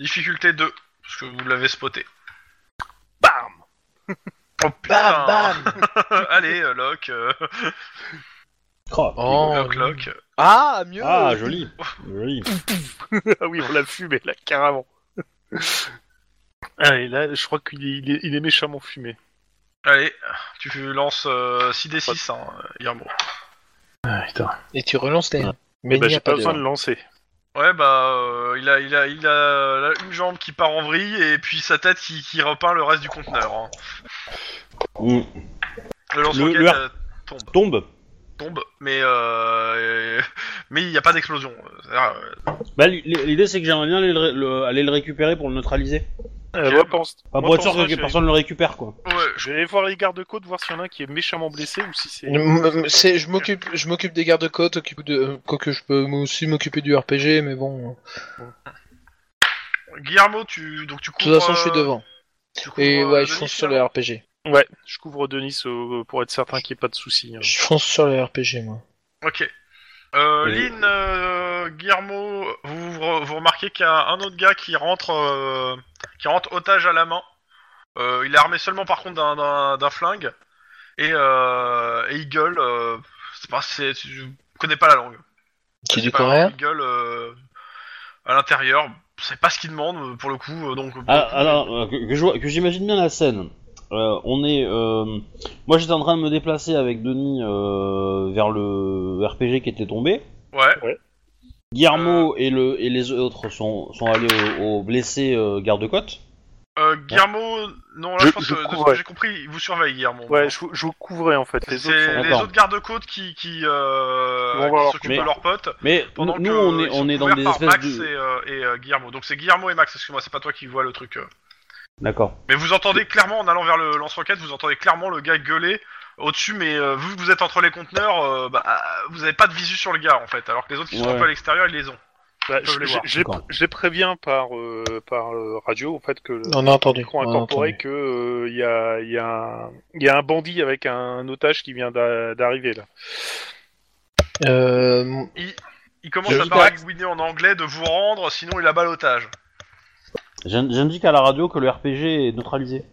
Difficulté 2, parce que vous l'avez spoté. hein. Bam. Oh, putain. Bam, bam <laughs> Allez, euh, Locke. euh, Oh. Oh, Locke, Locke. Ah, mieux Ah, joli. joli. Ah oui, on l'a fumé là carrément. Allez, Ah, là, je crois qu'il est, il est, il est méchamment fumé. Allez, tu lances euh, 6d6, hein, Guillermo. Ah, putain. Et tu relances les. Ah. Mais Bah, il n'y j'ai a pas pas besoin de. de lancer. Ouais, bah, euh, il, a, il, a, il a là, une jambe qui part en vrille et puis sa tête qui, qui repeint le reste du conteneur. hein. Hmm. Le lance-roquette Le- le- euh, tombe, Tombe. tombe, mais euh, mais il n'y a pas d'explosion. C'est-à-dire, euh, Bah, l- l'idée, c'est que j'aimerais bien aller le, ré- le- aller le récupérer pour le neutraliser. Euh, Ok. moi, pense- Enfin, moi, pour être sûr pense- que je vais- personne ne le récupère, quoi. Ouais, Je vais aller voir les gardes-côtes, voir s'il y en a un qui est méchamment blessé ou si <laughs> c'est. M- m- c'est- Je m'occupe, je m'occupe des gardes-côtes, occupe de, euh, quoique je peux moi aussi m'occuper du RPG, mais bon. Guillermo, tu, donc tu De cours. toute façon, je suis euh, devant. tu cours, Et euh, ouais, je Denis, fonce sur là. le RPG. Mm, Ouais, je couvre Denis euh, pour être certain qu'il n'y ait pas de soucis. hein. Je fonce sur le RPG, moi. Ok. Euh, Et- Lynn, euh, Guillermo, vous, vous vous remarquez qu'il y a un autre gars qui rentre, euh, qui rentre otage à la main. Euh, il est armé seulement par contre d'un- d'un d'un flingue et, euh, et il gueule. Euh, c'est pas, c'est, tu- je connais pas la langue. Ah, Qui est du Enfin, coréen Il gueule euh, à l'intérieur. C'est pas ce qu'il demande pour le coup. euh, Donc. Ah, alors, euh, que, que je vois- que j'imagine bien la scène. Euh, on est. euh, moi, j'étais en train de me déplacer avec Denis euh, vers le RPG qui était tombé. Ouais. Guillermo et, le, et les autres sont, sont allés au- aux blessés euh, garde-côte. Euh, Guillermo, non, là, je, Je- pense je que de ce couvre, que j'ai compris, il vous surveille, Guillermo. Ouais, je, je vous couvrais en fait. Les C'est autres sont... les, D'accord. autres gardes-côtes qui, qui, euh, Ils vont voir qui leur s'occupent copain. de leurs potes. Mais Pendant nous, que, on est, ils sont on est dans couverts des par espèces Max de. et, euh, et, euh, Guillermo. Donc c'est Guillermo et Max, excuse-moi, c'est pas toi qui vois le truc. euh. D'accord. Mais vous entendez clairement, en allant vers le lance-roquette, vous entendez clairement le gars gueuler au-dessus, mais euh, vu que vous êtes entre les conteneurs, euh, bah, euh, vous avez pas de visu sur le gars en fait, alors que les autres qui sont Ouais. un peu à l'extérieur, ils les ont. Bah, Ils je, peuvent les je- voir. je les D'accord. pr- je les préviens par, euh, par euh, radio en fait que le- On a entendu. l'écran on a incorporé entendu. que euh, il y, a, il y, a un- il y a un bandit avec un otage qui vient d'a- d'arriver là. Euh, mon- Ils, ils commencent Je- à baragouiner en anglais de vous rendre, sinon il a balotage. J'in- J'indique à la radio que le RPG est neutralisé.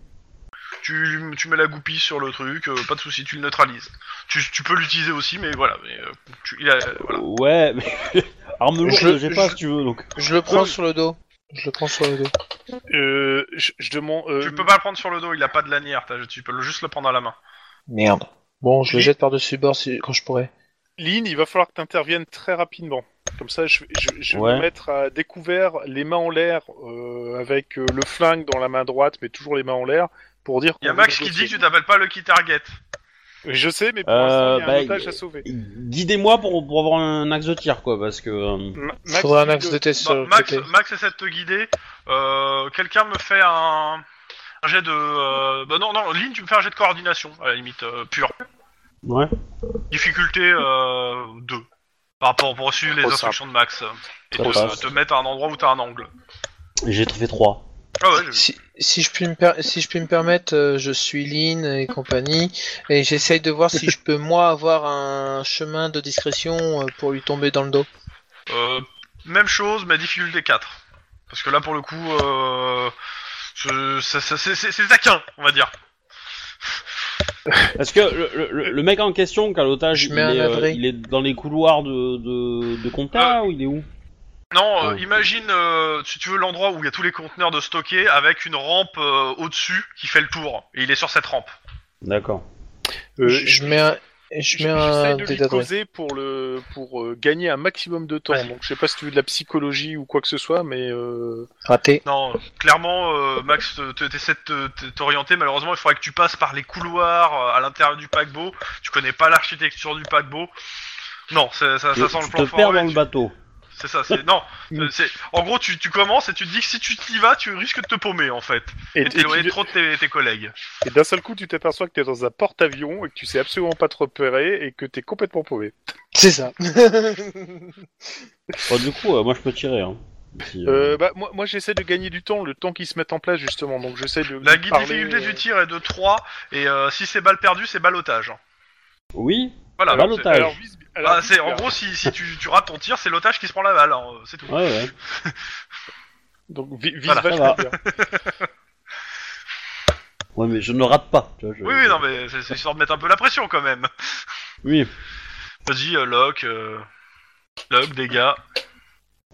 Tu, tu mets la goupille sur le truc, euh, pas de souci, tu le neutralises. Tu, tu peux l'utiliser aussi, mais voilà. Mais, euh, tu- il a- voilà. Ouais, mais. <laughs> Arme lourde, Je- j'ai pas je- si tu veux donc. Je le prends sur le dos. Je le prends sur le dos. Euh, je, je demande. euh, Tu peux pas le prendre sur le dos, il a pas de lanière, t'as- tu peux le- juste le prendre à la main. Merde. Bon, je le Oui. jette par-dessus bord si- quand je pourrais. Lynn, il va falloir que tu interviennes très rapidement. Comme ça, je, je, je vais Ouais. me mettre à découvert les mains en l'air euh, avec euh, le flingue dans la main droite, mais toujours les mains en l'air pour dire. Il y a qu'on Max veut qui dit négocier. que tu t'appelles pas Lucky Target. Bah, Je sais, mais pour Euh, l'instant, il y a bah, un otage il- à sauver. Guidez-moi pour, pour avoir un axe de tir, quoi, parce que. euh, Ma- Il Max faudra un dit axe que- de test Bah, sur le Max, côté. Max essaie de te guider. Euh, Quelqu'un me fait un... un jet de... euh, Bah non, non, Lynn, tu me fais un jet de coordination, à la limite, euh, pur. Ouais. Difficulté euh, 2. Par rapport pour suivre les Trop instructions de Max. euh, Et Trop te, simple. te mettre à un endroit où t'as un angle. J'ai trouvé 3. Ah ouais, j'ai- Si, si je puis me per- si je puis me permettre, euh, je suis Lynn et compagnie, et j'essaye de voir si je peux moi avoir un chemin de discrétion euh, pour lui tomber dans le dos. euh, même chose, mais difficulté 4. Parce que là, pour le coup, euh, je- ça- ça- c'est c'est- c'est taquin, on va dire. Parce que le, le- le- le mec en question, qui a l'otage, Je il, mets un est, euh, abri. il est dans les couloirs de, de, de Ah. compta ou il est où Non, euh, Ouais. imagine, euh, si tu veux, l'endroit où il y a tous les conteneurs de stocker avec une rampe euh, au-dessus qui fait le tour. Et il est sur cette rampe. D'accord. Euh, je, je mets un, je mets j'essaie un de dé lui d'adresse. causer pour le pour euh, gagner un maximum de temps. Vas-y. Donc je sais pas si tu veux de la psychologie ou quoi que ce soit, mais euh, Raté. Non, euh, clairement, euh, Max, te- te- t'essaies de te- te- t'orienter. Malheureusement, il faudrait que tu passes par les couloirs euh, à l'intérieur du paquebot. Tu connais pas l'architecture du paquebot. Non, ça, ça, ça Tu- sent le tu plan te perds fort. dans le Mm. bateau. C'est ça, c'est. <laughs> Non, euh, c'est. En gros, tu, tu commences et tu te dis que si tu t'y vas, tu risques de te paumer en fait. Et, et, et t'éloigner tu- trop de tes, tes collègues. et d'un seul coup tu t'aperçois que t'es dans un porte-avions et que tu sais absolument pas te repérer et que t'es complètement paumé. C'est <laughs> ça. Bon, du coup, euh, moi je peux tirer. Hein. Si, euh, Euh, bah moi, moi j'essaie de gagner du temps, le temps qu'ils se mettent en place justement. Donc j'essaie de La Ah, de guide parler, difficulté euh, du tir est de 3. Et euh, si c'est balle perdue, c'est balle otage. Oui Voilà. Balle c'est- otage. Alors, vise- alors, Ah, c'est vise- en gros si, si tu, tu rates ton tir, c'est l'otage qui se prend la balle, hein, c'est tout. Ouais, ouais. Donc vi- vise Voilà. vachement Ça va. bien. Ouais, mais je ne rate pas. Tu vois, je- Oui, oui, non mais c'est c'est histoire de mettre un peu la pression quand même. Oui. Vas-y, euh, lock, euh, lock, dégâts.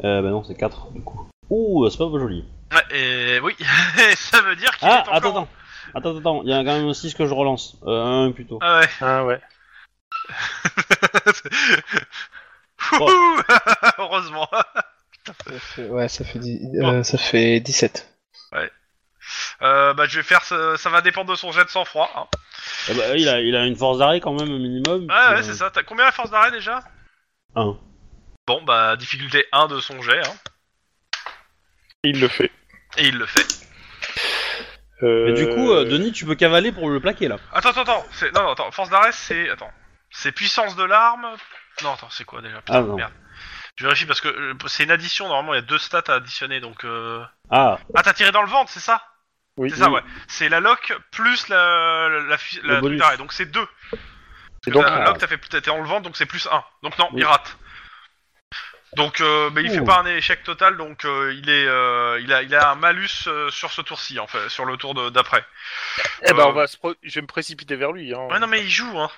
Euh, bah non, c'est 4 du coup. Ouh, c'est pas joli. Ouais, et oui, <laughs> ça veut dire qu'il Ah, est attends, encore. attends. Attends, attends, il y a quand même un 6 que je relance. Euh, un plutôt. Ah ouais. Ah ouais. Wouhou <laughs> Heureusement. ouais, ça fait, dix- euh, ça fait 17. Euh, bah je vais faire, ça, ça va dépendre de son jet de sang-froid. hein. Eh bah, il, a, il a une force d'arrêt quand même, au minimum. Ouais, puis, ouais, euh, c'est ça. T'as combien la force d'arrêt déjà Un. Bon, bah difficulté 1 de son jet, hein. Il le fait. et il le fait. Mais du coup, euh, Euh, Denis, tu peux cavaler pour le plaquer là. Attends, attends, attends. c'est- Non, non, attends. Force d'arrêt, c'est. Attends. C'est puissance de l'arme. Non, attends, c'est quoi déjà Ah non. merde. Je vérifie parce que euh, c'est une addition. Normalement, il y a deux stats à additionner. Donc. Euh... Ah, Ah, t'as tiré dans le ventre, c'est ça oui, C'est ça, oui. ouais. C'est la lock plus la, la, la, fi- Le la truc bonus. d'arrêt. Donc c'est deux. Et Donc, donc, la ah. lock, t'as fait t'étais dans le ventre, donc c'est plus un. Donc non, Oui. il rate. Donc, euh, mais il fait Ouh. pas un échec total, donc euh, il est, euh, il a, il a un malus euh, sur ce tour-ci, en fait, sur le tour de- d'après. eh ben, euh, on va se pro- je vais me précipiter vers lui. Hein. Ouais, non mais il joue, hein.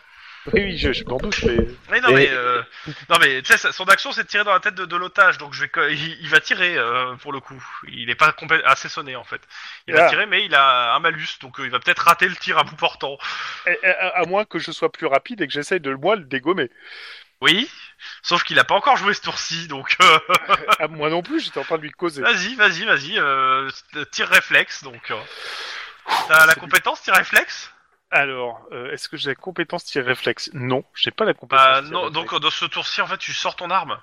Oui, oui, je, je m'en doute, mais. Mais non, Et- mais, euh, non, mais tu sais, ça- son action c'est de tirer dans la tête de, de l'otage, donc je vais, co- il, il va tirer euh, pour le coup. Il est pas complè- assez sonné en fait. Il va Ah. tirer, mais il a un malus, donc euh, il va peut-être rater le tir à bout portant. Eh, eh, À, à moins que je sois plus rapide et que j'essaye de moi le dégommer. Oui, sauf qu'il a pas encore joué ce tour-ci, donc euh, <laughs> à Ah, moi non plus, j'étais en train de lui causer. vas-y, vas-y, vas-y, euh, tire réflexe. Donc, euh. t'as la compétence tir réflexe Alors, euh, est-ce que j'ai la compétence tir réflexe Non, j'ai pas la compétence. Bah tir non, réflexe. donc euh, dans ce tour-ci en fait tu sors ton arme.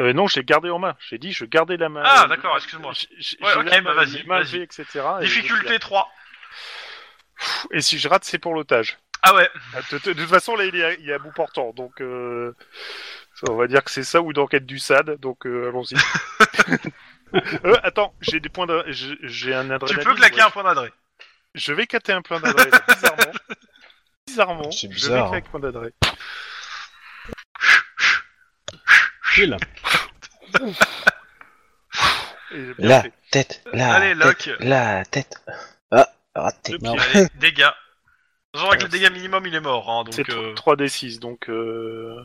Euh, non, j'ai gardé en main. J'ai dit, je gardais la main. Ah, d'accord, excuse-moi. J- j- Ouais, j'ai ok, la bah, main- vas-y, les mains vas-y. levées, etc. et Difficulté 3. je- Et si je rate, c'est pour l'otage. Ah ouais, Ah, De, de- de toute façon, là, il est à, il est à bout portant, donc euh, ça, on va dire que c'est ça ou d'enquête du SAD. Donc euh, <laughs> allons-y. Euh, attends, j'ai des points. d'ad- j'ai- J'ai un tu adrénaline. peux claquer ouais. un point d'adresse. Je vais cater un point d'adresse, <laughs> bizarrement. Bizarrement, C'est je vais bizarre, claquer un point d'adresse. chill. Et bien La fait. tête, la Allez, tête, Lock. la tête. Ah, raté. Le Non. pire, Allez, dégâts. Genre avec Ouais, le dégât minimum, il est mort. Hein, donc c'est euh, 3d6, donc. Euh...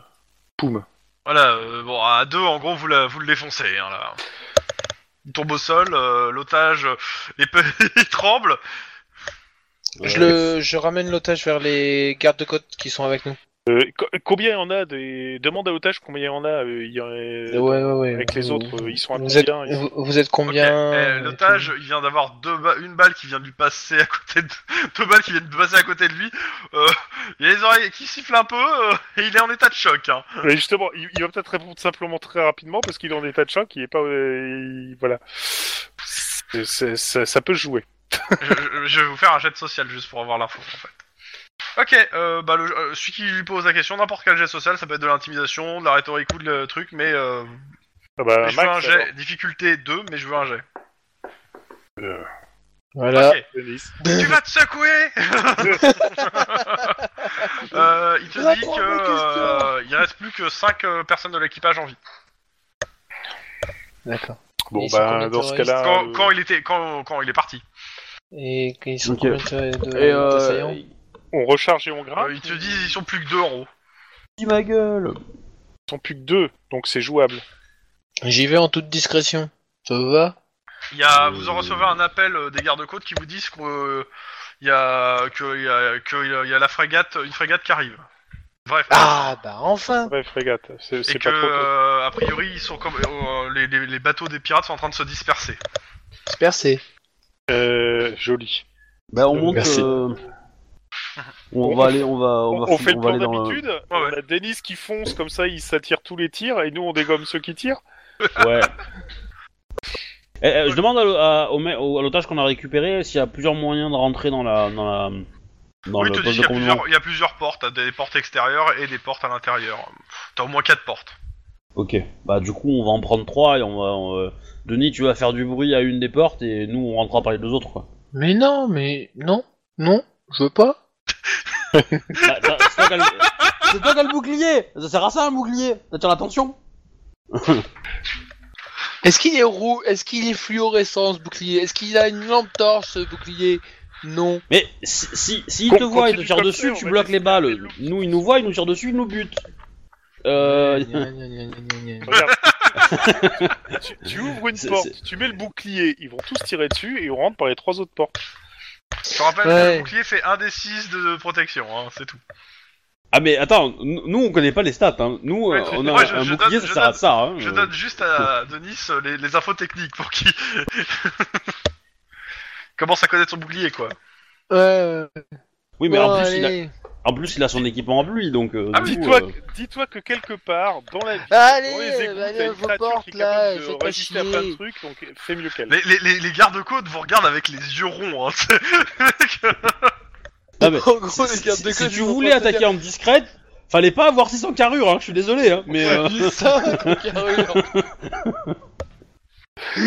Poum. voilà, euh, bon, à deux, en gros, vous, la- vous le défoncez. Hein, là. Il tombe au sol, euh, l'otage, euh, les pe- <laughs> il tremble. Je, le, je ramène l'otage vers les gardes de côte qui sont avec nous. Euh, co- combien il y en a des demandes à otages Combien il y en a, euh, il y en a- Ouais, ouais, ouais. avec les autres euh, Ils sont euh, à Vous êtes, combien ils- vous, vous êtes Ok, combien euh, eh, et L'otage, il vient d'avoir deux ba- une balle qui vient de lui passer à côté de... <laughs> deux balles qui viennent de passer à côté de lui. Euh, il a les oreilles qui sifflent un peu euh, et il est en état de choc. Hein. Mais justement, il, il va peut-être répondre simplement très rapidement parce qu'il est en état de choc. Il est pas, euh, il- voilà. C'est- c'est- ça, ça peut se jouer. je, je- je vais vous faire un jet de social juste pour avoir l'info en fait. Ok, euh, bah le, euh, celui qui lui pose la question, n'importe quel jet social, ça peut être de l'intimidation, de la rhétorique ou de le truc, mais euh, Ah bah, je veux un Max, alors. jet, difficulté 2, mais je veux un jet. euh, Voilà. Ok. Denis. tu vas te secouer <laughs> Euh, Il te dit Réponds que à mes questions. euh, il reste plus que 5 personnes de l'équipage en vie. <coughs> D'accord. Bon, Ils sont bah, combien de dans ce terroristes cas-là. Quand, euh, quand il était, quand, quand il est parti, Et ils sont Ok. combien de, de- Et euh, d'assaillants On recharge et on grimpe. Euh, ils te disent ils sont plus que deux en haut. dis ma gueule. Ils sont plus que deux, donc c'est jouable. J'y vais en toute discrétion. Ça vous va Il y a, Euh. vous en recevez un appel euh, des gardes-côtes qui vous disent que euh, il y a que il y a que il y a- il y a la frégate, une frégate qui arrive. Bref. Ah, bah enfin Bref, frégate, c'est et c'est que pas trop. tôt. euh, a priori ils sont comme euh, les, les- les bateaux des pirates sont en train de se disperser. Dispersé. Euh, joli. Bah on Euh, monte. merci. euh, On- On va aller, on va, on On, va, on fait le on va plan aller dans. le- d'habitude. Ouais, ouais. On a Denis qui fonce comme ça, il s'attire tous les tirs et nous on dégomme ceux <laughs> qui tirent. Ouais. Eh, eh, je demande à l'o- à, au mec- au- à l'otage qu'on a récupéré s'il y a plusieurs moyens de rentrer dans la dans la dans Oui, le te poste disent de il y, a commandement. plusieurs- il y a plusieurs portes, T'as des portes extérieures et des portes à l'intérieur. T'as au moins quatre portes. Ok. Bah du coup on va en prendre trois et on va. on, euh, Denis, tu vas faire du bruit à une des portes et nous on rentrera par les deux autres. <laughs> Quoi. Mais non, mais non, non, je veux pas. Bah, t'as- c'est toi qui as le- c'est toi qui as le bouclier. Ça sert à ça un bouclier. T'attires l'attention. Est-ce qu'il est roux Est-ce qu'il est fluorescent ce bouclier Est-ce qu'il a une lampe torche ce bouclier Non. Mais si, si, si Con- il te voit, il te continue tire comme dessus, ça, on tu va bloques les les balles. loups. Nous, il nous voit, il nous tire dessus, il nous bute. Euh... Gna, gna, gna, gna, gna, gna. Regarde. <laughs> tu, tu ouvres une C'est- porte, tu mets le bouclier, ils vont tous tirer dessus et on rentre par les trois autres portes. Je te rappelle que Ouais. le bouclier fait un des six de de protection, hein, c'est tout. <laughs> Ah mais attends, nous, nous, on connaît pas les stats. Hein. Nous, Ouais, euh, tu- on a moi, je- un je bouclier, donne- ça sert à ça. Hein. Je Euh, donne juste à Denis euh, les, les infos techniques pour qu'il <laughs> commence à connaître son bouclier, quoi. Ouais, ouais. Oui, mais Bon, en, plus, il a, allez. en plus, il a son équipement à lui, donc. euh, Ah, du coup, Dis-toi euh, que- dis-toi que quelque part dans la vie, Allez, dans les égouts, allez, t'as une Eh, bah, vos créature portes, qui est capable là, de faites pas résister à plein de chier. trucs, donc fais mieux qu'elle. Les, les, les, les gardes-côtes vous regardent avec les yeux ronds. Hein. non, <laughs> mais En gros, les si, gardes si- de si côte, tu ils sont voulais censés attaquer en discrète, fallait pas avoir 600 carrures. Hein. Je suis désolé, hein, Bah, mais. <laughs> euh, <laughs> Du sang, quoi, carrure.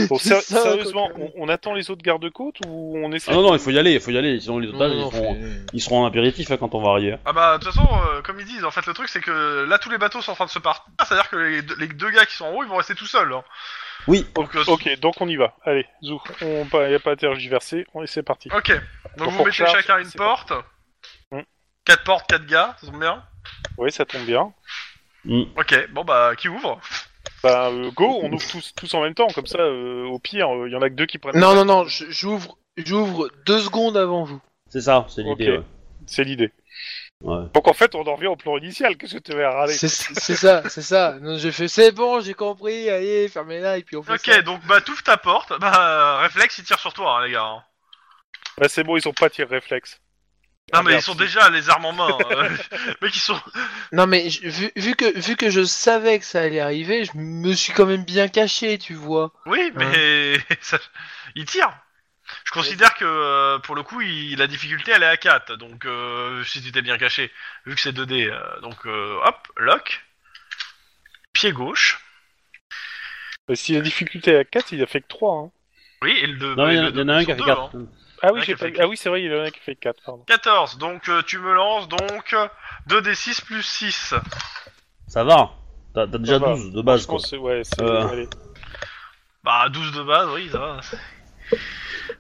Bon, C'est ser- ça, sérieusement, quoi. on, on attend les autres gardes-côtes ou on essaie ah non, non, il faut y aller, il faut y aller. Sinon, les Non, otages, non, ils, seront, fais- ils seront en apéritif hein, quand on va arriver. Ah bah, de toute façon, euh, comme ils disent, en fait, le truc, c'est que là, tous les bateaux sont en train de se partir. C'est-à-dire que les, deux- les deux gars qui sont en haut, ils vont rester tout seuls. hein. Oui. Donc, euh, Ok, donc on y va. Allez, zou, on pas, y a pas à tergiverser, on c'est parti. ok. Donc, Donc, vous on mettez recharge, chacun une c'est porte. Hmm. Quatre portes, quatre gars, ça tombe bien. Oui, ça tombe bien. Hmm. Ok, bon bah, qui ouvre Bah euh, go, on ouvre tous, tous en même temps, comme ça, euh, au pire, il y en a que deux qui prennent. Non, non, non, je- j'ouvre, j'ouvre deux secondes avant vous. C'est ça, c'est l'idée. Ok. C'est l'idée. Ouais. Donc en fait, on en revient au plan initial. Qu'est-ce que tu vas râler C'est c'est ça, c'est ça. Non, j'ai fait, c'est bon, j'ai compris, allez, fermez-la, et puis on fait Ok, ça. donc bah, t'ouvres ta porte. Bah, euh, réflexe, ils tirent sur toi, hein, les gars. hein. Bah c'est bon, ils ont pas tir réflexe. Non, Ah, mais ils merde. sont déjà les armes en main. hein. <laughs> Mec, ils sont. Non, mais je- vu, vu que, vu que je savais que ça allait arriver, je me suis quand même bien caché, tu vois. Oui, mais <laughs> ça- il tire. Je considère que euh, pour le coup, il- la difficulté elle est à 4. Donc euh, si tu t'es bien caché, vu que c'est 2D, euh, donc euh, hop, lock, pied gauche. Bah, si la difficulté est à 4, il a fait que 3. Hein. Oui, et le 2. Non, il y en a- il y en a un qui a fait hein. 4. Ah Ouais, oui, j'ai qui a pas- fait ah oui c'est vrai, il y en a un qui fait 4, pardon. 14. Donc euh, tu me lances donc 2D6 plus 6. Ça va. hein. T'as t'as déjà va. 12 de base, Je quoi. pense que- ouais, c'est... Euh. allez. Bah 12 de base, oui, ça va.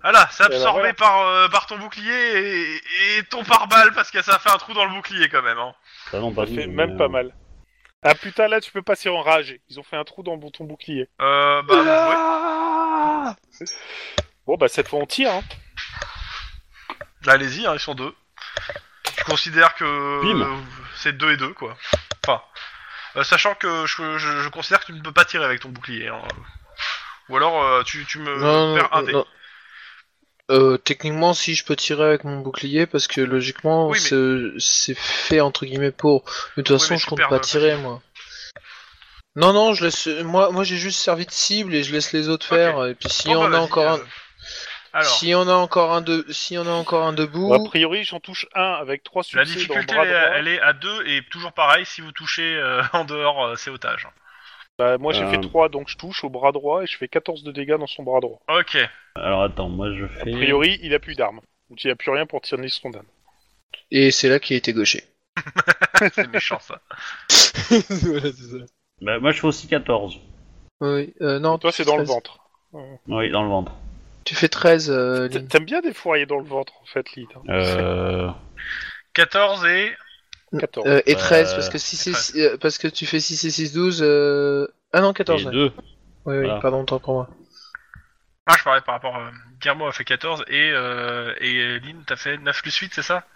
Voilà, c'est Alors, absorbé voilà. par, euh, par ton bouclier et, et ton pare-balles parce que ça fait un trou dans le bouclier quand même. Hein. Ah non, Ça pas fait douze, même mais, pas euh, mal. Ah putain, là tu peux pas s'y enrager. Ils ont fait un trou dans ton bouclier. Euh, bah, ouais. Ah Bon bah cette fois on tire. Hein. Allez-y, hein, ils sont deux. je considère que Bim. euh, c'est 2 et 2, quoi. Enfin, euh, sachant que je, je- je considère que tu ne peux pas tirer avec ton bouclier. hein. Ou alors euh, tu, tu me Non, perds un non, dé. non. Euh, techniquement, si je peux tirer avec mon bouclier, parce que logiquement, Oui, mais- c'est- c'est fait entre guillemets pour. Mais de toute Oui, façon, mais je tu compte perds pas le- tirer, moi. Non, non, je laisse. Moi, moi, j'ai juste servi de cible et je laisse les autres Ok. faire. Et puis, si Bon, on bah, a vas-y, encore euh, un, Alors, si on a encore un de, si on a encore un debout, A priori, j'en touche un avec trois succès la dans le difficulté, bras elle, droit. est- elle est à 2 et toujours pareil, si vous touchez euh, <laughs> en dehors, euh, c'est otage. Bah, moi, j'ai Euh. fait 3, donc je touche au bras droit et je fais 14 de dégâts dans son bras droit. Ok. euh, Alors attends, moi je A fais. priori, il a plus d'armes. Donc il a plus rien pour tirer son dame. et c'est là qu'il a été <laughs> gaucher. C'est méchant <laughs> ça. Voilà, c'est ça. Bah, moi je fais aussi 14. Oui, euh, non, Toi, tu c'est fais dans le 13. ventre. Oui, dans le ventre. Tu fais 13, euh, T'a- Lynn. T'aimes bien des fourriers dans le ventre, en fait, Lyd. hein. Euh. 14 et. 14. Euh, et 13, Euh, parce que, 6 et et 13. six- euh, parce que tu fais 6 et 6, 12. Euh... Ah non, 14. et ouais. deux. Oui, oui, Voilà. pardon, temps pour moi. Ah, je parlais par rapport. à... Guillermo a fait 14 et, euh, et Lynn, t'as fait 9 plus 8, c'est ça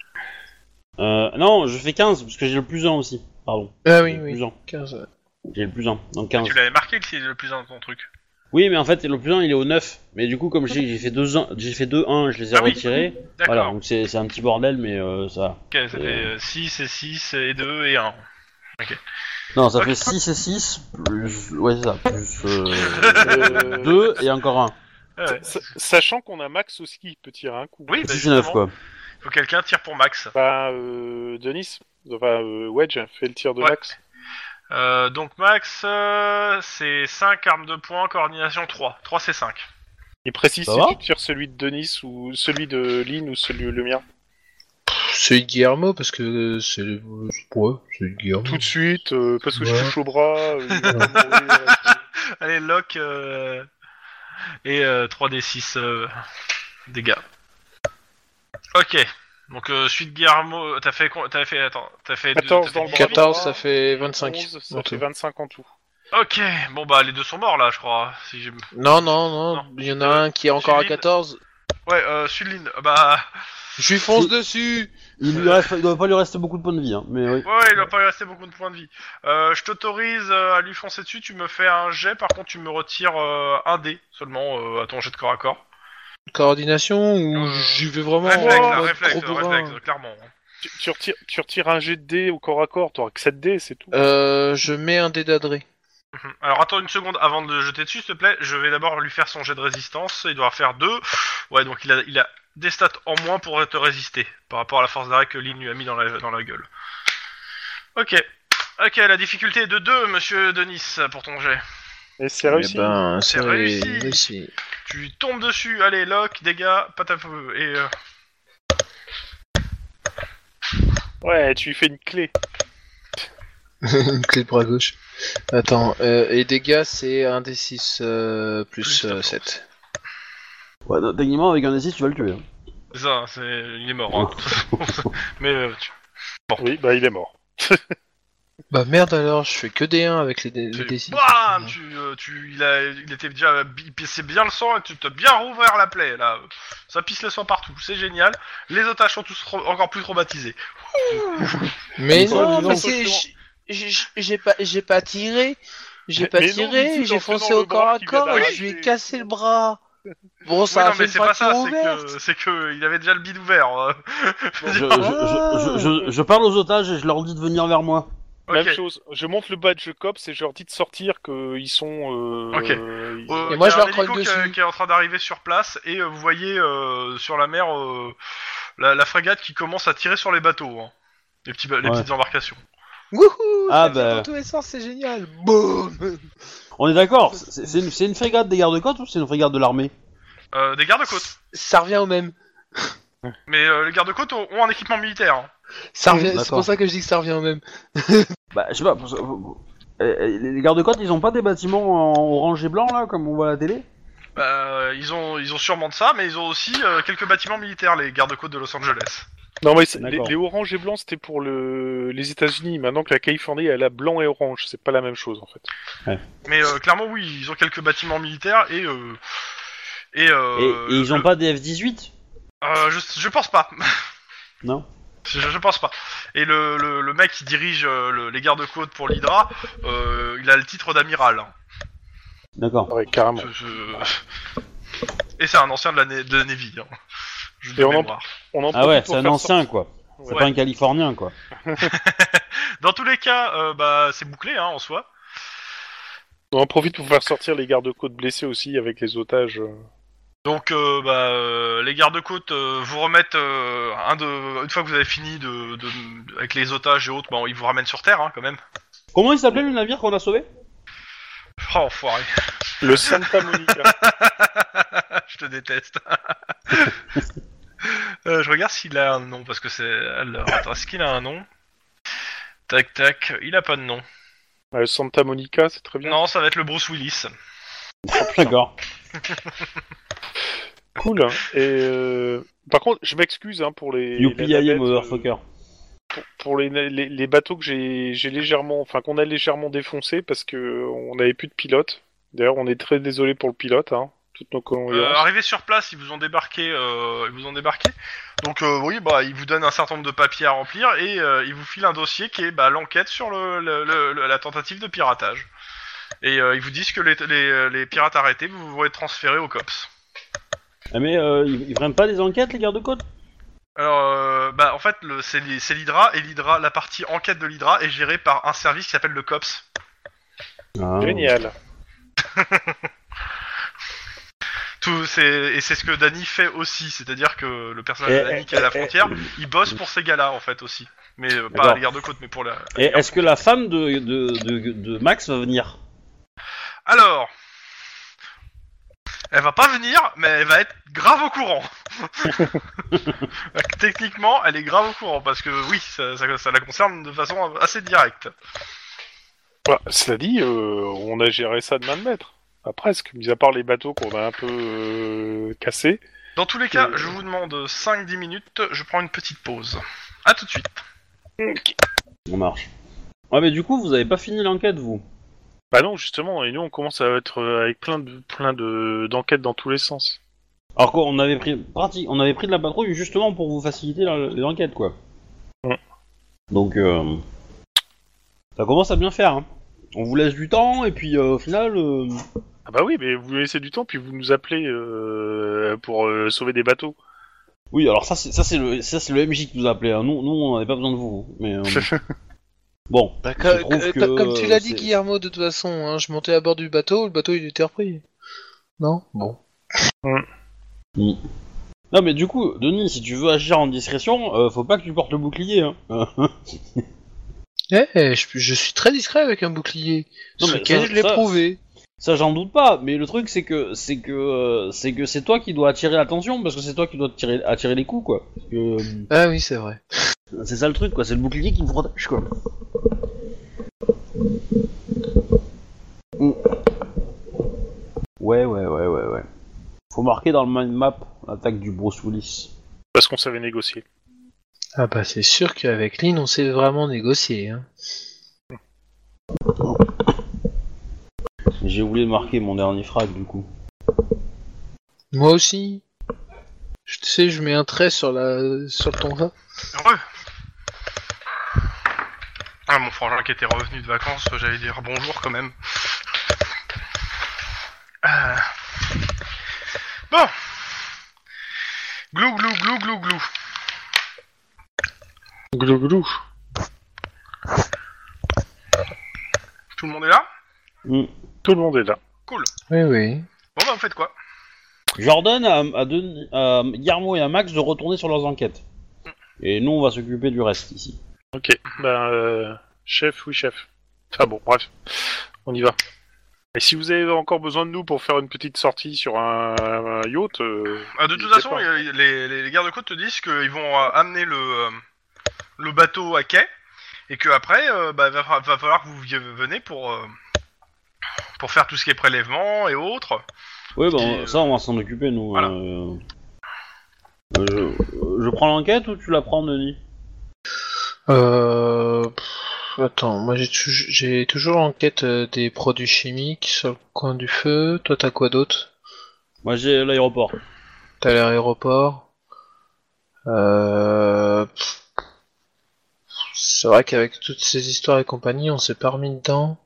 Euh, non, je fais 15 parce que j'ai le plus 1 aussi. Pardon. Ah oui, J'ai le oui. plus 1. 15. ouais. J'ai le plus 1. Donc 15. Tu l'avais marqué que c'est le plus un de ton truc. Oui, mais en fait, le plus 1 il est au 9. Mais du coup, comme j'ai j'ai fait 2 1, j'ai fait 2 1, je les ai Ah oui. retirés. D'accord. Voilà, donc c'est c'est un petit bordel, mais euh, ça. Ok, ça fait 6 et 6 et 2 et 1. Non, ça Ok. fait 6 et 6, plus. Ouais, c'est ça, plus. Euh, <laughs> 2 et encore un. sa- Sachant qu'on a Max aussi qui peut tirer un coup. Oui, bah, 19 justement, quoi. Faut que quelqu'un tire pour Max. Bah, euh, Denis, enfin, euh, Wedge, fait le tir de Ouais. Max. Euh, donc Max, euh, c'est 5 armes de poing, coordination 3. 3 c'est 5. Il précise Ça si va tu tires celui de Denis ou celui de Lynn ou celui le mien. C'est Guillermo, parce que euh, c'est. le- Ouais, c'est Guillermo. Tout de suite, euh, parce que je Ouais. touche au bras. <laughs> euh, il va mourir, euh, Allez, lock euh, et euh, 3d6 euh, dégâts. Ok. Donc euh, suite Guillermo, t'as fait con- t'as fait attends, t'as fait deux- 14 t'as fait dans le dix- bras. 14, ça fait 25. 11, ça en fait tout. 25 en tout. Ok, bon bah les deux sont morts là, je crois. Si j'ai- Non, non, non, Non. il y en a un qui est encore à Céline. 14. ouais, euh, Sudline, bah Je lui fonce dessus Il, lui reste, il doit pas lui rester beaucoup de points de vie, hein, mais oui. ouais, ouais, il doit pas lui rester beaucoup de points de vie. Euh, je t'autorise euh, à lui foncer dessus. Tu me fais un jet, par contre tu me retires euh, un dé seulement euh, à ton jet de corps à corps. Coordination ou Euh, j'y vais vraiment euh, Réflexe, en là, mode réflexe, euh, gros bourrin. réflexe, clairement. hein. Tu, tu retires, tu retires un jet de dés au corps à corps, t'auras que 7 dés, c'est tout. Euh, je mets un dé d'adré. Mhm. Alors attends une seconde avant de le jeter dessus, s'il te plaît. Je vais d'abord lui faire son jet de résistance. Il doit en faire deux. Ouais, donc il a, il a des stats en moins pour te résister par rapport à la force d'arrêt que Lynn lui a mis dans la, dans la gueule. Ok. Ok, la difficulté est de 2, monsieur Denis, pour ton jet. Et c'est réussi. Eh ben, C'est c'est réussi. réussi. <laughs> Tu tombes dessus, allez, lock, dégâts, pataf, et... euh, Ouais, tu lui fais une clé. Une clé de bras gauche. Attends, euh, et dégâts, c'est 1 des 6 euh, plus Plus la force. 7. Ouais, donc, techniquement, avec un D6, tu vas le tuer. hein. Ça, c'est... Il est mort, hein, de toute façon. <laughs> Mais... euh, tu- Oui, bah il est mort. Bah merde alors, je fais que des 1 avec les, dé- les tu- Bah, dés 6. Bam tu, euh, tu, il, a, il était déjà, il pissait bien le sang et tu t'as bien rouvert la plaie là. Ça pisse le sang partout, c'est génial. Les otages sont tous tra- encore plus traumatisés. Mais Comme ça, non, dis donc, parce faut que que j- j- j'ai pas, j'ai pas tiré, j'ai Mais- pas mais non, il tiré, dit j'ai qu'en foncé tenant au le corps bras à qu'il corps vient et d'arracher. je lui ai cassé le bras. Bon, Oui, ça a non mais fait une c'est pas ça, fracture c'est ouverte. que, c'est que il avait déjà le bide ouvert. euh. Je, je, je, je, je- je parle aux otages et je leur dis de venir vers moi. Ok. Même chose, je monte le badge cops et je leur dis de sortir qu'ils sont. Euh, Ok. euh, ils- Euh, Et moi, il y a je leur un hélico croque qui, a- dessus. qui est en train d'arriver sur place et euh, vous voyez euh, sur la mer euh, la, la frégate qui commence à tirer sur les bateaux, hein. les, petits, ba- les Ouais. petites embarcations. Wouhou, Ah ça fait bah. dans tous les sens, c'est génial. Boum On est d'accord, c'est c'est une, c'est une frégate des gardes-côtes ou c'est une frégate de l'armée Euh, des gardes-côtes. Ça revient au même. Mais euh, les gardes-côtes ont, ont un équipement militaire. hein. Ça Mmh, revient- c'est d'accord. pour ça que je dis que ça revient au même. Bah, je sais pas. pour ça- pour- euh, Les gardes-côtes, ils ont pas des bâtiments en orange et blanc là, comme on voit à la télé Bah, ils ont, ils ont sûrement de ça, mais ils ont aussi euh, quelques bâtiments militaires, les gardes-côtes de Los Angeles. Non, mais c'est- les, D'accord. les oranges et blancs c'était pour le... les États-Unis. Maintenant que la Californie elle a blanc et orange, c'est pas la même chose en fait. Mais euh, clairement, oui, ils ont quelques bâtiments militaires et euh, et, et, euh, et ils ont le- pas des F-18 <laughs> euh, je, je pense pas. Non Je, je pense pas. Et le, le, le mec qui dirige euh, le- les gardes-côtes pour l'Hydra, euh, il a le titre d'amiral. hein. D'accord. Ouais, carrément. Je- je- <laughs> Et c'est un ancien de la, Na- de la Navy. hein. Je Et de on en- mémoire. On en Ah profite ouais, pour c'est un faire ancien sortir- quoi. C'est Ouais. pas un Californien quoi. Dans tous les cas, euh, bah, c'est bouclé hein, en soi. On en profite pour faire sortir les gardes-côtes blessés aussi avec les otages. euh. Donc euh, bah, euh, les gardes-côtes euh, vous remettent euh, un de, une fois que vous avez fini de, de- avec les otages et autres, bah, ils vous ramènent sur terre hein, quand même. <laughs> Comment il s'appelait le navire qu'on a sauvé Oh enfoiré, <laughs> Le Santa Monica. je te déteste. <laughs> Euh, je regarde s'il a un nom parce que c'est. Alors attends, est-ce qu'il a un nom Tac tac, il a pas de nom. Ouais, le Santa Monica, c'est très bien. Non, ça va être le Bruce Willis. D'accord. Cool. hein. Et euh, par contre, je m'excuse hein, pour les Youpi, les I navettes, euh, am motherfucker. pour les, les, les bateaux que j'ai j'ai légèrement, enfin qu'on a légèrement défoncé parce que euh, on n'avait plus de pilote. D'ailleurs, on est très désolé pour le pilote. Hein. Toutes nos Euh, condoléances. arrivé sur place, ils vous ont débarqué. euh, ils vous ont débarqué. Donc euh, oui, bah ils vous donnent un certain nombre de papiers à remplir et euh, ils vous filent un dossier qui est bah, l'enquête sur le, le- le- le- la tentative de piratage. Et euh, ils vous disent que les, les- les pirates arrêtés vous vont être transférés au cops. Ah, mais euh, ils, ils prennent pas des enquêtes les gardes-côtes Alors euh, bah en fait le- c'est li- c'est l'Hydra et l'Hydra la partie enquête de l'Hydra est gérée par un service qui s'appelle le cops. Ah. Génial. Tout c'est et c'est ce que Danny fait aussi, c'est-à-dire que le personnage Eh, de Danny qui eh, est à la eh, frontière, il bosse pour ces gars-là en fait aussi, mais euh, pas D'accord. les gardes-côtes mais pour la. Et est-ce que la femme de, de, de, de Max va venir Alors, elle va pas venir, mais elle va être grave au courant. Techniquement, elle est grave au courant parce que oui, ça, ça- ça la concerne de façon assez directe. Bah, cela dit, euh, on a géré ça de main de maître. Pas presque, mis à part les bateaux qu'on a un peu euh, cassés. Dans tous les cas, Euh. je vous demande 5-10 minutes, je prends une petite pause. A tout de suite. Hmm. On marche. Ouais, mais du coup, vous avez pas fini l'enquête vous Bah non, justement, et nous on commence à être euh, avec plein de plein de d'enquêtes dans tous les sens. Alors qu'on avait pris, parti- on avait pris de la patrouille justement pour vous faciliter la- l'enquête, quoi. Ouais. Donc, euh, ça commence à bien faire. hein. On vous laisse du temps et puis euh, au final, euh, Ah bah oui, mais vous nous laissez du temps puis vous nous appelez euh, pour euh, sauver des bateaux. oui. Alors ça, c'est ça, c'est le, ça, c'est le MJ qui nous a appelé. hein. Nous, nous, on n'avait pas besoin de vous. Mais <laughs> euh, bon, Bah, Je co- trouve co- que, co- comme tu l'as dit, c'est- Guillermo, de toute façon, hein, je montais à bord du bateau, le bateau il était repris. Non Bon. non, mais du coup, Denis, si tu veux agir en discrétion, euh, faut pas que tu portes le bouclier. hein. <laughs> Euh, Eh, je, je suis très discret avec un bouclier. Non, Ce mais qu'est, ça- je l'ai ça- prouvé. Ça, j'en doute pas, mais le truc, c'est que c'est que euh, c'est que c'est toi qui dois attirer l'attention parce que c'est toi qui dois tirer, attirer les coups, quoi. Parce que, euh, Ah oui, c'est vrai. C'est ça le truc, quoi. C'est le bouclier qui me protège, quoi. Ouais, ouais, ouais, ouais, ouais. Faut marquer dans le mind map l'attaque du Bruce Willis. Parce qu'on savait négocier. Ah bah c'est sûr qu'avec Lynn, on s'est vraiment négocié. Hein. J'ai oublié de marquer mon dernier frag, du coup. Moi aussi. Je tu sais, je mets un trait sur la sur le ton. Heureux. Ah, mon frangin qui était revenu de vacances, j'allais dire bonjour quand même. Euh. Bon. Glou, glou, glou, glou, glou. Glou glou. Tout le monde est là Tout le monde est là. Oui, oui. Bon, bah, vous faites quoi Jordan a, a donné à Guillermo et à Max de retourner sur leurs enquêtes. Et nous, on va s'occuper du reste ici. Ok, ben euh, chef, oui chef. Enfin bon, bref, on y va. Et si vous avez encore besoin de nous pour faire une petite sortie sur un, un yacht, euh, Ah, De toute Je sais façon, pas. les, les, les gardes-côtes te disent qu'ils vont euh, amener le, euh, le bateau à quai et qu'après, euh, bah, va, va falloir que vous vi- venez pour, euh, pour faire tout ce qui est prélèvement et autres. Oui, bah, Et, euh, ça, on va s'en occuper, nous. voilà. euh. Euh, je- je prends l'enquête ou tu la prends, Denis Euh... pff, Attends, moi j'ai tu- j'ai toujours l'enquête euh, des produits chimiques sur le coin du feu. Toi t'as quoi d'autre Moi, j'ai l'aéroport. T'as l'aéroport. Euh... pff, C'est vrai qu'avec toutes ces histoires et compagnie, on s'est pas remis dedans.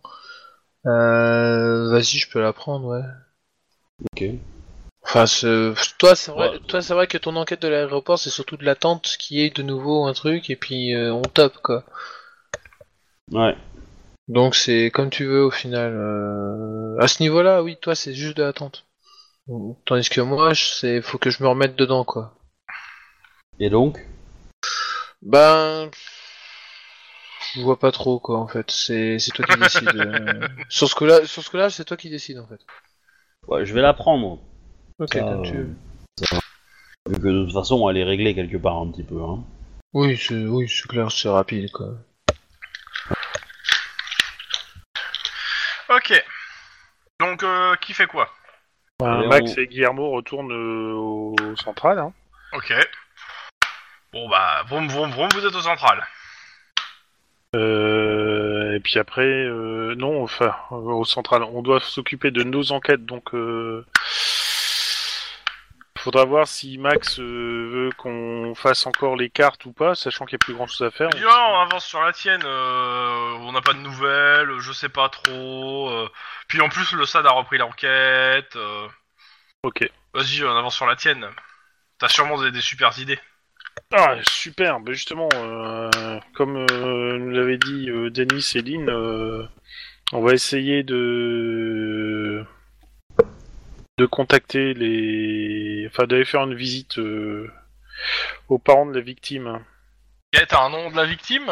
Euh, Vas-y, je peux la prendre, ouais. Ok. Enfin, ce- toi, c'est vrai, Ouais. toi, c'est vrai que ton enquête de l'aéroport, c'est surtout de l'attente qui est de nouveau un truc, et puis euh, on top quoi. Ouais. Donc c'est comme tu veux au final. euh, À ce niveau-là, oui, toi, c'est juste de l'attente. Tandis que moi, je- c'est faut que je me remette dedans, quoi. Et donc Ben, je vois pas trop, quoi, en fait. C'est c'est toi qui décides. euh. <laughs> Sur ce coup-là, sur ce coup-là, c'est toi qui décides, en fait. Ouais, je vais la prendre. Ok, Ça, comme tu euh, veux. ça- Vu que de toute façon, elle est réglée quelque part un petit peu. Hein. Oui, c'est oui, c'est clair, c'est rapide, quoi. Ok. Donc, euh, qui fait quoi Ben, Et Max on- et Guillermo retournent euh, au central. Hein. Ok. Bon bah, vroom vroom vroom, vous êtes au central. Euh, et puis après, euh, non, enfin, euh, au central, on doit s'occuper de nos enquêtes, donc euh, faudra voir si Max euh, veut qu'on fasse encore les cartes ou pas, sachant qu'il n'y a plus grand chose à faire. Il dit, Ah, on avance sur la tienne, euh, on n'a pas de nouvelles, je sais pas trop. euh. Puis en plus, le SAD a repris l'enquête. euh. Ok. Vas-y, on avance sur la tienne. T'as sûrement des, des super idées. Ah, super, ben justement, euh, comme euh, nous l'avait dit euh, Denis et Lynn, euh, on va essayer de de contacter les... Enfin, d'aller faire une visite euh, aux parents de la victime. hein. Ok, Eh, t'as un nom de la victime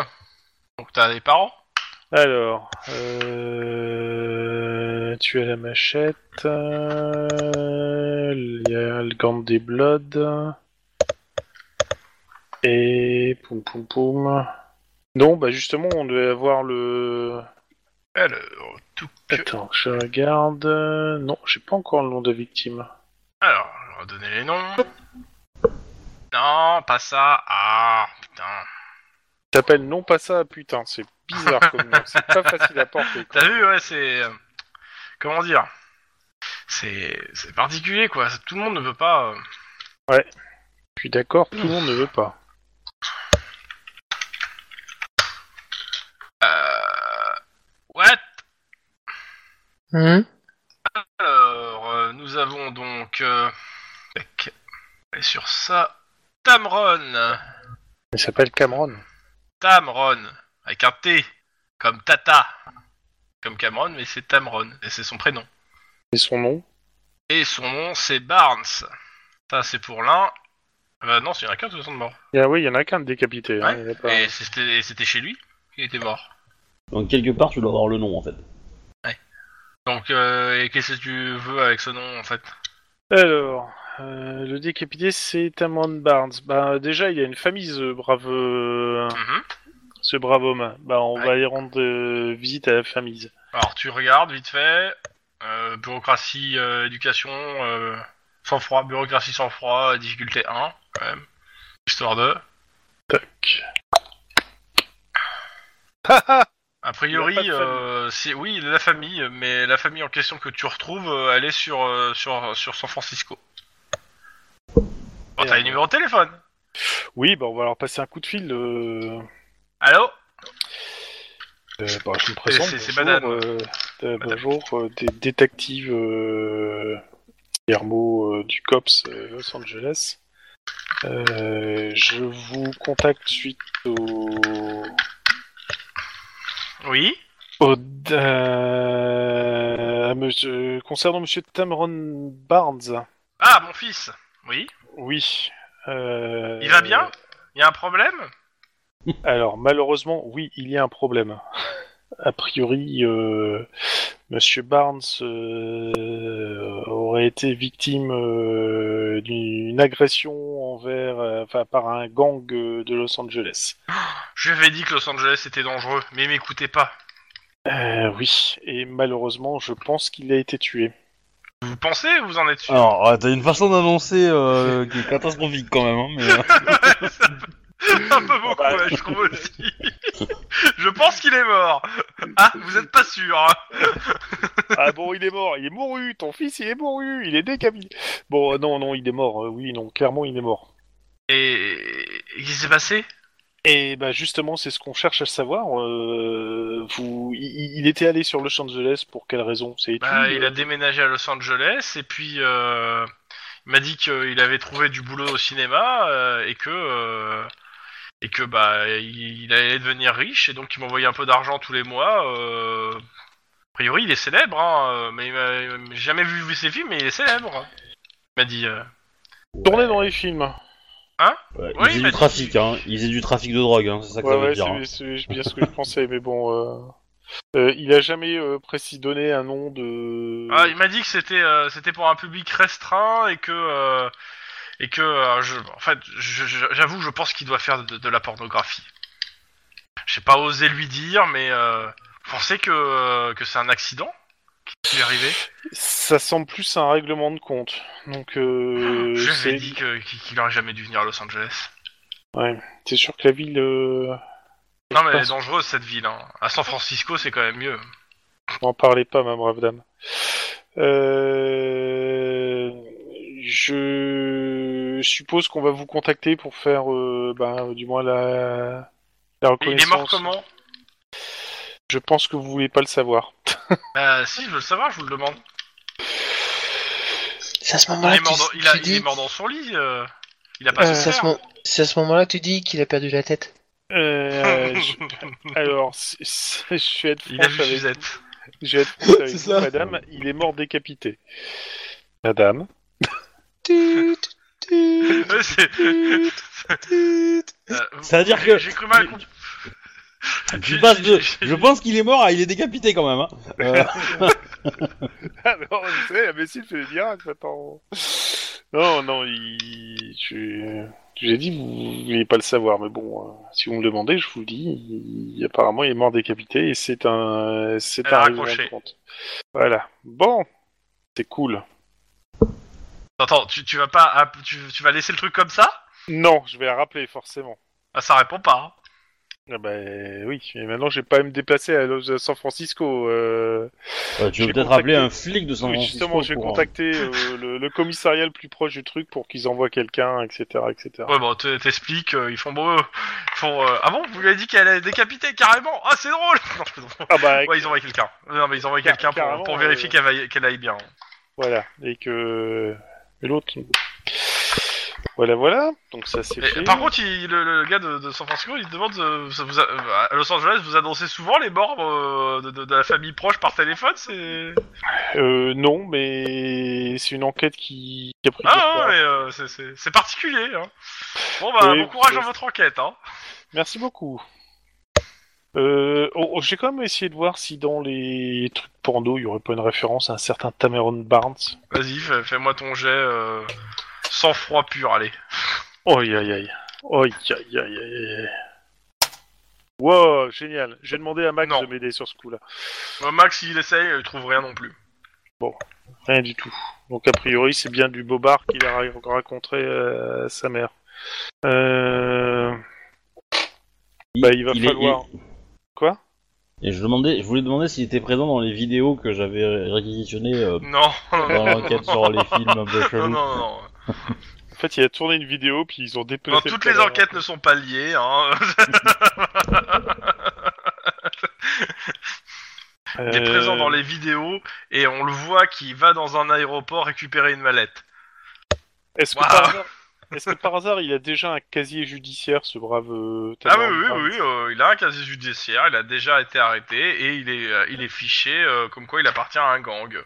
Donc t'as des parents Alors, euh, tu as la machette, euh, il y a le gant des Bloods, et poum poum poum. Non, bah justement, on devait avoir le. Alors, tout que- Attends, je regarde. euh, Non, j'ai pas encore le nom de victime. Alors, je vais redonner les noms. Non, pas ça. Ah, putain. Ça s'appelle non pas ça, putain, c'est bizarre comme nom, c'est pas facile à porter. quoi. T'as vu, ouais, c'est. euh, Comment dire C'est c'est particulier, quoi. Tout le monde ne veut pas. euh, Je suis d'accord, tout le monde ne veut pas. Euh... What Hmm Alors, euh, nous avons donc. Euh... tac. Et sur ça. Tamron Il s'appelle Cameron. Tamron Avec un T Comme Tata Comme Cameron, mais c'est Tamron. Et c'est son prénom. C'est son nom. Et son nom, c'est Barnes. Ça, c'est pour l'un. Bah non, il n'y en a qu'un, de toute façon, de mort. Ah oui, il y en a qu'un de décapité. Ouais, hein, il y en a pas- Et c'était c'était chez lui qu'il était mort. Donc, quelque part, tu dois avoir le nom en fait. Donc, euh, et qu'est-ce que tu veux avec ce nom, en fait Alors, euh, le décapité, c'est Tamron Barnes. Bah, déjà, il y a une famille, ce brave, euh, Mhm. ce brave homme. Bah, on Ouais. va aller rendre euh, visite à la famille. Alors, tu regardes vite fait. Euh, bureaucratie, euh, éducation, euh, sang-froid, bureaucratie, sang-froid, euh, difficulté 1, quand même. Histoire de. Tac. Ha, ha <laughs> A Il y priori, a pas de famille. euh, c'est oui, la famille, mais la famille en question que tu retrouves, euh, elle est sur, euh, sur, sur San Francisco. Bon, t'as les numéros de téléphone oui, bah, on va leur passer un coup de fil. euh, Allô euh, bah, je me présente. c'est- c'est bonjour, madame. euh, euh, Madame. bonjour, euh, des détectives euh, Guillermo, euh, du COPS euh, Los Angeles. Euh, je vous contacte suite au. Oui Au- euh, à monsieur- concernant Monsieur Tamron Barnes, Ah, mon fils Oui oui. euh, Il va bien Il y a un problème Alors malheureusement, oui, il y a un problème. A priori, euh, Monsieur Barnes euh, aurait été victime euh, d'une agression envers, euh, enfin, par un gang euh, de Los Angeles. Je lui avais dit que Los Angeles était dangereux, mais m'écoutez pas. Euh, oui, et malheureusement, je pense qu'il a été tué. Vous pensez ou vous en êtes sûr Alors, euh, t'as une façon d'annoncer euh, qui est catastrophique quand même. hein, mais, euh, C'est un peu- c'est <laughs> un peu beaucoup, ouais, je trouve aussi. <laughs> je pense qu'il est mort. Ah, vous êtes pas sûr hein Ah bon, il est mort, il est mouru, ton fils il est mouru, il est décapité. Bon, euh, non, non, il est mort, euh, oui, non, clairement il est mort. Et et qu'est-ce qui s'est passé Et bah justement, c'est ce qu'on cherche à savoir. euh, vous, il, il était allé sur Los Angeles pour quelle raison C'est euh, Bah, études il a déménagé à Los Angeles et puis euh, il m'a dit qu'il avait trouvé du boulot au cinéma euh, et que euh, et que bah il, il allait devenir riche et donc il m'envoyait un peu d'argent tous les mois. euh. a priori, il est célèbre, hein, euh, mais il m'a- il m'a- j'ai jamais vu, vu ses films, mais il est célèbre. hein. Il m'a dit. euh, Tourné dans les films. Ouais, Oui, il faisait bah, du trafic, hein. Il faisait du trafic de drogue, hein. C'est ça que Ouais, ça veut ouais, dire. hein. c'est c'est bien ce que je pensais, mais bon. euh, euh, il a jamais euh, précis donné un nom de. Ah, il m'a dit que c'était euh, c'était pour un public restreint et que euh, et que euh, je en fait je- je- j'avoue je pense qu'il doit faire de, de la pornographie. J'ai pas osé lui dire mais euh, vous pensez que euh, que c'est un accident qui lui est arrivé. Ça semble plus un règlement de compte. Donc, euh, je lui c'est ai dit que- qu'il qu'il aurait jamais dû venir à Los Angeles. c'est sûr que la ville. euh, Non mais elle est pense- dangereuse cette ville. Hein. À San Francisco c'est quand même mieux. N'en parlez pas, ma brave dame. Euh, Je suppose qu'on va vous contacter pour faire, euh, ben, du moins la, la Et il reconnaissance. est mort comment Je pense que vous voulez pas le savoir. Bah si je veux le savoir je vous le demande. C'est à ce Il moment-là est que mort tu, dans, il a- tu il est dis. mort dans son lit. euh, Il a pas Euh, souffert. C'est à ce, mo- c'est à ce moment-là que tu dis qu'il a perdu la tête. <laughs> Euh, je- Alors, c'est- c'est- je vais être Il a franche vu avec, Suzette. je vais être franche <laughs> avec C'est vous, ça. madame. Il est mort décapité. Madame. <laughs> Tut, tut, Ouais, c'est- tut, tut. Euh, C'est-à-dire j'ai- que- j'ai cru mal comprendre. hein. Tu passes <laughs> de. Je pense qu'il est mort à il est décapité quand même. Hein. Euh, <laughs> Ah non, vous savez, l'imbécile fait des miracles, attends. Non, non, il... Je... je vous ai dit, vous ne voulez pas le savoir, mais bon, euh, si vous me demandez, je vous le dis, il- apparemment il est mort décapité et c'est un... C'est Elle un a règlement de raccroché. compte. Voilà. Bon, c'est cool. Attends, tu, tu vas pas, ah, tu, tu vas laisser le truc comme ça Non, je vais la rappeler, forcément. Ah, ça répond pas. hein. Ah ben oui, mais maintenant j'ai pas à me déplacer à Los- à San Francisco. euh, euh, tu J'ai veux peut-être contacté- rappeler un flic de San Oui, Francisco. justement, je vais pour- contacter euh, le, le commissariat le plus proche du truc pour qu'ils envoient quelqu'un, etc. etc. Ouais, bon, te- t'expliques, euh, ils font bon, euh, ils font. euh, Ah bon, vous lui avez dit qu'elle allait décapiter carrément Ah, c'est drôle. <laughs> Non, je plaisante. Ah bah, Ouais, ils envoient quelqu'un. Non, mais ils envoient Car- quelqu'un pour, carrément, pour vérifier euh, qu'elle va- qu'elle aille bien. Voilà, et que et l'autre. Voilà, voilà. Donc ça c'est Et- fait. par contre, il- le, le gars de, de San Francisco, il demande euh, ça vous a- euh, à Los Angeles, vous annoncez souvent les morts euh, de, de- de la famille proche par téléphone, <laughs> c'est. Euh, non, mais c'est une enquête qui, qui a pris. du Ah, retard. ouais, mais euh, c'est- c'est c'est particulier. Hein. Bon, bah, Oui, bon courage oui. dans votre enquête. Hein. Merci beaucoup. Euh, oh, oh, J'ai quand même essayé de voir si dans les trucs porno il y aurait pas une référence à un certain Tameron Barnes. Vas-y, fais- fais-moi ton jet euh, sans froid pur, allez. Aïe aïe aïe. Aïe aïe aïe aïe. aïe. Wow, génial. J'ai demandé à Max Non. de m'aider sur ce coup-là. Euh, Max, il essaye, il trouve rien non plus. Rien du tout. Donc a priori, c'est bien du bobard qu'il a ra- raconté euh, à sa mère. Euh, Bah, il va est- falloir. Quoi Et je demandais, je voulais demander s'il était présent dans les vidéos que j'avais ré- réquisitionnées euh, Non, dans non, <laughs> non, l'enquête sur les films un peu non, non, chelous. non, non. En fait, il a tourné une vidéo, puis ils ont déplacé. Non, toutes les enquêtes ne sont pas liées. Hein. <laughs> Euh, Il est présent dans les vidéos et on le voit qui va dans un aéroport récupérer une mallette. Est-ce que, Waouh. par hasard... est-ce que par hasard, il a déjà un casier judiciaire, ce brave. euh, Ah oui, Tamerlan oui, Barnes oui, euh, il a un casier judiciaire, il a déjà été arrêté et il est, euh, il est fiché euh, comme quoi il appartient à un gang.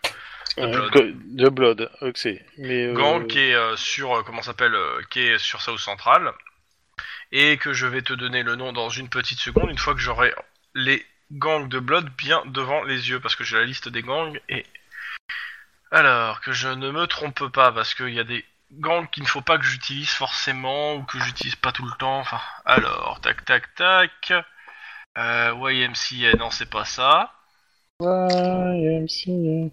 Euh, Blood. que- de Blood, ok. Mais, euh, gang qui est euh, sur euh, comment ça s'appelle euh, qui est sur South Central et que je vais te donner le nom dans une petite seconde une fois que j'aurai les gangs de Blood bien devant les yeux parce que j'ai la liste des gangs et alors que je ne me trompe pas parce qu'il y a des gangs qu'il ne faut pas que j'utilise forcément ou que j'utilise pas tout le temps enfin alors tac tac tac euh, YMCA non c'est pas ça YMCA.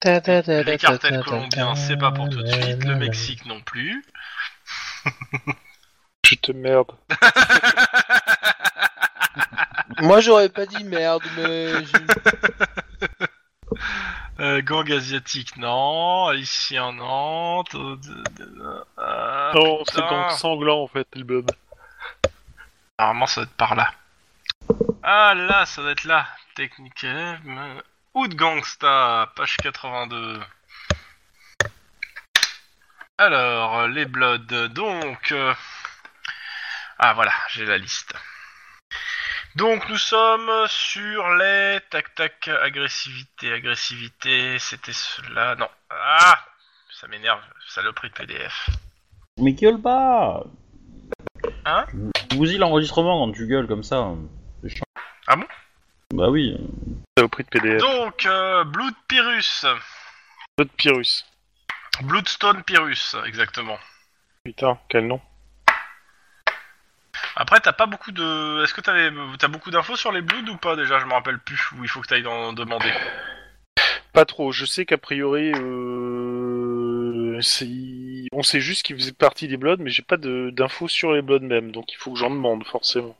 Ta, ta, ta, ta, les ta, cartels ta, ta, colombiens ta, c'est pas pour tout de ta, suite ta, le ta. Mexique non plus Je te merde. Moi j'aurais pas dit merde, mais. je- Euh, gang asiatique, non. Haïtien, non. T- t- t- Ah, non, c'est putain. donc sanglant en fait, le blob. Normalement, ça doit être par là. Ah là, ça doit être là. Technique M. Hood Gangsta, page 82. Alors, les Bloods, donc... euh, Ah voilà, j'ai la liste. Donc nous sommes sur les... Tac tac, agressivité, agressivité, c'était cela... Non. Ah Ça m'énerve, saloperie de PDF. Mais gueule pas Hein Vous y l'enregistrement quand tu gueules comme ça. hein. C'est chiant. Ah bon Bah oui. Ça, Au prix de PDF. Donc, euh, Blood Pyrrhus. Notre Pyrrhus. Bloodstone Pyrrhus, exactement. Putain, quel nom. Après, t'as pas beaucoup de. Est-ce que t'avais... t'as beaucoup d'infos sur les Bloods ou pas déjà Je me rappelle plus où il faut que t'ailles en demander. Pas trop. Je sais qu'a priori, euh, c'est- on sait juste qu'il faisait partie des Bloods, mais j'ai pas de- d'infos sur les Bloods même, donc il faut que j'en demande forcément.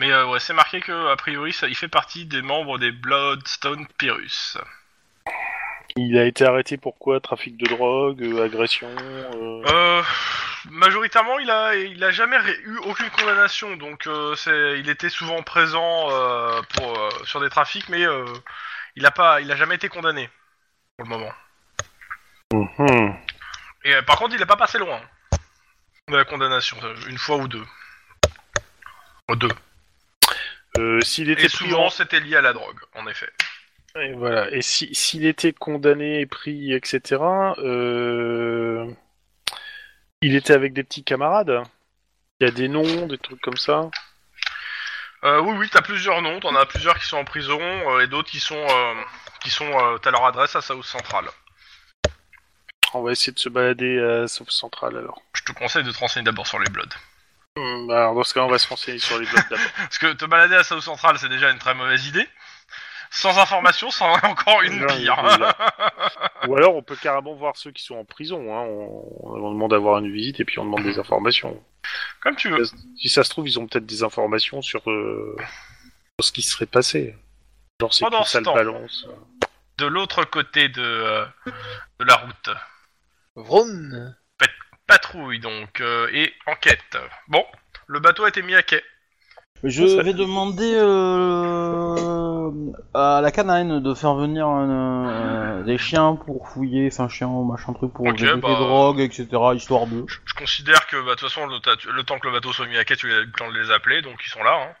Mais euh, ouais, c'est marqué que a priori, ça, il fait partie des membres des Bloodstone Pyrrhus. Il a été arrêté pour quoi Trafic de drogue, euh, agression. euh, Euh, majoritairement, il a, il a jamais ré- eu aucune condamnation, donc euh, c'est, il était souvent présent euh, pour, euh, sur des trafics, mais euh, il a pas, il a jamais été condamné pour le moment. mhm. Et euh, par contre, il a pas passé loin hein, de la condamnation, euh, une fois ou deux. Ou Deux. Euh, S'il était Et pris souvent, en- c'était lié à la drogue, en effet. Et voilà. Et si- s'il était condamné, pris, etc. euh, Il était avec des petits camarades. Il y a des noms, des trucs comme ça. Euh, oui, oui, t'as plusieurs noms, t'en as plusieurs qui sont en prison euh, et d'autres qui sont, euh, qui sont, euh, t'as leur adresse à South Central. On va essayer de se balader à Sauf Central alors. Je te conseille de te renseigner d'abord sur les Bloods. Hmm, bah alors dans ce cas, on va se renseigner sur les blocs d'abord. Parce que te balader à South Central, c'est déjà une très mauvaise idée. Sans information, c'en est encore <laughs> une Non, il pire. hein, est là. Ou alors, on peut carrément voir ceux qui sont en prison. Hein. On, on demande d'avoir une visite et puis on demande des informations. Comme tu veux. Si ça se trouve, ils ont peut-être des informations sur, euh, sur ce qui serait passé. Genre, c'est Pendant qui ce ça le temps. balance De l'autre côté de, euh, de la route. <laughs> Vroom. Patrouille donc, euh, et enquête. Bon, le bateau a été mis à quai. Je Ça- vais demander euh, à la canine de faire venir un, euh, des chiens pour fouiller, enfin chien, machin truc pour Ok, vérifier les bah, drogues, etc. Histoire de. Je, je considère que, bah, de toute façon, le, t'as- le temps que le bateau soit mis à quai, tu as eu le temps de les appeler, donc ils sont là. Hein.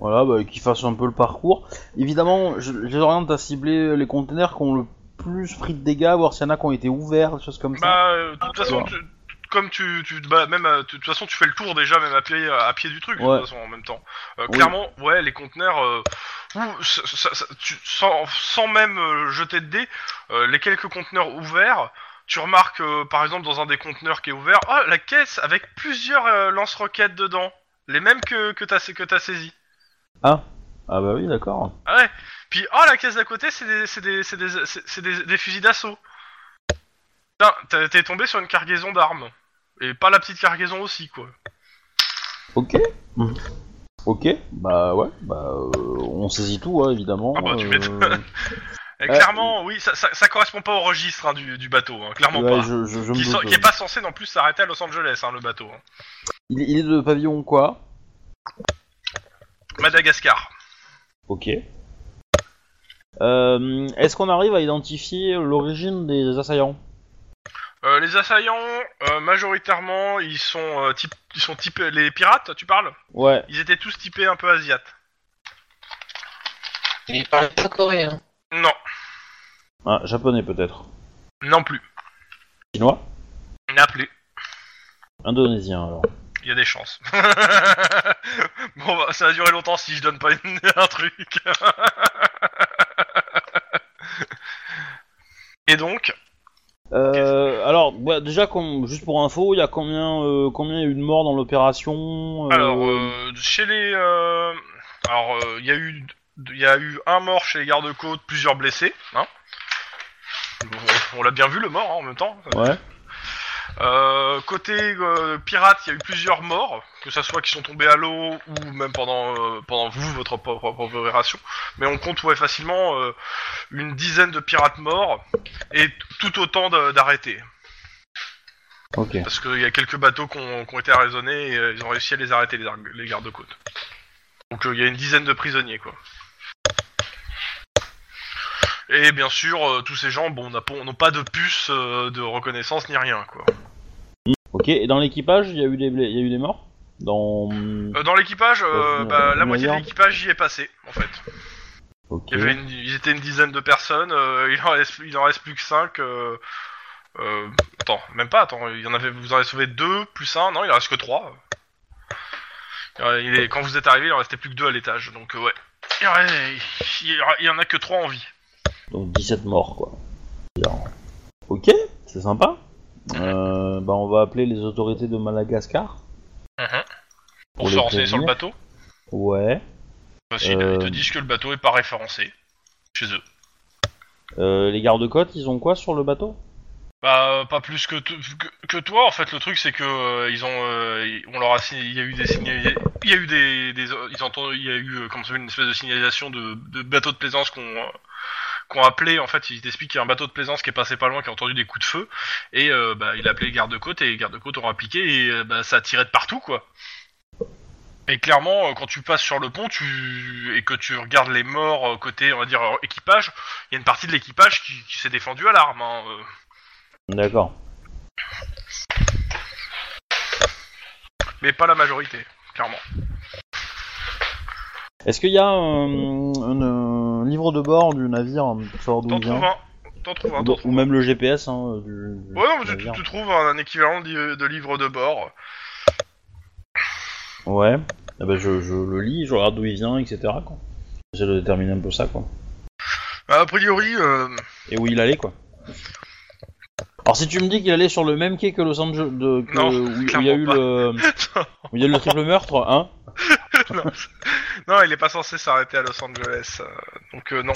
Voilà, bah, qu'ils fassent un peu le parcours. Évidemment, je, je les oriente à cibler les containers qui ont le plus pris de dégâts, voir s'il y en a qui ont été ouverts, des choses comme ça. Bah, euh, de toute façon, Voilà. tu- comme tu, tu te bats- même, euh, tu- de toute façon, tu fais le tour déjà, même à pied, à pied du truc, de Ouais. toute façon, en même temps. Euh, Oui. Clairement, ouais, les conteneurs, euh, ouh, ça- ça- ça- tu- sans, sans même euh, jeter de dés, euh, les quelques conteneurs ouverts, tu remarques, euh, par exemple, dans un des conteneurs qui est ouvert, oh, la caisse avec plusieurs euh, lance-roquettes dedans, les mêmes que, que t'as que t'as saisi. Ah bah oui, d'accord. Ah ouais. Puis, oh, la caisse d'à côté, c'est des, c'est des, c'est des, c'est- c'est des- des fusils d'assaut. Putain, t'as- t'es tombé sur une cargaison d'armes. Et pas la petite cargaison aussi, quoi. Ok. Ok, bah ouais, bah euh, on saisit tout, hein, évidemment. Ah bah, tu euh, <laughs> m'étonnes. Et Ah. clairement, oui, ça, ça, ça correspond pas au registre hein, du, du bateau, hein, clairement ouais, pas. je, je, je me Qui, so- doute, qui est euh. pas censé non plus s'arrêter à Los Angeles, hein, le bateau. hein. il, il est de pavillon quoi Madagascar. Ok. Euh, Est-ce qu'on arrive à identifier l'origine des assaillants Euh, les assaillants, euh, majoritairement, ils sont, euh, type, ils sont typés. Les pirates, tu parles Ouais. Ils étaient tous typés un peu asiates. Il parle pas coréen. Non, Ah, japonais peut-être. non plus. Chinois Naples. Indonésien alors. Il y a des chances. <laughs> bon, bah, ça va durer longtemps si je donne pas une- <laughs> un truc. Et donc, Euh, alors, ouais, déjà, com- juste pour info, il y a combien, euh, combien il y a eu de morts dans l'opération euh, alors, euh, chez les. euh, alors, euh, il y, a eu- il y a eu un mort chez les gardes-côtes, plusieurs blessés. hein. On- on l'a bien vu le mort hein, en même temps. Ouais. Euh, côté euh, pirate, il y a eu plusieurs morts, que ça soit qui sont tombés à l'eau ou même pendant euh, pendant vous votre propre propre opération. Mais on compte ouais facilement euh, une dizaine de pirates morts et t- tout autant de- d'arrêtés. Ok. Parce qu'il y a quelques bateaux qui ont, qui ont été arraisonnés et euh, ils ont réussi à les arrêter, les, ar- les gardes-côtes. Donc euh, il y a une dizaine de prisonniers, quoi. Et bien sûr, euh, tous ces gens, bon, n'a pas- n'ont pas de puce euh, de reconnaissance ni rien, quoi. Ok, et dans l'équipage, il y, a eu des bla- il y a eu des morts Dans. Euh, dans l'équipage, euh, Euh, bah, la une moitié de milliarde. l'équipage y est passé, en fait. Ok. Il y avait une- ils étaient une dizaine de personnes, euh, il, en reste, il en reste plus que 5. attends, même pas, attends, il y en avait, vous en avez sauvé 2 plus 1, non, il en reste que 3. quand vous êtes arrivé, il en restait plus que 2 à l'étage, donc euh, ouais. Il en, reste- il- il y en a que 3 en vie. Donc 17 morts, quoi. Bien. Ok, c'est sympa. Euh, bah, on va appeler les autorités de Madagascar. Pour Pour se les renseigner sur le prévenir. bateau, Ouais. facile, Euh. ils te disent que le bateau est pas référencé chez eux. Euh, les gardes-côtes, ils ont quoi sur le bateau Bah, euh, pas plus que, t- que, que toi, en fait, le truc c'est que euh, ils ont. euh, ils- on leur a signa- Il y a eu des signal- Il y a eu des. des- ils entendent, il y a eu, euh, comme ça, une espèce de signalisation de, de bateau de plaisance qu'on. euh, qu'on a appelé, en fait, ils t'expliquent qu'il y a un bateau de plaisance qui est passé pas loin, qui a entendu des coups de feu, et euh, bah, il a appelé les gardes-côtes, et les gardes-côtes ont appliqué, et euh, bah, ça a tiré de partout, quoi. Et clairement, euh, quand tu passes sur le pont, tu et que tu regardes les morts euh, côté, on va dire, euh, équipage, il y a une partie de l'équipage qui, qui s'est défendue à l'arme, hein, euh. D'accord. mais pas la majorité, clairement. Est-ce qu'il y a un, un, euh, livre de bord du navire hein, pour savoir d'où T'en il vient trouves un. T'en trouves un, t'en Ou- Ou trouves un. même le GPS hein, du, du Ouais, non, mais tu, tu- navire. tu trouves un, un équivalent de, de livre de bord. Ouais. Eh ben, je, je le lis, je regarde d'où il vient, etc. quoi. J'essaie de déterminer un peu ça, quoi. A priori, euh, <laughs> Et où il allait, quoi. Alors, si tu me dis qu'il allait sur le même quai que Los Angeles, de, que- Non, où, où il y a clairement eu pas. le, où il y a eu le triple meurtre, hein non, il est pas censé s'arrêter à Los Angeles. euh, donc, euh, non.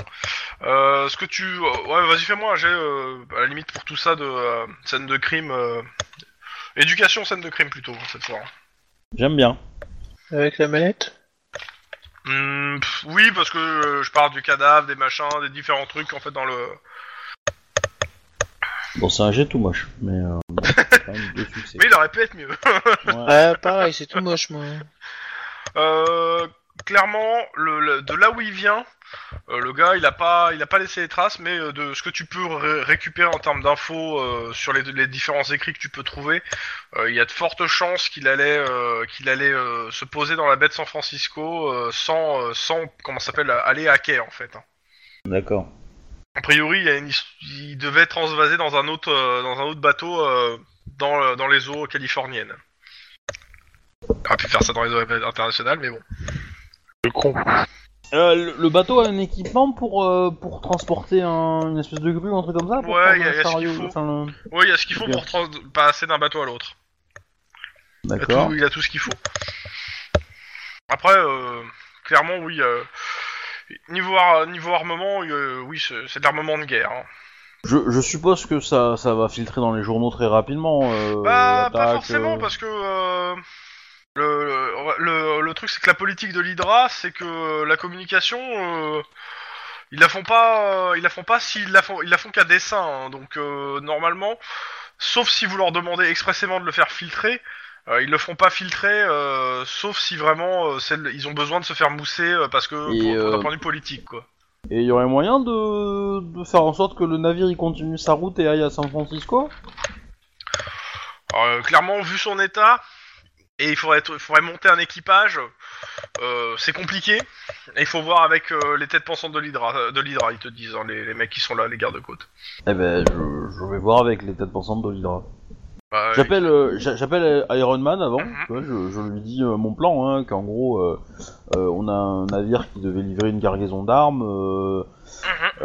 Euh, ce que tu. Ouais, vas-y, fais-moi un jet, euh, à la limite, pour tout ça, de euh, scène de crime. euh, Éducation, scène de crime plutôt, cette fois. hein. J'aime bien. Avec la mallette Hmm, pff, oui, parce que euh, je parle du cadavre, des machins, des différents trucs, en fait, dans le. Bon, c'est un jet tout moche, mais euh, bon, c'est quand <laughs> même deux succès. Mais il aurait pu être mieux. Ouais. Ah, pareil, c'est tout moche, moi. Euh, clairement, le, le- de là où il vient, euh, le gars, il a pas, il a pas laissé les traces, mais euh, de ce que tu peux ré- récupérer en termes d'infos euh, sur les, les différents écrits que tu peux trouver, euh, il y a de fortes chances qu'il allait, euh, qu'il allait euh, se poser dans la baie de San Francisco euh, sans, euh, sans, comment ça s'appelle, aller à quai en fait. hein. D'accord. A priori, il, y a une his- il devait transvaser dans un autre, euh, dans un autre bateau euh, dans, euh, dans les eaux californiennes. On aurait pu faire ça dans les eaux internationales, mais bon. Le con. Euh, le, le bateau a un équipement pour, euh, pour transporter un- une espèce de grue ou un truc comme ça pour Ouais, prendre y a- le y a ce chariot, qu'il faut. enfin, le- Oui, il y a ce qu'il faut Bien. pour trans- passer d'un bateau à l'autre. Il a D'accord. tout, il a tout ce qu'il faut. Après, euh, clairement, oui. euh, niveau, ar- niveau armement, euh, oui, c'est c'est de l'armement de guerre. hein. Je, je suppose que ça, ça va filtrer dans les journaux très rapidement. Euh, bah, pas attaque, forcément, euh, parce que. euh, le, le, le- le truc, c'est que la politique de l'Hydra, c'est que euh, la communication, euh, ils la font pas, euh, ils la font pas s'ils la font, ils la font qu'à dessein. hein. donc euh, normalement, sauf si vous leur demandez expressément de le faire filtrer, euh, ils le font pas filtrer, euh, sauf si vraiment euh, c'est le- ils ont besoin de se faire mousser euh, parce que Et, pour, pour euh, d'un point de vue politique, quoi. Et il y aurait moyen de, de faire en sorte que le navire il continue sa route et aille à San Francisco Alors, euh, clairement, vu son état, et il faudrait, il faudrait monter un équipage, euh, c'est compliqué. Et il faut voir avec euh, les têtes pensantes de l'Hydra, euh, de l'Hydra, ils te disent, hein, les, les mecs qui sont là, les gardes-côtes. Eh ben, je, je vais voir avec les têtes pensantes de l'Hydra. Bah, J'appelle, euh, j'a- j'appelle Iron Man avant, Mhm. tu vois, je, je lui dis euh, mon plan, hein, qu'en gros, euh, euh, on a un navire qui devait livrer une cargaison d'armes, euh,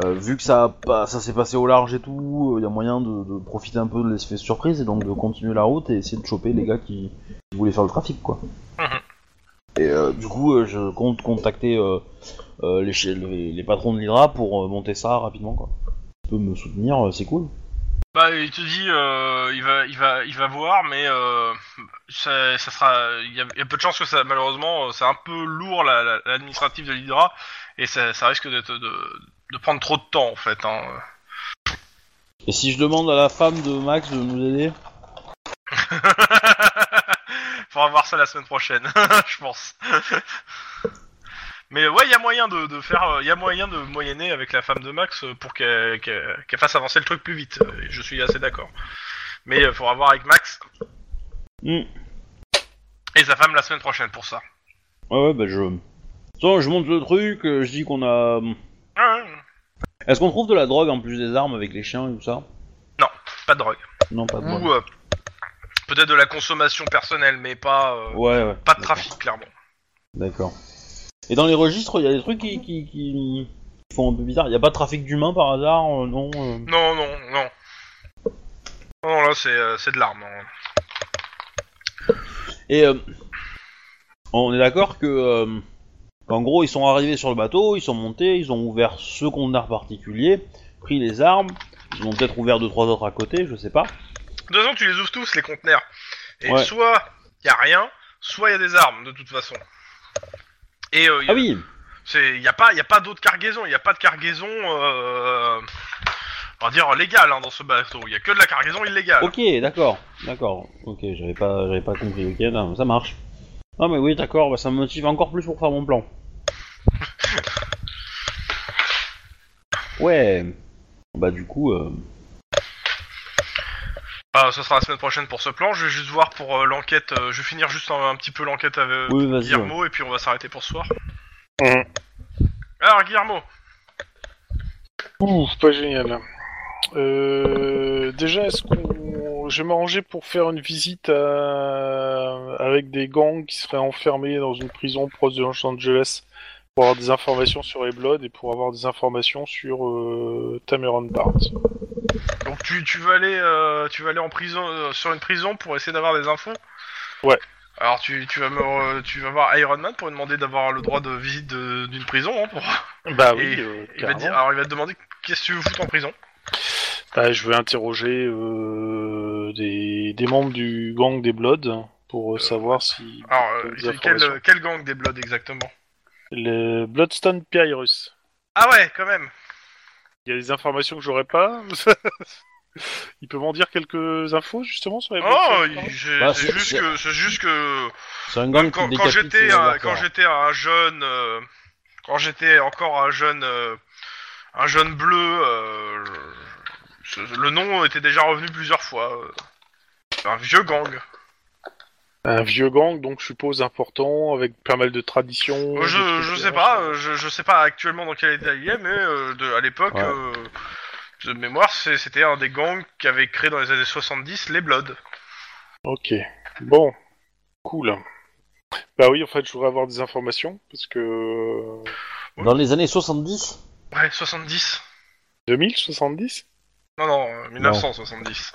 euh, vu que ça, a pas- ça s'est passé au large et tout, il y a moyen de, de profiter un peu de l'effet surprise et donc de continuer la route et essayer de choper les gars qui, qui voulaient faire le trafic, quoi. Et euh, du coup, euh, je compte contacter euh, euh, les, che- les- les patrons de l'Hydra pour euh, monter ça rapidement, quoi. Tu peux me soutenir, euh, c'est cool. Bah, il te dit, euh, il va, il va, il va voir, mais euh, ça, ça sera, il y, a- il y a peu de chances que ça, malheureusement, euh, c'est un peu lourd la- la- l'administratif de l'Hydra, et ça, ça risque d'être, de, de prendre trop de temps en fait. Hein. Et si je demande à la femme de Max de nous aider <laughs> Faudra voir ça la semaine prochaine, <laughs> je pense. Mais ouais, il y a moyen de, de faire, il y a moyen de moyenner avec la femme de Max euh, pour qu'elle qu'elle- qu'elle fasse avancer le truc plus vite. Euh, Je suis assez d'accord. Mais euh, faudra voir avec Max Hmm. et sa femme la semaine prochaine pour ça. Ouais, ouais, bah je. Attends, je monte le truc, euh, je dis qu'on a. Hein, Est-ce qu'on trouve de la drogue en plus des armes avec les chiens et tout ça pas de drogue. Non, pas de drogue. Ou euh, peut-être de la consommation personnelle, mais pas euh, Ouais, ouais. pas de trafic clairement. D'accord. Et dans les registres, il y a des trucs qui, qui, qui font un peu bizarre. Il n'y a pas de trafic d'humains par hasard, euh, non euh. Non, non, non. Non, là, c'est euh, c'est de l'arme. hein. Et euh, on est d'accord que, euh, qu'en gros, ils sont arrivés sur le bateau, ils sont montés, ils ont ouvert ce conteneur particulier, pris les armes, ils ont peut-être ouvert deux trois autres à côté, je sais pas. De toute façon, tu les ouvres tous, les conteneurs. Et Ouais. soit il y a rien, soit il y a des armes, de toute façon. Et euh, y a- Ah oui, c'est il y a pas y a pas d'autres cargaisons, il y a pas de cargaison euh, on va dire légale hein, dans ce bateau, il y a que de la cargaison illégale. ok, d'accord, d'accord, ok, j'avais pas, j'avais pas compris, ok, non, ça marche. Ah mais oui, d'accord, bah, ça me motive encore plus pour faire mon <laughs> plan. Ouais, bah du coup, euh, Ah, ce sera la semaine prochaine pour ce plan, je vais juste voir pour euh, l'enquête, euh, je vais finir juste un, un petit peu l'enquête avec oui, vas-y. ouais. Guillermo et puis on va s'arrêter pour ce soir. Mhm. Alors Guillermo, Ouh, Pas génial. Euh, déjà, est-ce qu'on... Je vais m'arranger pour faire une visite à- avec des gangs qui seraient enfermés dans une prison proche de Los Angeles pour avoir des informations sur les Bloods et pour avoir des informations sur euh, Tameron Barnes. donc tu, tu veux aller euh, tu vas aller en prison euh, sur une prison pour essayer d'avoir des infos Ouais. Alors tu, tu vas me re- tu vas voir Iron Man pour lui demander d'avoir le droit de visite de- d'une prison hein, pour... Bah oui, oui, il va te dire, ah, alors il va te demander qu'est-ce que tu veux foutre en prison. Bah, je vais interroger euh, des... des membres du gang des Bloods pour euh, savoir si... Alors euh, Des c'est informations. quel, quel gang des Bloods exactement Le Bloodstone Pyrus. Ah ouais quand même Il y a des informations que j'aurais pas. <laughs> Il peut m'en dire quelques infos justement sur les Oh, Bloodstone Pyrus j'ai- Bah, c'est c'est- juste c'est- que c'est juste que C'est un gang qui quand, quand décapite euh, j'étais les un- adversaires. quand j'étais un jeune euh, quand j'étais encore un jeune euh, un jeune bleu euh, je- ce- le nom était déjà revenu plusieurs fois euh. C'est un vieux gang Un vieux gang, donc je suppose important, avec pas mal de traditions. Euh, je, de je trucs, sais euh, pas euh, je, je sais pas actuellement dans quel état il est mais euh, de, à l'époque Ouais. euh, de mémoire c'est- c'était un des gangs qui avait créé dans les années 70 les Bloods Ok. Bon. Cool. Bah oui, en fait, je voudrais avoir des informations, parce que... euh, Dans les années 70 ouais 70 2070 non non euh, 1970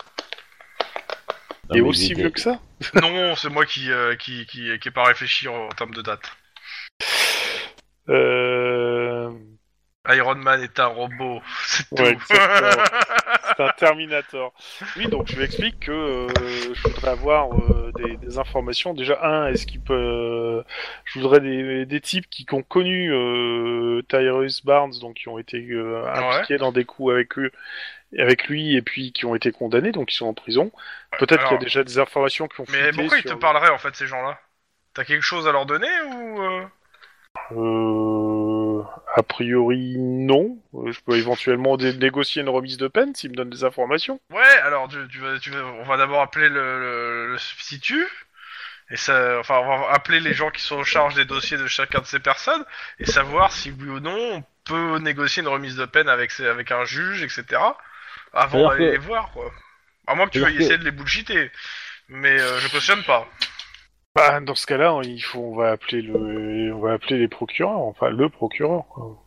Et aussi vieux que ça non c'est moi qui euh, qui qui qui ai pas réfléchi en- en termes de date Euh... Iron Man est un robot, <laughs> c'est tout. Ouais, <laughs> exactement. C'est un Terminator. Oui, donc je lui explique que euh, je voudrais avoir euh, des, des informations. Déjà, un, est-ce qu'il peut... euh, je voudrais des, des types qui, qui ont connu euh, Tyrus Barnes, donc qui ont été euh, impliqués dans des coups avec eux, avec lui, et puis qui ont été condamnés, donc qui sont en prison. Peut-être alors- qu'il y a déjà des informations qui ont Mais fuité pourquoi ils sur- te parleraient en fait ces gens-là T'as quelque chose à leur donner ou euh, Euh, a priori, non. Euh, Je peux éventuellement dé- négocier une remise de peine s'il me donne des informations. Ouais, alors tu, tu vas, tu vas- on va d'abord appeler le, le- le substitut. Et ça, enfin, on va appeler les gens qui sont en charge des dossiers de chacun de ces personnes et savoir si oui ou non on peut négocier une remise de peine avec ces- avec un juge, etc. C'est-à-dire Avant d'aller que- les voir, quoi. À moins que tu veuilles C'est-à-dire que- essayer de les bullshiter, mais euh, je cautionne pas. Bah, dans ce cas-là, il faut, on va appeler le, on va appeler les procureurs, enfin le procureur. Quoi.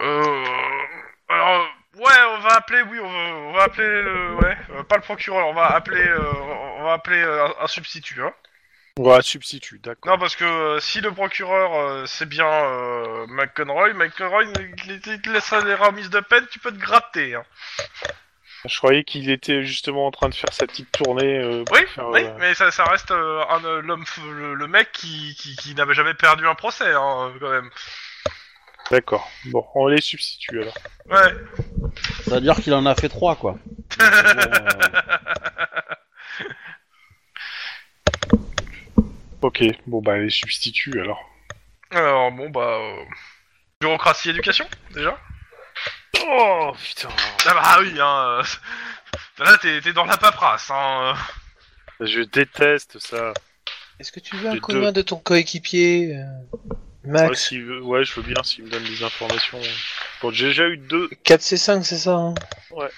Euh... Alors, ouais, on va appeler, oui, on va, on va appeler, le, ouais, euh, pas le procureur, on va appeler, euh, on va appeler euh, un, un substitut. Hein. On va substitut, d'accord. Non, parce que euh, si le procureur euh, c'est bien euh, McConroy, McConroy il, il- il te laissera des remises de peine, tu peux te gratter. Hein. Je croyais qu'il était justement en train de faire sa petite tournée. euh, pour Oui, faire, oui, euh, mais ça, ça reste euh, un, euh, l'homme, f- le, le mec qui, qui, qui n'avait jamais perdu un procès, hein, quand même. D'accord. Bon, on les substitue alors. Ouais. <laughs> C'est-à-dire qu'il en a fait trois, quoi. Ok, bon bah les substituts alors. Alors, bon, bah. euh, Bureaucratie éducation, déjà Oh putain Ah bah oui, hein. euh, <laughs> Là, t'es t'es dans la paperasse, hein. euh. Je déteste ça. Est-ce que tu veux un Les commun de ton coéquipier, euh, Ouais, Max s'il veut- ouais, je veux bien s'il me donne des informations. Bon, j'ai déjà eu deux. 4C5, c'est ça hein Ouais.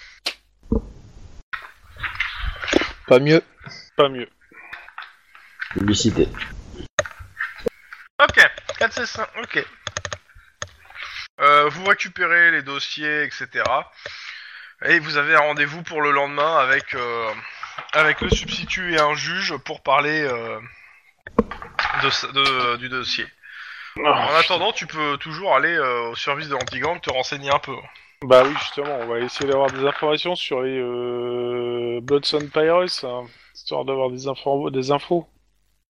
Pas mieux. Pas mieux. Publicité. Ok, 4 c'est 5, ok. Euh, vous récupérez les dossiers, etc. Et vous avez un rendez-vous pour le lendemain avec, euh, avec le substitut et un juge pour parler euh, de, ce- de- du dossier. En attendant, tu peux toujours aller euh, au service de l'anti-gang te renseigner un peu. Bah oui, justement, on va essayer d'avoir des informations sur les euh, Bloodstone Pirates, hein, histoire d'avoir des, infos des infos.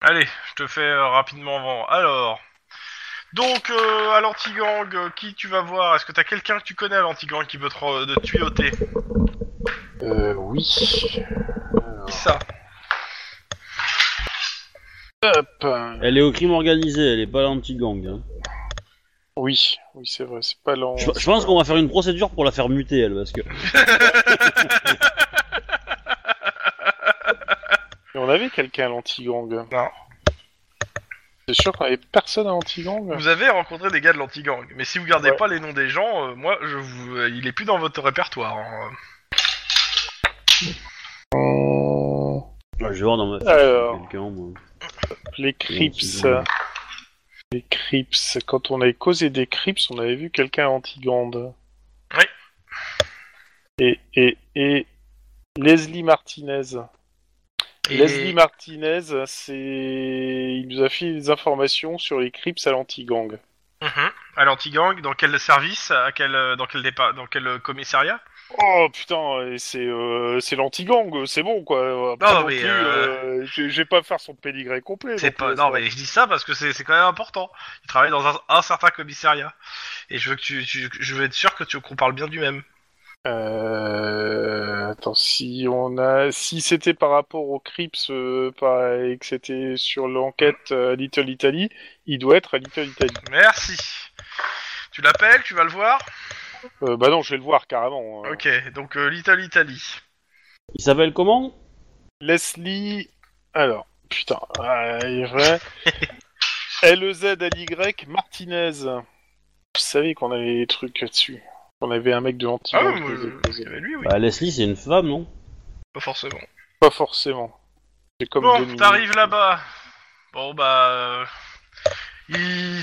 Allez, je te fais euh, rapidement vent. Alors. Donc, euh, à l'anti-gang, euh, qui tu vas voir Est-ce que t'as quelqu'un que tu connais à l'anti-gang qui peut te, re- de tuyauter Euh, oui. Qui ça Elle est au crime organisé, elle est pas l'anti-gang. hein. Oui, oui, c'est vrai, c'est pas lent. Je, je pense qu'on va faire une procédure pour la faire muter, elle, parce que. Et on avait quelqu'un à l'anti-gang. Non. C'est sûr qu'on avait personne à l'anti-gang. Vous avez rencontré des gars de l'anti-gang, mais si vous gardez Ouais. pas les noms des gens, euh, moi, je vous, euh, il est plus dans votre répertoire. hein. Hum, Je vais voir dans ma fiche, Alors. quelqu'un, moi. Les Crips. L'anti-gang. Les Crips. Quand on avait causé des Crips, on avait vu quelqu'un à l'anti-gang. Oui. Et, et, et Leslie Martinez. Et- Leslie Martinez, c'est. Il nous a fait des informations sur les Crips à l'anti-gang. Mhm. À l'anti-gang, dans quel service à quel, euh, Dans quel départ Dans quel euh, commissariat Oh putain, et c'est euh, c'est l'anti-gang, c'est bon quoi. Pas Non, non mais, plus, euh, euh, je je vais pas faire son pédigré complet. C'est donc, pas. euh, Non, ça- mais je dis ça parce que c'est c'est quand même important. Il travaille dans un, un certain commissariat, et je veux que tu, tu- je veux être sûr que tu qu'on parle bien du même. Euh, attends, si on a, si c'était par rapport aux Crips euh, par- et que c'était sur l'enquête euh, à Little Italy, il doit être à Little Italy. Merci. Tu l'appelles, tu vas le voir. Euh, bah non, je vais le voir carrément. euh. Ok, donc euh, Little Italy. Il s'appelle comment Leslie, alors, putain, euh, <laughs> il E est vrai. LEZLY Martinez. Je savais qu'on avait des trucs là-dessus. On avait un mec de l'anti Ah oui, moi, je- euh, lui, oui, Bah, Leslie, c'est une femme, non pas forcément. Pas forcément. C'est comme Bon, Dominique. t'arrives là-bas. Bon, bah. euh, Ils...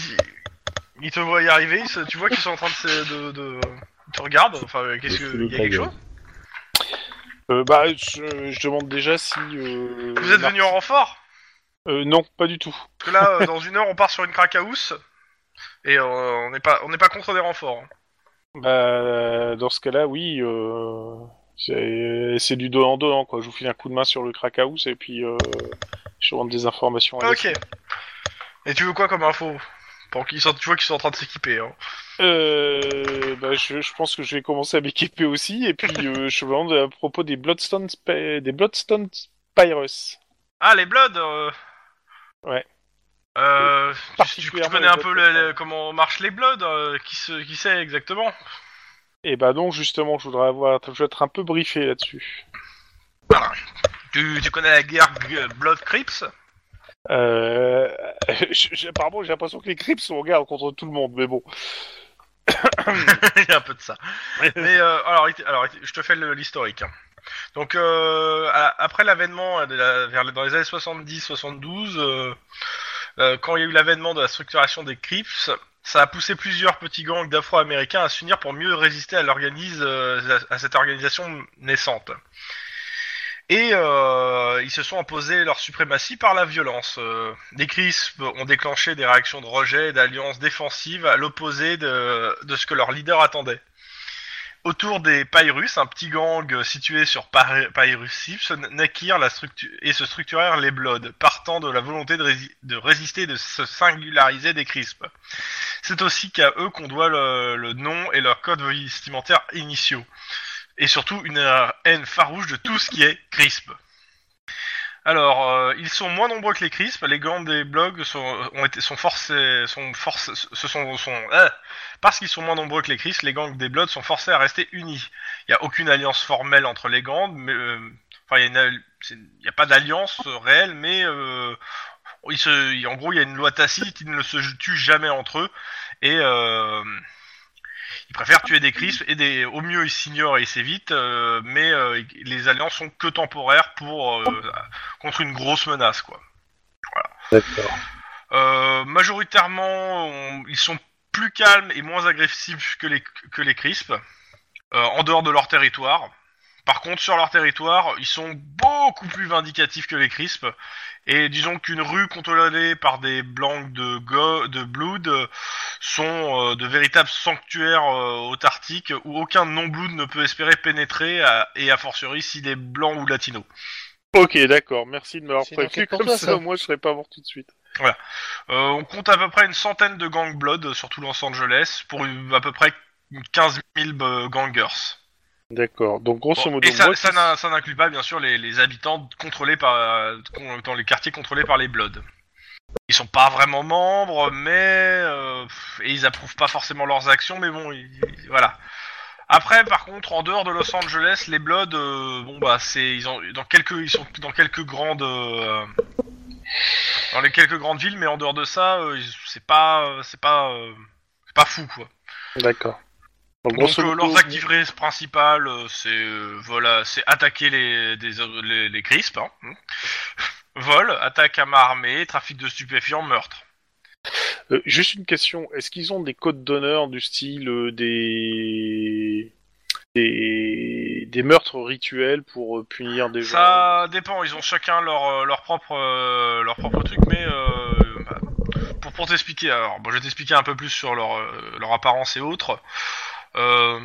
ils te voient y arriver, ils se- tu vois qu'ils sont en train de. se- de, de... Ils te regardent, enfin, euh, qu'est-ce que. Leslie Y a quelque Martinez. chose Euh, bah, je, je demande déjà si. euh, Vous êtes Mar- venu en renfort Euh, non, pas du tout. Parce que là, euh, dans une heure, on part sur une crack house. Et euh, on n'est pas, on n'est pas contre des renforts. hein. Bah, dans ce cas-là, oui. euh, C'est c'est du dos en dos, hein, quoi. Je vous file un coup de main sur le Krakaus et puis euh, je demande des informations. à Ok. Et tu veux quoi comme info Pour qu'ils sont, tu vois qu'ils sont en train de s'équiper. hein. Euh, bah, je, je pense que je vais commencer à m'équiper aussi, <laughs> et puis euh, je vous demande à propos des Bloodstone, Sp- des Bloodstone Spirus. Ah, les Bloods euh, Ouais. Euh, tu, tu Particulièrement connais un les peu Bloods, le- le- ouais. comment marchent les Bloods euh, qui, se, qui sait exactement Et bah non, justement, je voudrais avoir, je voudrais être un peu briefé là-dessus. Tu, tu connais la guerre G- Blood Crips <coughs> Euh, <laughs> je- je- apparemment, j'ai l'impression que les Crips sont en guerre contre tout le monde, mais bon. Il y a un peu de ça. Mais euh, alors, il- alors, il- je te fais le- l'historique. hein. Donc, euh, à- après l'avènement, de la- vers les- dans les années 70-72, euh, euh, quand il y a eu l'avènement de la structuration des Crips, ça a poussé plusieurs petits gangs d'Afro-Américains à s'unir pour mieux résister à, l'organise, euh, à à cette organisation naissante. Et euh, ils se sont imposés leur suprématie par la violence. Euh, les CRISP ont déclenché des réactions de rejet et d'alliances défensives à l'opposé de, de ce que leur leader attendait. Autour des Pyrus, un petit gang euh, situé sur Py- Pyrus Sips, naquirent la structu- et se structurèrent les Bloods, partant de la volonté de, rési- de résister et de se singulariser des CRISP. C'est aussi qu'à eux qu'on doit le, le nom et leur code vestimentaire initiaux et surtout une euh, haine farouche de tout ce qui est crisp. Alors, euh, ils sont moins nombreux que les CRISP. Les gangs des blogs sont, ont été, sont forcés, sont forcés, se sont, sont euh, parce qu'ils sont moins nombreux que les CRISP, les gangs des blogs sont forcés à rester unis. Il n'y a aucune alliance formelle entre les gangs, mais euh, enfin, il n'y a, une al- c'est- il y a pas d'alliance euh, réelle, mais euh, ils se, il- en gros, il y a une loi tacite, ils ne se tuent jamais entre eux et euh, ils préfèrent tuer des CRISP et des, au mieux ils s'ignorent et ils s'évitent, euh, mais euh, les alliances sont que temporaires pour euh, contre une grosse menace, quoi. D'accord. Euh, majoritairement, on- ils sont plus calmes et moins agressifs que les, que les CRISP, euh, en dehors de leur territoire. Par contre, sur leur territoire, ils sont beaucoup plus vindicatifs que les CRISP. Et disons qu'une rue contrôlée par des blancs de, go, de Blood euh, sont euh, de véritables sanctuaires euh, autartiques où aucun non-Blood ne peut espérer pénétrer, à- et a fortiori s'il est blanc ou latino. Ok, d'accord, merci de m'avoir C'est une enquête prévenu, pour comme toi, ça, ça. moi je serais pas mort tout de suite. Euh, on compte à peu près une centaine de gang blood sur tout Los Angeles pour une- à peu près une 15 000 b- gangers. D'accord, donc grosso Bon, modo, et ça, moi, ça qui- n'a- ça n'inclut pas bien sûr les, les habitants contrôlés par euh, con- dans les quartiers contrôlés par les bloods. Ils sont pas vraiment membres, mais euh, pff, et ils approuvent pas forcément leurs actions, mais bon, ils- ils- voilà. Après, par contre, en dehors de Los Angeles, les bloods, euh, bon bah, c'est ils ont dans quelques ils sont dans quelques grandes euh, dans les quelques grandes villes, mais en dehors de ça, euh, ils- c'est pas euh, c'est pas euh, c'est pas fou quoi. D'accord. Donc, Donc grosso euh, modo, leurs activités principales, euh, c'est euh, voilà, c'est attaquer les des, euh, les, les crisps, hein. <laughs> Hmm. vol, attaque à main armée, trafic de stupéfiants, meurtre. euh, juste une question, est-ce qu'ils ont des codes d'honneur du style euh, des... des des meurtres rituels pour euh, punir des gens Ça dépend, ils ont chacun leur euh, leur propre euh, leur propre truc, mais euh, bah, pour pour t'expliquer, alors bon, je vais t'expliquer un peu plus sur leur euh, leur apparence et autres. Euh,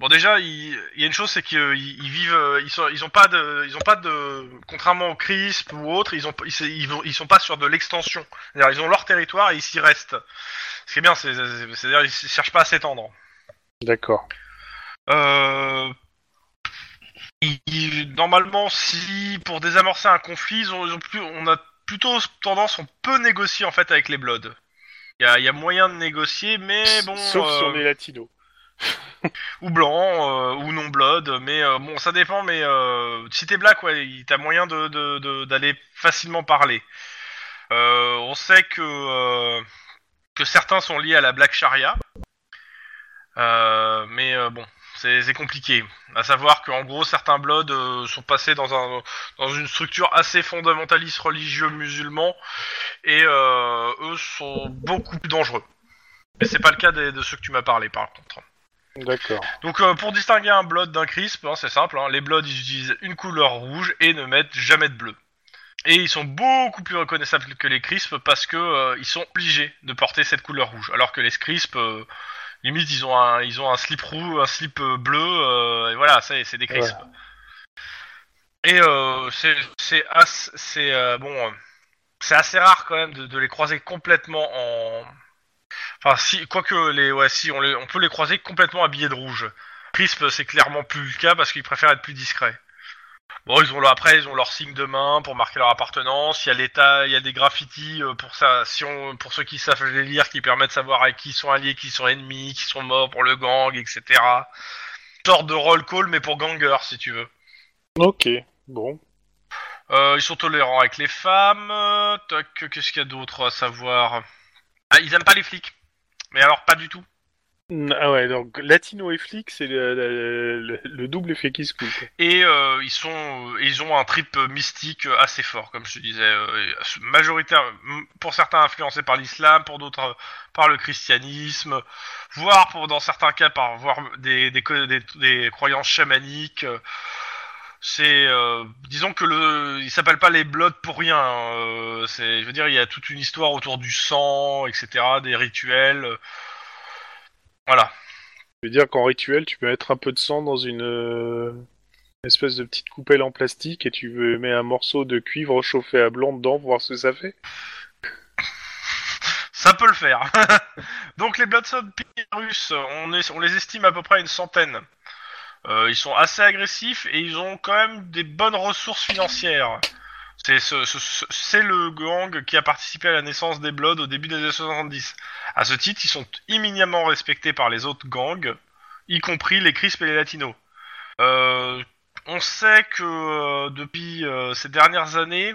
Bon déjà, il il y a une chose, c'est qu'ils ils vivent, euh, ils sont, ils ont pas de, ils ont pas de, contrairement aux CRISP ou autres, ils ont, ils, se- ils, vont- ils sont pas sur de l'extension. C'est-à-dire, ils ont leur territoire et ils s'y restent. Ce qui est bien, c'est- c'est- c'est-à-dire, ils cherchent pas à s'étendre. D'accord. Euh, ils- ils- normalement, si pour désamorcer un conflit, ils ont, ils ont plus, on a plutôt tendance, on peut négocier en fait avec les Bloods. Il y a, il y a moyen de négocier, mais bon. Sauf si euh, on est latino. ou blanc euh, ou non blood mais euh, bon ça dépend mais euh, si t'es black ouais il- t'as moyen de de- de- d'aller facilement parler Euh, on sait que euh, que certains sont liés à la black charia Euh, mais euh, bon c'est c'est compliqué à savoir qu'en gros certains bloods euh, sont passés dans un dans une structure assez fondamentaliste religieux musulman et euh, eux sont beaucoup plus dangereux mais c'est pas le cas des- de ceux que tu m'as parlé par contre D'accord. donc euh, pour distinguer un blood d'un crisp, hein, c'est simple, hein, les bloods ils utilisent une couleur rouge et ne mettent jamais de bleu. Et ils sont beaucoup plus reconnaissables que les crisps parce que euh, ils sont obligés de porter cette couleur rouge, alors que les crisps, euh, limite ils ont un ils ont un slip roux, un slip euh, bleu, euh, et voilà, ça y est, c'est des crisps. Et euh, c'est c'est assez- c'est euh, bon, euh, c'est assez rare quand même de, de les croiser complètement en Enfin, si, quoique les, ouais, si on, les, on peut les croiser complètement habillés de rouge. Crisp, c'est clairement plus le cas parce qu'ils préfèrent être plus discrets. Bon, ils ont leur, après, ils ont leur signe de main pour marquer leur appartenance. Il y a l'état, il y a des graffitis euh, pour ça, si on, pour ceux qui savent les lire, qui permettent de savoir à qui ils sont alliés, qui sont ennemis, qui sont morts pour le gang, etc. Sorte de roll call, mais pour ganger, si tu veux. Ok, bon. Euh, ils sont tolérants avec les femmes. euh, Tac, qu'est-ce qu'il y a d'autre à savoir Ah, ils aiment pas les flics. Mais alors, pas du tout. Mm, Ah ouais, donc latino et flic, c'est le, le- le- le double effet qui se coule. quoi. Et euh, ils sont, euh, ils ont un trip euh, mystique euh, assez fort, comme je te disais, euh, et majoritaire, m- pour certains influencés par l'islam, pour d'autres euh, par le christianisme, voire pour dans certains cas par voire des des, co- des, des croyances chamaniques. euh, C'est, euh, disons que le, ils s'appellent pas les Bloods pour rien. hein, euh, c'est, je veux dire, il y a toute une histoire autour du sang, etc., des rituels. euh, voilà. Je veux dire qu'en rituel, tu peux mettre un peu de sang dans une euh, espèce de petite coupelle en plastique et tu veux mets un morceau de cuivre chauffé à blanc dedans pour voir ce que ça fait. Ça peut le faire. <laughs> Donc les Bloodsoul Pyrus, on, est, on les estime à peu près une centaine. euh, ils sont assez agressifs et ils ont quand même des bonnes ressources financières. C'est ce- ce- ce- c'est le gang qui a participé à la naissance des Bloods au début des années 70. À ce titre, ils sont éminemment respectés par les autres gangs, y compris les Crisp et les Latinos. Euh, on sait que euh, depuis euh, ces dernières années,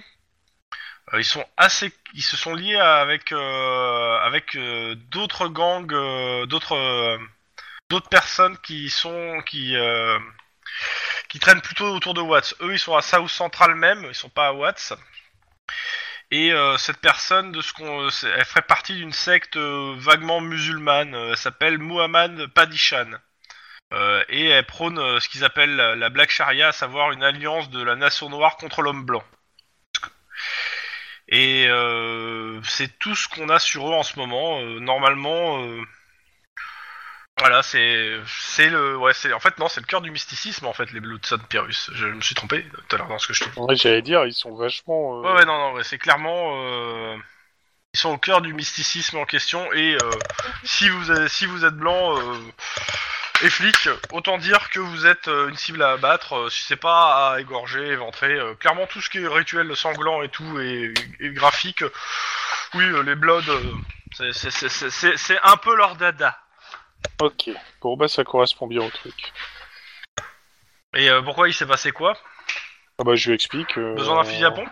euh, ils sont assez, ils se sont liés à- avec euh, avec euh, d'autres gangs, euh, d'autres euh, d'autres personnes qui sont qui euh, qui traînent plutôt autour de Watts. Eux, ils sont à South Central même, ils sont pas à Watts. Et euh, cette personne, de ce qu'on, euh, c'est- elle ferait partie d'une secte euh, vaguement musulmane. euh, Elle s'appelle Muhammad Padishan. Euh, et elle prône euh, ce qu'ils appellent la, la Black Sharia, à savoir une alliance de la nation noire contre l'homme blanc. Et euh, c'est tout ce qu'on a sur eux en ce moment. Euh, normalement, euh, voilà, c'est c'est le ouais, c'est en fait non, c'est le cœur du mysticisme en fait les Blood Sun Pyrrhus. Je me suis trompé tout à l'heure dans ce que je te Ouais, j'allais dire, ils sont vachement. euh, Ouais, ouais, non, non, ouais, c'est clairement. euh, ils sont au cœur du mysticisme en question et euh, si, vous êtes, si vous êtes blanc euh, et flic, autant dire que vous êtes euh, une cible à abattre, euh, si c'est pas à égorger, éventrer. euh, clairement, tout ce qui est rituel sanglant et tout et, et graphique, euh, oui, euh, les Bloods, euh, c'est- c'est- c'est- c'est c'est- c'est un peu leur dada. Ok. Bon, bah, ça correspond bien au truc. Et euh, pourquoi il s'est passé quoi Ah, bah, je lui explique. euh, Besoin d'un fusil à pompe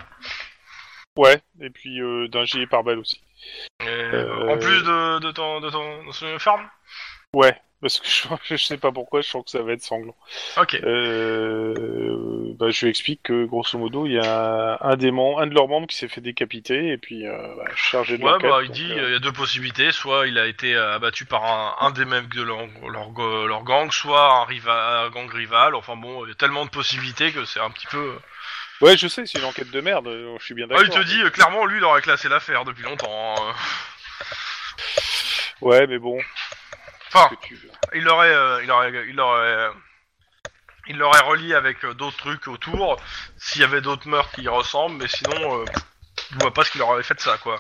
Ouais, et puis euh, d'un gilet pare-balles aussi. Euh, En plus de, de ton, de ton, de ton farm Ouais, parce que <laughs> je, je sais pas pourquoi, je sens que ça va être sanglant. Ok. Euh, bah, je lui explique que, grosso modo, il y a un, des mem- un de leurs membres qui s'est fait décapiter, et puis euh, bah, je suis chargé de Ouais, l'enquête, bah, il donc, dit, il euh, y a deux possibilités. Soit il a été euh, abattu par un, un des mêmes de leur, leur, go- leur gang, soit un, rival, un gang rival. Enfin bon, il y a tellement de possibilités que c'est un petit peu. euh, Ouais, je sais, c'est une enquête de merde, euh, je suis bien Ah, d'accord. il te dit, euh, clairement, lui, il aurait classé l'affaire depuis longtemps. hein. Ouais, mais bon, Enfin, que tu veux. il l'aurait. euh, il aurait. Il aurait. euh, Il l'aurait relié avec euh, d'autres trucs autour, s'il y avait d'autres meurtres qui y ressemblent, mais sinon, euh, je vois pas ce qu'il aurait fait de ça, quoi.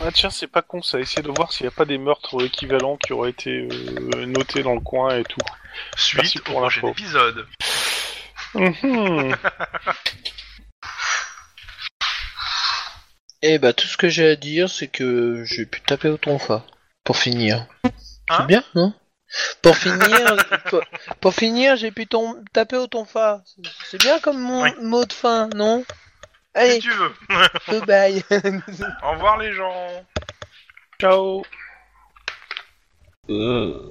Ah tiens, c'est pas con ça, essayer de voir s'il n'y a pas des meurtres équivalents qui auraient été euh, notés dans le coin et tout. Merci Suite pour au prochain l'info. épisode. <laughs> Mhm. Eh bah, tout ce que j'ai à dire, c'est que j'ai pu taper au tonfa. Pour finir. Hein c'est bien, non Pour finir, <laughs> pour, pour finir, j'ai pu tom- taper au tonfa. C'est- C'est bien comme mon Oui. mot de fin, non Si Allez, tu veux. bye bye. <laughs> Au revoir, les gens. Ciao Euh,